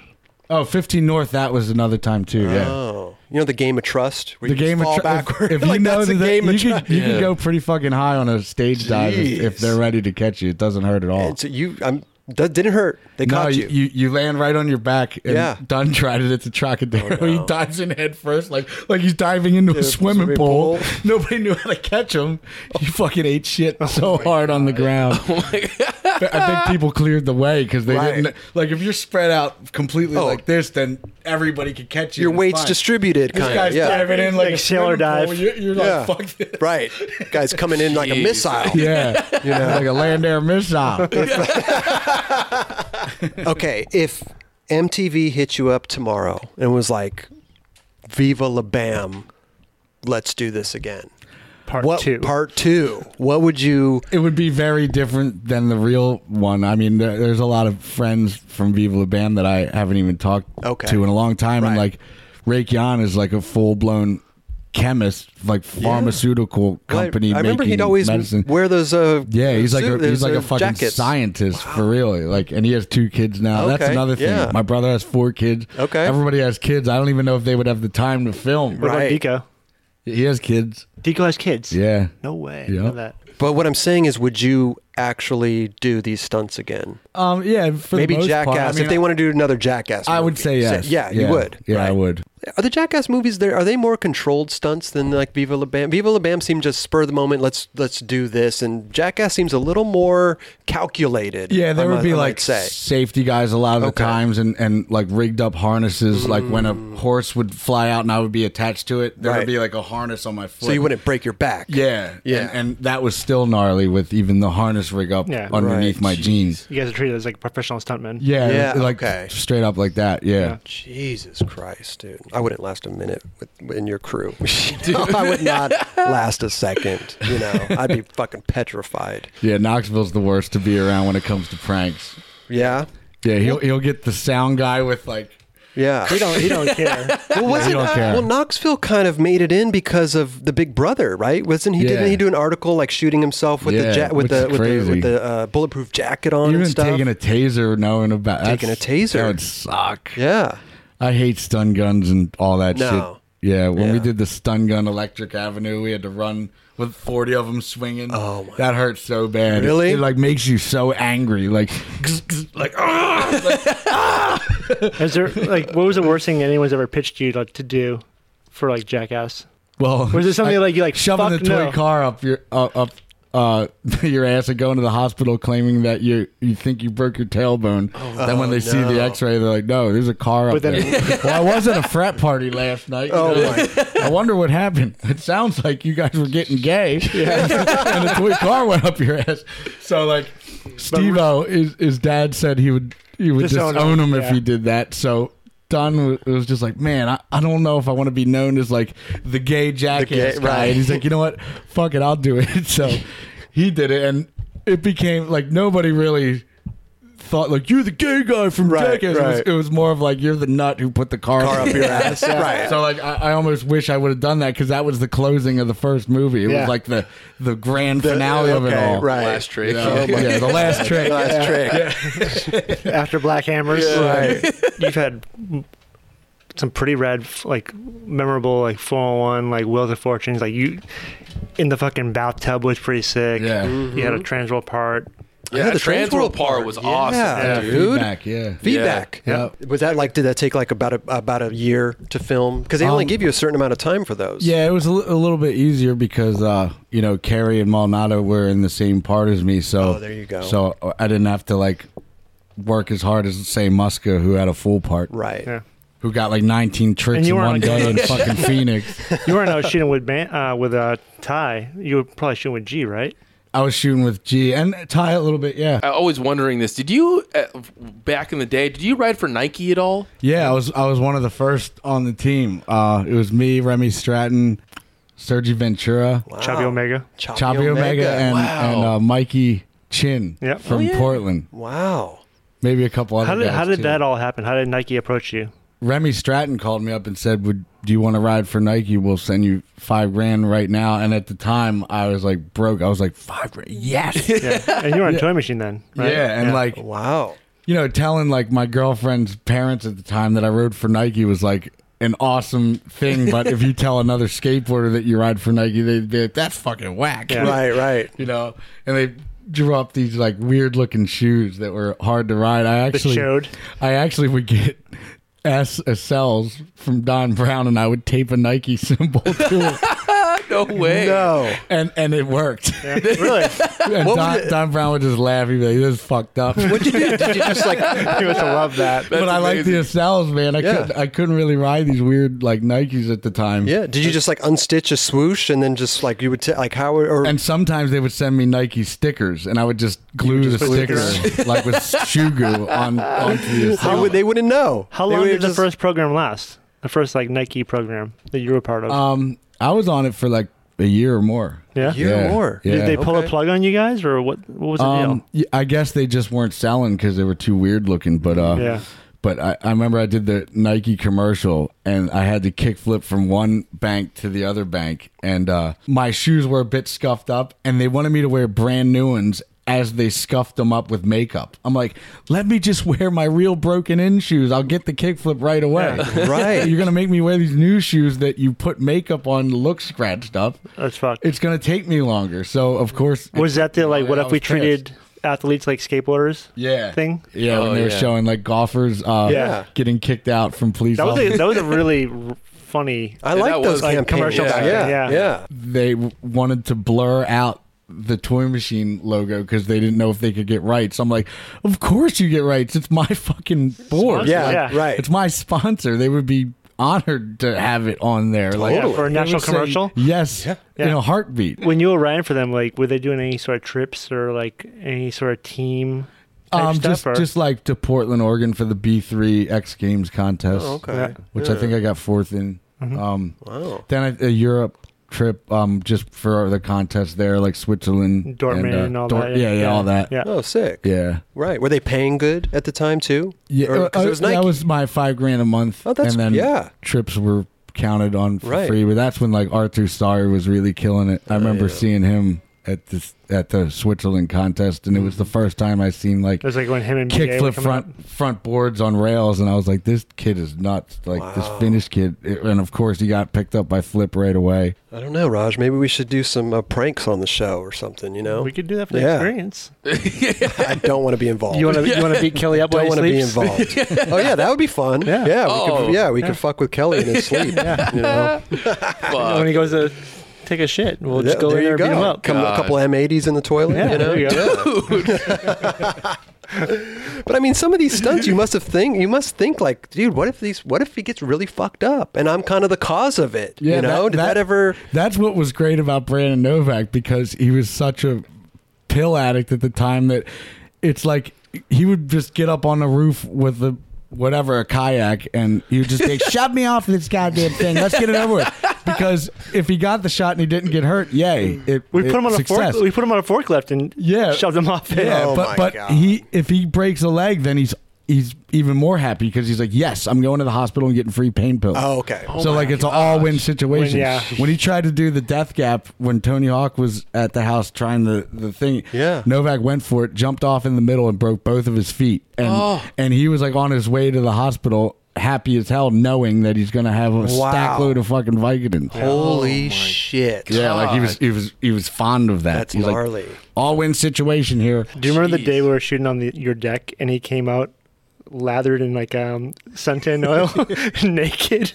Oh, 15 North, that was another time too. Yeah.
Oh, you know the game of trust. Where
the
you
game
just
of
fall
tr- if-
backward.
If, you
like,
know
that's
that
a game of
you,
trust.
can, you can go pretty fucking high on a stage dive if, if they're ready to catch you. It doesn't hurt at all.
It's- you, I'm, that didn't hurt. They
no,
caught
you.
you.
you land right on your back. And
Yeah. Oh,
Dunn tried it at the Trocadero. He dives in head first, like like he's diving into a swimming,
swimming
pool.
pool. Oh.
Nobody knew how to catch him. He fucking ate shit so hard on the ground. I think people cleared the way because they
Right.
didn't. Like if you're spread out completely
Oh.
like this, then everybody could catch you.
Your
It's
weight's
fine.
distributed,
This
kind
guy's
of. Yeah.
diving in like,
Like
a
sailor
swimming pool.
dive.
You're, you're
Yeah.
like, fuck this.
Right. Guys coming in like a
Jeez.
missile.
Yeah, you know, like a land air missile.
Okay, if MTV hit you up tomorrow and was like, "Viva la Bam, let's do this again."
Part
what
two.
part two? What would you?
It would be very different than the real one. I mean, there, there's a lot of friends from Viva La Bam that I haven't even talked
Okay.
to in a long time, and
Right.
like Rake Yan is like a full blown chemist, like pharmaceutical company.
I remember
making
he'd always
medicine.
wear those. Uh,
Yeah, he's like
suit-
a, he's
those,
like
uh,
a fucking
jackets.
scientist for real. Like, and he has two kids now. That's
Okay,
another thing.
yeah.
My brother has four kids.
Okay.
everybody has kids. I don't even know if they would have the time to film.
What
Right.
about
He has kids.
Deco? Deco has kids.
Yeah.
No way.
Yeah.
None of that.
But what I'm saying is, would you actually do these stunts again?
Um. Yeah. For
Maybe
the most
Jackass.
part. I mean,
if they want to do another Jackass,
I would
movie.
say yes.
yeah, you would.
Yeah, I
right?
would.
Are the Jackass movies there? Are they more controlled stunts than like Viva La Bam? Viva La Bam seemed just spur of the moment. Let's let's do this, and Jackass seems a little more calculated.
Yeah, there
I
would
mu-
be
I might
like
say.
safety guys a lot of
Okay. Mm.
the times, and and like rigged up harnesses. Like when a horse would fly out and I would be attached to it, there
Right.
would be like a harness on my foot.
so you wouldn't break your back.
Yeah,
Yeah.
and, and that was still gnarly with even the harness rig up
Yeah.
underneath
Right.
my jeans.
You guys are treated as like professional stuntmen.
Yeah,
Yeah,
like
okay.
straight up like that. Yeah,
Jesus Christ, dude! I wouldn't last a minute with in your crew. No, I would not last a second. You know, I'd be fucking petrified.
yeah. Knoxville's the worst to be around when it comes to pranks.
Yeah,
Yeah, he'll he'll get the sound guy with like.
yeah.
He don't. He don't care.
Well, wasn't
don't care.
well Knoxville kind of made it in because of the Big Brother, right? Wasn't he? Didn't
Yeah.
he do an article like shooting himself with the
Yeah,
ja- with
which
the
is
with the,
crazy.
with the uh, bulletproof jacket on
Even
and stuff?
taking a taser, knowing about
Taking a
that's-
taser.
that would suck.
yeah,
I hate stun guns and all that
No.
shit. Yeah, when we
Yeah.
did the stun gun Electric Avenue, we had to run with forty of them swinging.
Oh, my
that hurts so bad. It-
Really?
It, like makes you so angry. Like, like ah, Like,
Is there like what was the worst thing anyone's ever pitched you to, to do for like Jackass?
well,
Was it something like you like
shoving the
fuck
toy
no.
car up your uh, up uh, your ass and going to the hospital claiming that you you think you broke your tailbone. then when they see the X-ray, they're like, "No, there's a car up
But then-
there." well, I was at a frat party last night. Oh my! I wonder what happened. It sounds like you guys were getting gay, and the toy car went up your ass. So like, Steve-O, his, his dad said he would he would
Just
disown
own
him,
him,
if
yeah.
he did that. So. Don wa- was just like, man, I, I don't know if I want to be known as like the gay jackass guy.
right.
And he's like, you know what? Fuck it, I'll do it. So he did it, and it became like nobody really thought like you're the gay guy from
Right,
Jackass. It, was,
right.
it was more of like you're the nut who put the car,
car up your ass. Right.
So like I, I almost wish I would have done that because that was the closing of the first movie. It
Yeah.
was like the the grand finale of it
okay,
all.
right.
last trick.
Yeah, yeah, the last trick.
Last trick.
After Black Hammers,
Right.
you've had some pretty rad, f- like memorable, like 401, like Wheels of Fortunes. Like you in the fucking bathtub was pretty sick.
Yeah.
You had a transworld part.
Yeah, Transworld
the Transworld
part
part.
was
Yeah.
awesome.
Yeah,
Yeah,
dude.
Feedback, yeah.
Feedback.
Yeah.
Was that like? Did that take like about a about a year to film? Because they only give you a certain amount of time for those.
Um, Yeah, it was a li- a little bit easier because uh, you know Carrie and Malnado were in the same part as me, so
Oh, there you go.
So uh, I didn't have to like work as hard as say Muska, who had a full part,
Right.
Yeah.
who got like 19 tricks
And
in
you
one
weren't-
day in fucking Phoenix.
You weren't out shooting with ban- uh, with uh, Ty. You were probably shooting with G, right?
I was shooting with G and Ty a little bit, yeah,
I always wondering this. Did you uh, back in the day? Did you ride for Nike at all?
yeah. I was I was one of the first on the team. Uh, it was me, Remy Stratton, Sergi Ventura,
Chubby Omega.
Choppy,
Choppy Omega, and,
Wow.
and uh, Mikey Chin
Yep.
from
Oh, yeah.
Portland.
wow.
Maybe a couple other
How did
guys
how did
too.
that all happen? How did Nike approach you?
Remy Stratton called me up and said, "Would do you want to ride for Nike? We'll send you five grand right now." And at the time, I was like broke. I was like five grand, yes, yeah,
And you were on Toy Machine then, right?
and like
Wow.
you know, telling like my girlfriend's parents at the time that I rode for Nike was like an awesome thing. But if you tell another skateboarder that you ride for Nike, they'd be like, "That's fucking whack,"
Yeah.
Right. Right.
you know, and they. drew up these like weird looking shoes that were hard to ride. I actually
showed.
I actually would get S SLs from Don Brown and I would tape a Nike symbol to it.
No way.
No.
And and it worked.
really?
And Don, Don Brown would just laugh. He'd be like, "This is fucked up."
Did you just like?
You must have loved that.
but I like the SLs, man. I
Yeah.
couldn't I couldn't really ride these weird like Nikes at the time.
Yeah. Did you just like unstitch a swoosh and then just like you would t- like how or
And sometimes they would send me Nike stickers, and I would just glue the sticker like with shoe glue on onto the
they,
SL.
would, they wouldn't know.
How
They
long
would
did the
just-
first program last? The first like Nike program that you were part of.
Um, I was on it for like a year or more.
yeah.
year or
Yeah.
more?
Yeah.
Did they pull
Okay.
a plug on you guys, or what? What was the
Um,
deal?
y- I guess they just weren't selling because they were too weird looking. But uh,
Yeah.
But I, I remember I did the Nike commercial and I had to kickflip from one bank to the other bank, and uh, my shoes were a bit scuffed up, and they wanted me to wear brand new ones as they scuffed them up with makeup. I'm like, let me just wear my real broken in shoes. I'll get the kickflip right away.
Right.
You're gonna make me wear these new shoes that you put makeup on, look scratched up.
That's fucked.
It's gonna take me longer. So of course,
Was that the like? What
I
if we
was pissed.
treated athletes like skateboarders?
yeah
Thing.
Yeah, when they were
yeah.
showing like golfers uh,
Yeah.
getting kicked out from police.
That was a,
officers.
that was a really r- funny.
I
Yeah,
like
that
those
was, like,
campaigns.
commercial
yeah.
back
Yeah.
then,
yeah.
yeah.
they w- wanted to blur out the toy machine logo because they didn't know if they could get rights. I'm like, of course you get rights. It's my fucking board.
Sponsor. Yeah.
Like,
Right.
It's my sponsor. They would be honored to have it on there. Like
Yeah, for a
they
national
would say
commercial?
Yes. In
Yeah.
a heartbeat.
When you were riding for them, like, were they doing any sort of trips or like any sort of team? Type
Um,
stuff,
just
or-
just like to Portland, Oregon for the B3 X Games contest.
Okay.
Oh, Yeah. Mm-hmm.
which I think I got fourth in. Um,
Wow.
Then a, a Europe trip, um, just for the contest there, like Switzerland,
Dortmund and,
uh,
all
Dort-
that.
Yeah, yeah, all that.
Yeah.
Oh, sick.
yeah.
Right. Were they paying good at the time too?
Yeah,
Or- 'cause
uh,
it was
that
Nike.
was my five grand a month.
Oh, that's-
and then
yeah.
trips were counted on for
Right. Oh,
free. But that's when like Arthur Starr was really killing it. I remember seeing him at this at the Switzerland contest, and it was the
Mm-hmm.
first time I seen like
It was like when him and BJ were coming up.
kickflip front front boards on rails, and I was like, this kid is nuts. Like this Finnish kid, and of course he got picked up by Flip right away.
I don't know, Raj. Maybe we should do some uh, pranks on the show or something. You know,
We could do that for the
Yeah.
experience.
I don't want to be involved.
You want to you want to beat Kelly up?
don't
want to
be involved. oh yeah, that would be fun. Yeah, yeah, we
Oh.
could, yeah, we could fuck with Kelly in his sleep. You know,
When he goes to take a shit, we'll just
Yeah,
go in there
you
and beat him up.
Come- a couple M80s in the toilet.
Yeah,
you know?
there you go.
But I mean, some of these stunts you must have think you must think like, dude, what if these? What if he gets really fucked up and I'm kind of the cause of it? you know, did that, ever?
That's what was great about Brandon Novak because he was such a pill addict at the time that it's like he would just get up on the roof with the whatever a kayak and he would just be like, shove me off this goddamn thing let's get it over with because if he got the shot and he didn't get hurt yay it,
We
it-
put him on
success.
a fork. We put him on a forklift and
Yeah.
shoved him off. it.
Yeah,
Oh
but
my
but
God.
he if he breaks a leg, then he's he's even more happy because he's like, yes, I'm going to the hospital and getting free pain pills.
Oh, okay.
so like it's an all win situation.
When- yeah.
When he tried to do the death gap when Tony Hawk was at the house trying the, the thing,
Yeah.
Novak went for
Oh.
it, jumped off in the middle and broke both of his feet, and and he was like on his way to the hospital. happy as hell knowing that he's gonna have a stack
Wow.
load of fucking Vicodin.
Holy shit.
Yeah, like he was he was he was fond of that.
That's
He was like,
gnarly.
All win situation here.
Do you remember the day we were shooting on the, your deck and he came out lathered in like um, suntan oil, naked?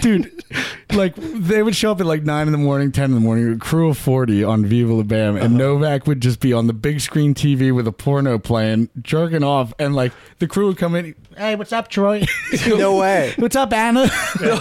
dude. Like they would show up at like nine in the morning, ten in the morning, a crew of forty on Viva La Bam, and Novak would just be on the big screen TV with a porno playing, jerking off, and like the crew would come in, hey, what's up, Troy?
No way.
what's up, Anna? And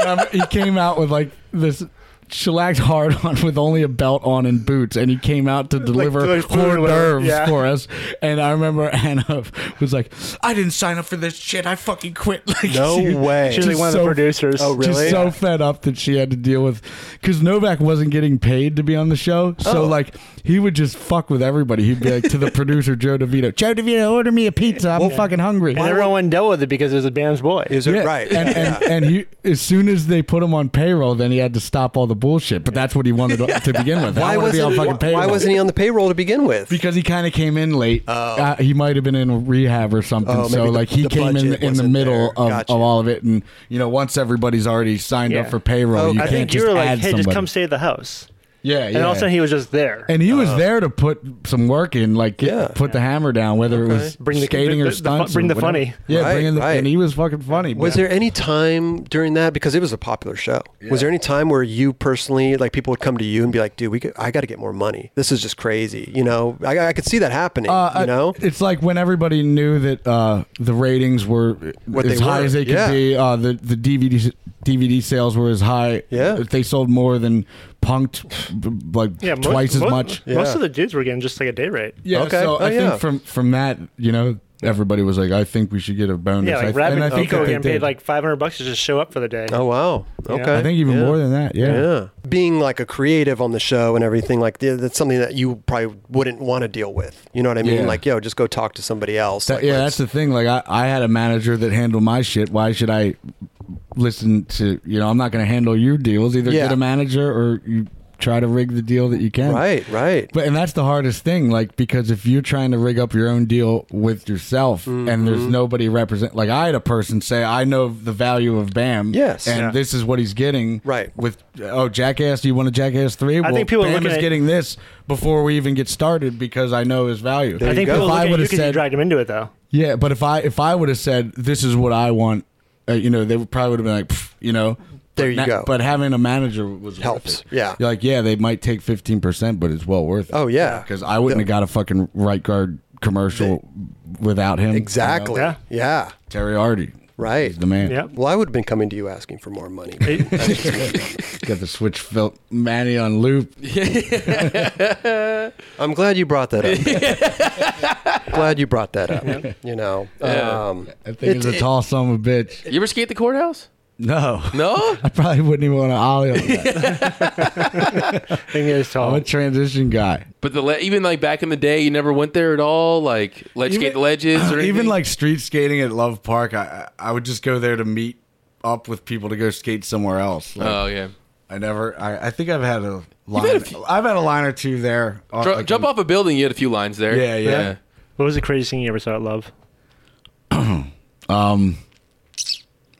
I'm- Um, he came out with like this. Shellacked hard on with only a belt on and boots, and he came out to deliver
deliver food or
hors
whatever,
d'oeuvres
yeah.
for us. And I remember Anna was like, "I didn't sign up for this shit. I fucking quit." Like,
No
she-
way.
She was like
Just
one of the
so-
producers.
Oh, really?
just so fed up that she had to deal with because Novak wasn't getting paid to be on the show. So like he would just fuck with everybody. He'd be like to the producer Joe DeVito, Joe DeVito, order me a pizza. I'm fucking hungry.
And everyone dealt with it because it was a band's boy.
Is it
Yeah,
right?
and and, and he as soon as they put him on payroll, then he had to stop all the bullshit. But that's what he wanted to, to begin with.
why
I want to be on
wasn't,
fucking
why-
payroll.
why wasn't he on the payroll to begin with?
Because he kind of came in late. Uh, he might have been in rehab or something.
Oh, maybe
so
the-
like he
the
came in
budget
in the
wasn't
middle
there.
of,
Gotcha.
of all of it, and you know once everybody's already signed
Yeah.
up for payroll,
Oh,
you
I
can't
think you
just
were like,
add
hey, just
somebody."
come stay at the house.
Yeah,
And all of a sudden he was just there.
and he was there to put some work in, like get,
Uh. Yeah.
put the hammer down, whether it was
Bring the-
skating
the- the-
or
the fu-
stunts.
bring
or
the
whatever.
funny.
Yeah,
Right,
bringing the
right.
and he was fucking funny.
Was
but-
there any time during that because it was a popular show? Was there any time where you personally, like, people would come to you and be like, "Dude, we could, I got to get more money. This is just crazy." You know, I, I could see that happening.
Uh,
you know,
it's like when everybody knew that uh, the ratings were
What
as
they
high
were,
as they could
yeah.
be. Uh, the the DVD s- DVD sales were as high.
Yeah.
if they sold more than Punked, b- like
yeah, most-
twice
mo-
as much.
Most
Yeah.
of the dudes were getting just like a day rate.
Yeah,
Okay.
so
Oh,
I think
yeah.
from from that, you know, everybody was like, I think we should get a bonus.
Yeah, like
I, th- and I
Rabbit
think
Pico
that they
getting paid
did.
like 500 bucks to just show up for the day.
oh wow, okay,
I think even
Yeah.
more than that.
Yeah, being like a creative on the show and everything like th- that's something that you probably wouldn't want to deal with. You know what I mean?
Yeah.
Like, yo, just go talk to somebody else.
That-
Like,
yeah, that's
let's-
the thing. Like, I, I had a manager that handled my shit. Why should I listen to, you know, I'm not going to handle your deals. Either
Yeah.
get a manager or you try to rig the deal that you can.
right, right.
But, and that's the hardest thing, like, because if you're trying to rig up your own deal with yourself and
Mm-hmm.
there's nobody represent, like, I had a person say, I know the value of BAM.
Yes.
And
Yeah.
this is what he's getting.
Right.
With, oh, Jackass, do you want a Jackass 3?
I think people are
BAM
looking
is
at-
getting this before we even get started because I know his value.
I think
you go.
people
If I
look at you
would've
because you
said-
dragged him into it, though.
yeah, but if I if I would have said this is what I want, uh, you know, they would probably would have been like, "Pff," you know,
There
But
you
na-
go.
But having a manager was worth
Helps,
it.
yeah.
You're like yeah, they might take fifteen percent, but it's well worth it.
Oh, yeah.
because I wouldn't have got a fucking right guard commercial without him. you know?
Exactly.
Yeah.
Yeah.
Terry Hardy,
Right.
he's the man.
Yeah.
Well, I would have been coming to you asking for more money.
got the switch felt Manny on loop.
I'm glad you brought that up. glad you brought that up. You know, um,
That thing is a tall son of a bitch.
You ever skate the courthouse?
No,
No.
I probably wouldn't even want to ollie on that.
Thing is, tall.
I'm a transition guy.
But the le- even like back in the day, you never went there at all. Like ledge skate the ledges or anything?
even like street skating at Love Park, I I I would just go there to meet up with people to go skate somewhere else. Like,
Oh yeah.
I never. I, I think I've had a line.
had a
i
few-
I've had a line or two there. Uh,
Dr-
like,
jump off a building. You had a few lines there.
Yeah, yeah.
What was the craziest thing you ever saw at Love?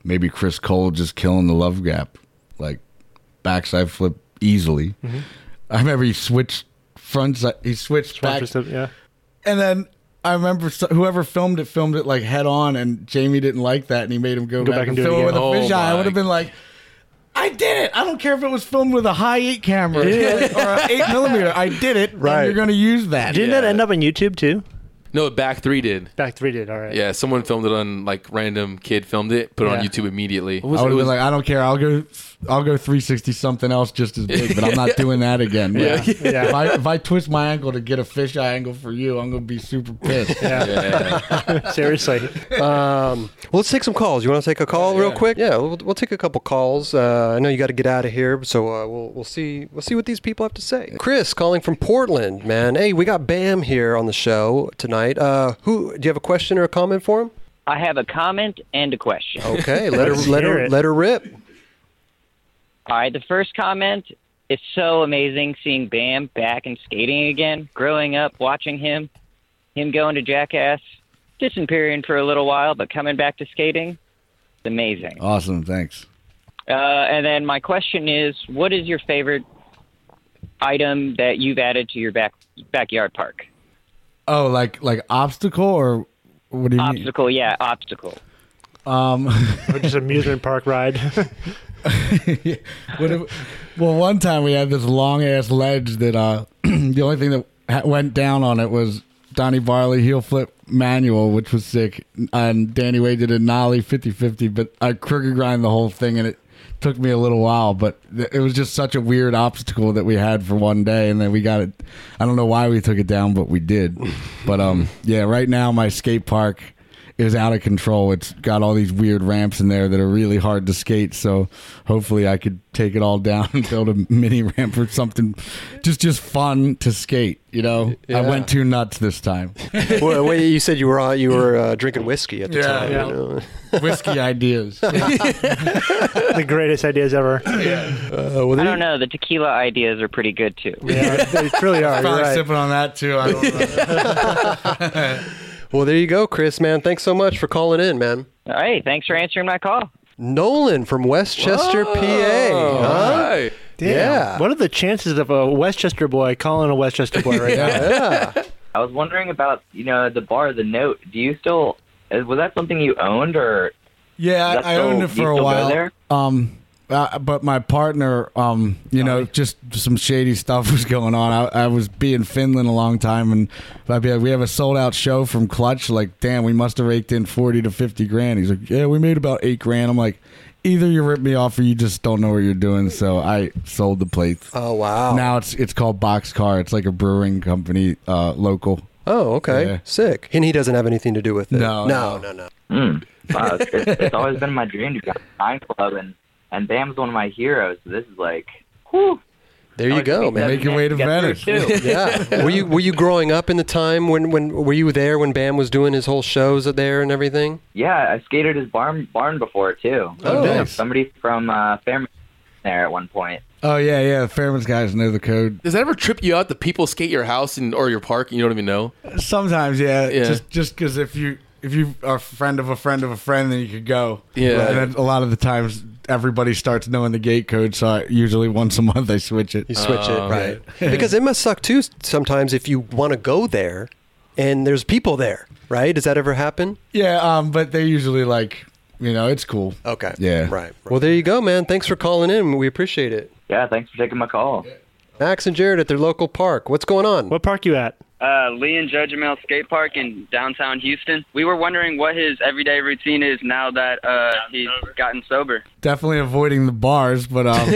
Maybe Chris Cole just killing the love gap, like backside flip easily.
Mm-hmm.
I remember he switched frontside. He switched
Watch
back,
us- yeah.
and then. I remember so, whoever filmed it filmed it like head on, and Jamie didn't like that, and he made him go, back,
back and
and
do it
film it, with a
again. Oh
fisheye. I
my
would have been like, I did it. I don't care if it was filmed with a high eight camera or an eight millimeter. I did it. Right. you're going to use that.
Didn't that end up on YouTube, too?
No, back three did.
Back three did, all right.
Yeah, someone filmed it on like random kid filmed it, put it on
Yeah.
YouTube immediately.
I would
It
have
was-
been like, I don't care. I'll go, I'll go 360 something else just as big, but I'm not doing that again. man.
Yeah. Yeah.
If I if I twist my ankle to get a fisheye angle for you, I'm gonna be super pissed.
Seriously.
um, well, let's take some calls. You want to take a call real quick? Yeah, we'll, we'll take a couple calls. Uh, I know you got to get out of here, so uh, we'll we'll see we'll see what these people have to say. Chris calling from Portland, man. Hey, we got Bam here on the show tonight. Uh, who do you have a question or a comment for him?
I have a comment and a question.
Okay, let her let
hear
her
it.
let her rip.
All right, the first comment. It's so amazing seeing Bam back and skating again. Growing up, watching him, him going to Jackass, disappearing for a little while, but coming back to skating. It's amazing.
Awesome. Thanks.
Uh, and then my question is, what is your favorite item that you've added to your back backyard park?
Oh, like like obstacle or what do you mean? Um,
Obstacle, yeah, obstacle.
Or just amusement park ride.
What if- well, one time we had this long ass ledge that uh, the only thing that ha- went down on it was Donnie Barley heel flip manual, which was sick, and Danny Way did a nollie 50-50, but I crooked grind the whole thing, and it took me a little while, but th- it was just such a weird obstacle that we had for one day, and then we got it. I don't know why we took it down, but we did. But um, yeah, right now my skate park is out of control. It's got all these weird ramps in there that are really hard to skate. So hopefully I could take it all down and build a mini ramp or something, just just fun to skate. You know, I went too nuts this time.
well, wait, you said you were uh, you were uh, drinking whiskey at the
Yeah,
time.
yeah.
You know?
Whiskey ideas.
the greatest ideas ever.
I don't know. The tequila ideas are pretty good too.
Yeah, they truly are. You're
Probably
right.
sipping on that too. I don't know.
Well, there you go, Chris. Man, thanks so much for calling in, man.
All right, thanks for answering my call.
Nolan from Westchester, PA. huh?
Hi.
Damn.
Yeah.
What are the chances of a Westchester boy calling a Westchester boy right now?
I was wondering about you know the bar, the note. Do you still uh, was that something you owned or
Yeah,
That's
I, I owned it
all- you
for a
still go
while.
there?
Um, uh, but my partner, um, you know, just some shady stuff was going on. I, I was be in Finland a long time, and I'd be like, "We have a sold out show from Clutch." Like, damn, we must have raked in forty to fifty grand. He's like, "Yeah, we made about eight grand." I'm like, either you rip me off, or you just don't know what you're doing. So I sold the plates.
Oh wow.
Now it's it's called Boxcar. It's like a brewing company, uh, local.
Oh, okay.
Yeah.
Sick. And he doesn't have anything to do with it.
No,
no, no, no.
Wow, it's, it's, it's always been my dream to go to Nine Club, and and Bam's one of my heroes. So this is like, whew.
There you go, man.
Make your way to Venice.
yeah. Were you were you growing up in the time when when were you there when Bam was doing his whole shows there and everything?
Yeah, I skated his barn barn before too.
Oh,
Yeah,
nice.
Somebody from uh, Fairmont there at one point.
Oh yeah, yeah. Fairman's guys know the code.
Does that ever trip you out that people skate your house and or your park and you don't even know?
Sometimes, yeah.
Yeah.
Just just because if you if you are a friend of a friend of a friend, then you could go.
Yeah.
And then a lot of the times, everybody starts knowing the gate code, so I, usually once a month I switch it. Uh,
You switch it, right? because it must suck too sometimes if you want to go there and there's people there, right? Does that ever happen?
Yeah, um, but they usually like you know it's cool.
Okay.
Yeah.
Right. right. Well, there you go, man. Thanks for calling in. We appreciate it.
Yeah, thanks for taking my call.
Max and Jared at their local park. What's going on?
what park you at?
Uh, Lee and Judge Amel Skate Park in downtown Houston. We were wondering what his everyday routine is now that uh, he's gotten sober.
Definitely avoiding the bars, but um,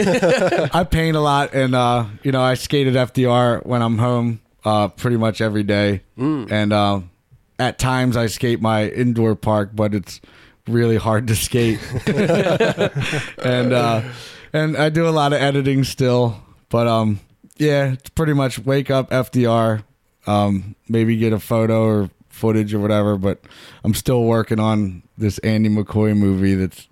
I paint a lot, and uh, you know I skate at FDR when I'm home uh, pretty much every day, and uh, at times I skate my indoor park, but it's really hard to skate. and uh, and I do a lot of editing still, but um, yeah, it's pretty much wake up FDR, um, maybe get a photo or footage or whatever. But I'm still working on this Andy McCoy movie that's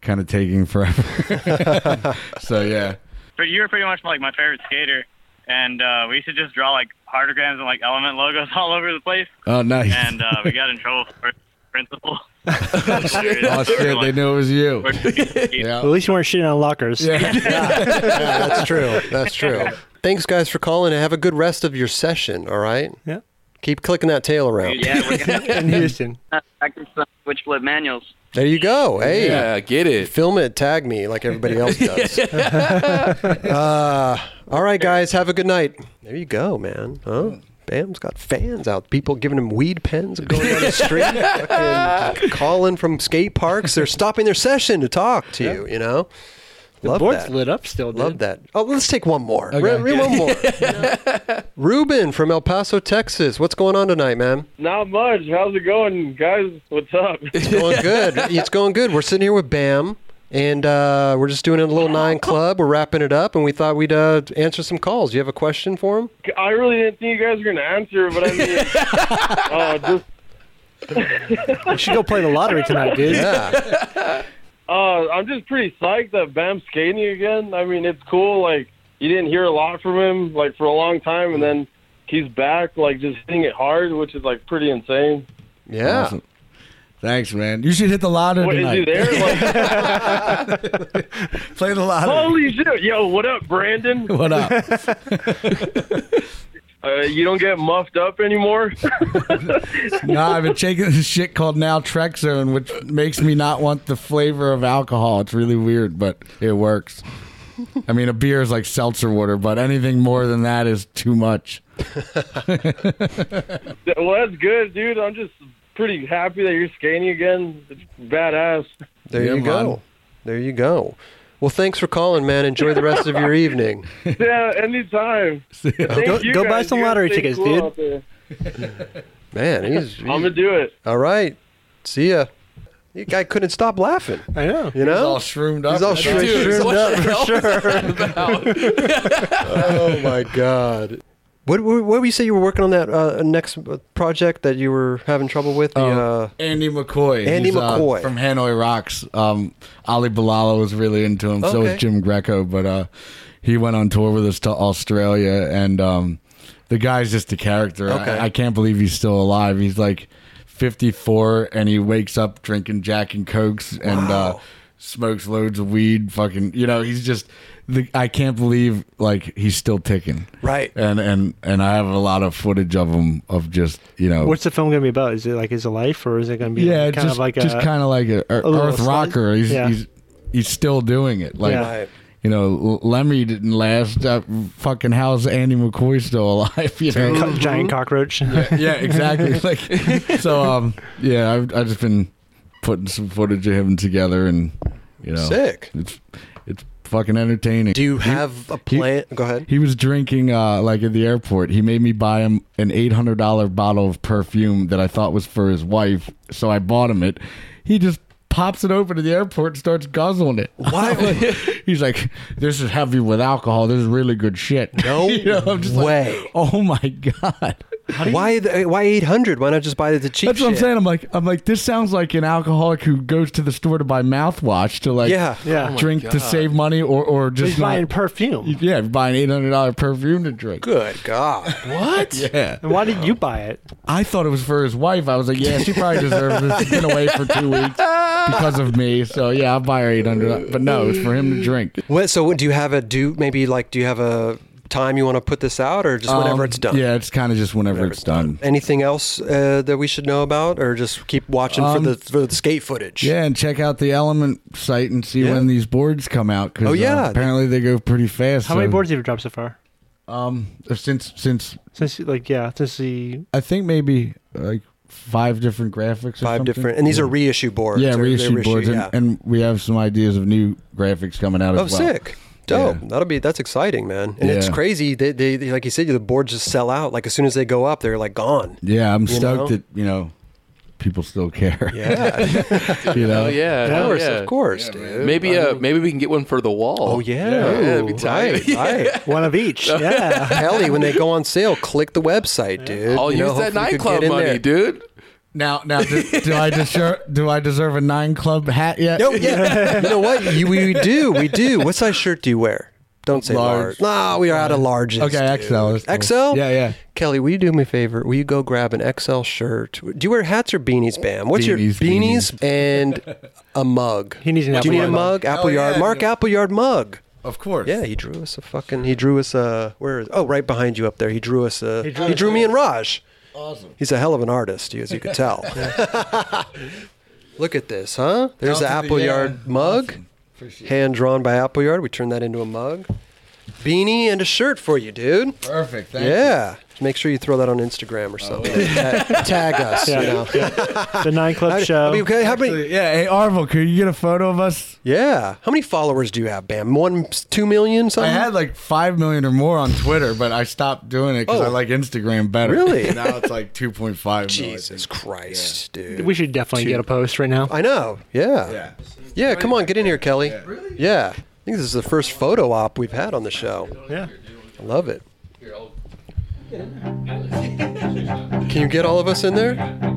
kind of taking forever. so yeah,
But you were pretty much like my favorite skater, and uh, we used to just draw like hardograms and like element logos all over the place,
oh nice.
and uh, we got in trouble for it, principal.
oh shit, they knew it was you.
At least you weren't shitting on lockers.
Yeah, that's true. That's true. Thanks, guys, for calling and have a good rest of your session, all right?
Yeah.
Keep clicking that tail around.
yeah, we're gonna uh,
In Houston.
practice some switch flip manuals.
There you go. Hey.
Yeah, get it.
Film it, tag me like everybody else does. uh, all right, guys, have a good night. There you go, man. Huh? Bam's got fans out. People giving him weed pens going down the street, fucking calling from skate parks. They're stopping their session to talk to you. You know, love
Board's
that.
lit up still, dude.
Love that. Oh, let's take one more. Re- re- one more. Ruben from El Paso, Texas. What's going on tonight, man?
Not much. How's it going, guys? What's up?
It's going good. It's going good. We're sitting here with Bam, and uh, we're just doing a little nine club. We're wrapping it up, and we thought we'd uh, answer some calls. You have a question for him?
I really didn't think you guys were gonna answer, but I mean, uh, just
You should go play the lottery tonight, dude.
Yeah.
Uh, I'm just pretty psyched that Bam's skating again. I mean, it's cool. Like you didn't hear a lot from him like for a long time, and then he's back, like just hitting it hard, which is like pretty insane.
Yeah.
Thanks, man. You should hit the louder
What, is
tonight.
he there?
Play the lottery.
Holy shit! Yo, what up, Brandon?
What up?
Uh, you don't get muffed up anymore.
no, I've been taking this shit called now Trexone, which makes me not want the flavor of alcohol. It's really weird, but it works. I mean, a beer is like seltzer water, but anything more than that is too much.
well, that's good, dude. I'm just pretty happy that you're skating again. It's badass.
There you go. There you go. Well, thanks for calling, man. Enjoy the rest of your evening.
yeah, anytime. Thank
Go-
you
go buy
guys.
some
You guys
lottery
stay
tickets,
cool
dude.
out there.
Man, he's,
I'm gonna do it.
All right. See ya. You guy couldn't stop laughing. I know. You know, he's
all shroomed up.
He's all
Dude,
shro- shroomed
what
up
the hell
for
is
sure. oh my god. What, what, what were you say you were working on that uh, next project that you were having trouble with? The,
Um,
uh,
Andy McCoy.
Andy
He's, uh,
McCoy.
from Hanoi Rocks. Um, Ali Balala was really into him. So
Okay.
was Jim Greco, but uh, he went on tour with us to Australia, and um, the guy's just a character. I-
Okay.
I, can't believe he's still alive. He's like 54, and he wakes up drinking Jack and Cokes and uh, smokes loads of weed. Fucking, you know, he's just. The, I can't believe like he's still ticking.
Right.
And and and I have a lot of footage of him of just you know
What's the film going to be about? Is it like his life, or is it going to be
yeah,
kind
just,
of like
just
a
kind of like a,
a little
Earth
slice?
rocker. He's,
Yeah.
he's he's still doing it. Like
Yeah. Right.
you know, L- Lemmy didn't last. Uh, fucking how's Andy McCoy still alive? You know,
Co- giant cockroach? Yeah,
yeah, exactly. like so. Um, yeah, I've I've just been putting some footage of him together, and you know,
Sick.
It's it's fucking entertaining.
do you have a plan? Go ahead.
He was drinking uh, like at the airport. He made me buy him an eight hundred dollar bottle of perfume that I thought was for his wife, so I bought him it. He just pops it open at the airport and starts guzzling it.
Why?
He's like, "This is heavy with alcohol. This is really good shit."
No
You know, I'm just like,
way.
oh my god.
why the, why eight hundred? Why not just buy the cheap?
That's what I'm
shit?
saying. I'm like, I'm like, this sounds like an alcoholic who goes to the store to buy mouthwash to like,
Yeah.
Yeah. Oh my
drink to save money or or just
He's
not-
buying perfume.
yeah, buying eight hundred dollar perfume to drink.
Good God.
What?
Yeah.
And why did you buy it?
I thought it was for his wife. I was like, yeah, she probably deserves this. She's been away for two weeks because of me. So yeah, I'll buy her eight hundred. But no, it's for him to drink.
What, so what, do you have a do maybe like do you have a time you want to put this out or just whenever
Um,
it's done?
Yeah, it's kind of just whenever, it's done.
Anything else uh, that we should know about, or just keep watching
Um,
for the for the skate footage?
Yeah, and check out the Element site and see
Yeah.
when these boards come out. 'cause, uh,
Oh, yeah.
apparently they go pretty fast.
How many
so,
boards have you dropped so far?
Um, since since
Since like yeah, since the
I think maybe like five different graphics. Or
Five
something.
different, and these
Yeah.
are reissue boards.
Yeah,
or they're
reissued boards,
yeah.
and, and we have some ideas of new graphics coming out as
oh,
well.
sick, dope.
Yeah.
That'll be that's exciting, man. And it's
Yeah.
crazy. They, they, they- like you said, the boards just sell out. Like as soon as they go up, they're like gone.
Yeah, I'm
You
stoked
know?
that you know people still care.
Yeah,
you know,
Oh yeah,
of
hell
course,
yeah.
of course, dude.
Maybe uh, maybe we can get one for the wall.
Oh yeah,
that'd be tight.
right, right.
one of each. Yeah.
Ellie, when they go on sale, click the website, dude.
I'll
You know,
Oh, use that
hopefully you could
nightclub
get in
money,
there.
dude.
Now, now, do, do I deserve do I deserve a nine club hat yet?
No, Oh, yeah. you know what? You, we do. We do. What size shirt do you wear? Don't say large.
Large.
No, we are out of larges.
Okay,
dude.
XL is cool.
XL?
Yeah, yeah.
Kelly, will you do me a favor? Will you go grab an XL shirt? Do you wear hats or beanies, Bam? What's your
Beanies,
beanies, and a mug?
He needs an
Do you need
Apple
a
Yard mug.
mug? Apple
Oh, yeah,
Yard. Mark
dude.
Appleyard mug.
Of course.
Yeah, he drew us a fucking. He drew us a. Where is? Oh, right behind you up there. He drew us a. He drew,
drew us
me and Raj.
Awesome.
He's a hell of an artist, as you could tell. Look at this, huh? There's the
Out to the-
Appleyard
yeah.
mug,
Awesome. Appreciate it.
hand drawn by Appleyard. We turned that into a mug, beanie, and a shirt for you, dude.
Perfect. Thank
yeah. Make sure you throw that on Instagram or something. Ta- Tag us,
Yeah.
you know.
the nine club show.
I mean, okay, how
You.
many?
Yeah. Hey, Arvil, could you get a photo of us?
Yeah. How many followers do you have, Bam? One, two million,
I
something.
had like five million or more on Twitter, but I stopped doing it because I
Oh.
like Instagram better.
Really?
now it's like two point five.
Jesus Christ, dude.
we should definitely get a post right now.
I know. Yeah.
Yeah.
Yeah, come on, get in here, Kelly. Really? Yeah. I think this is the first photo op we've had on the show.
Yeah.
I love it. Can you get all of us in there?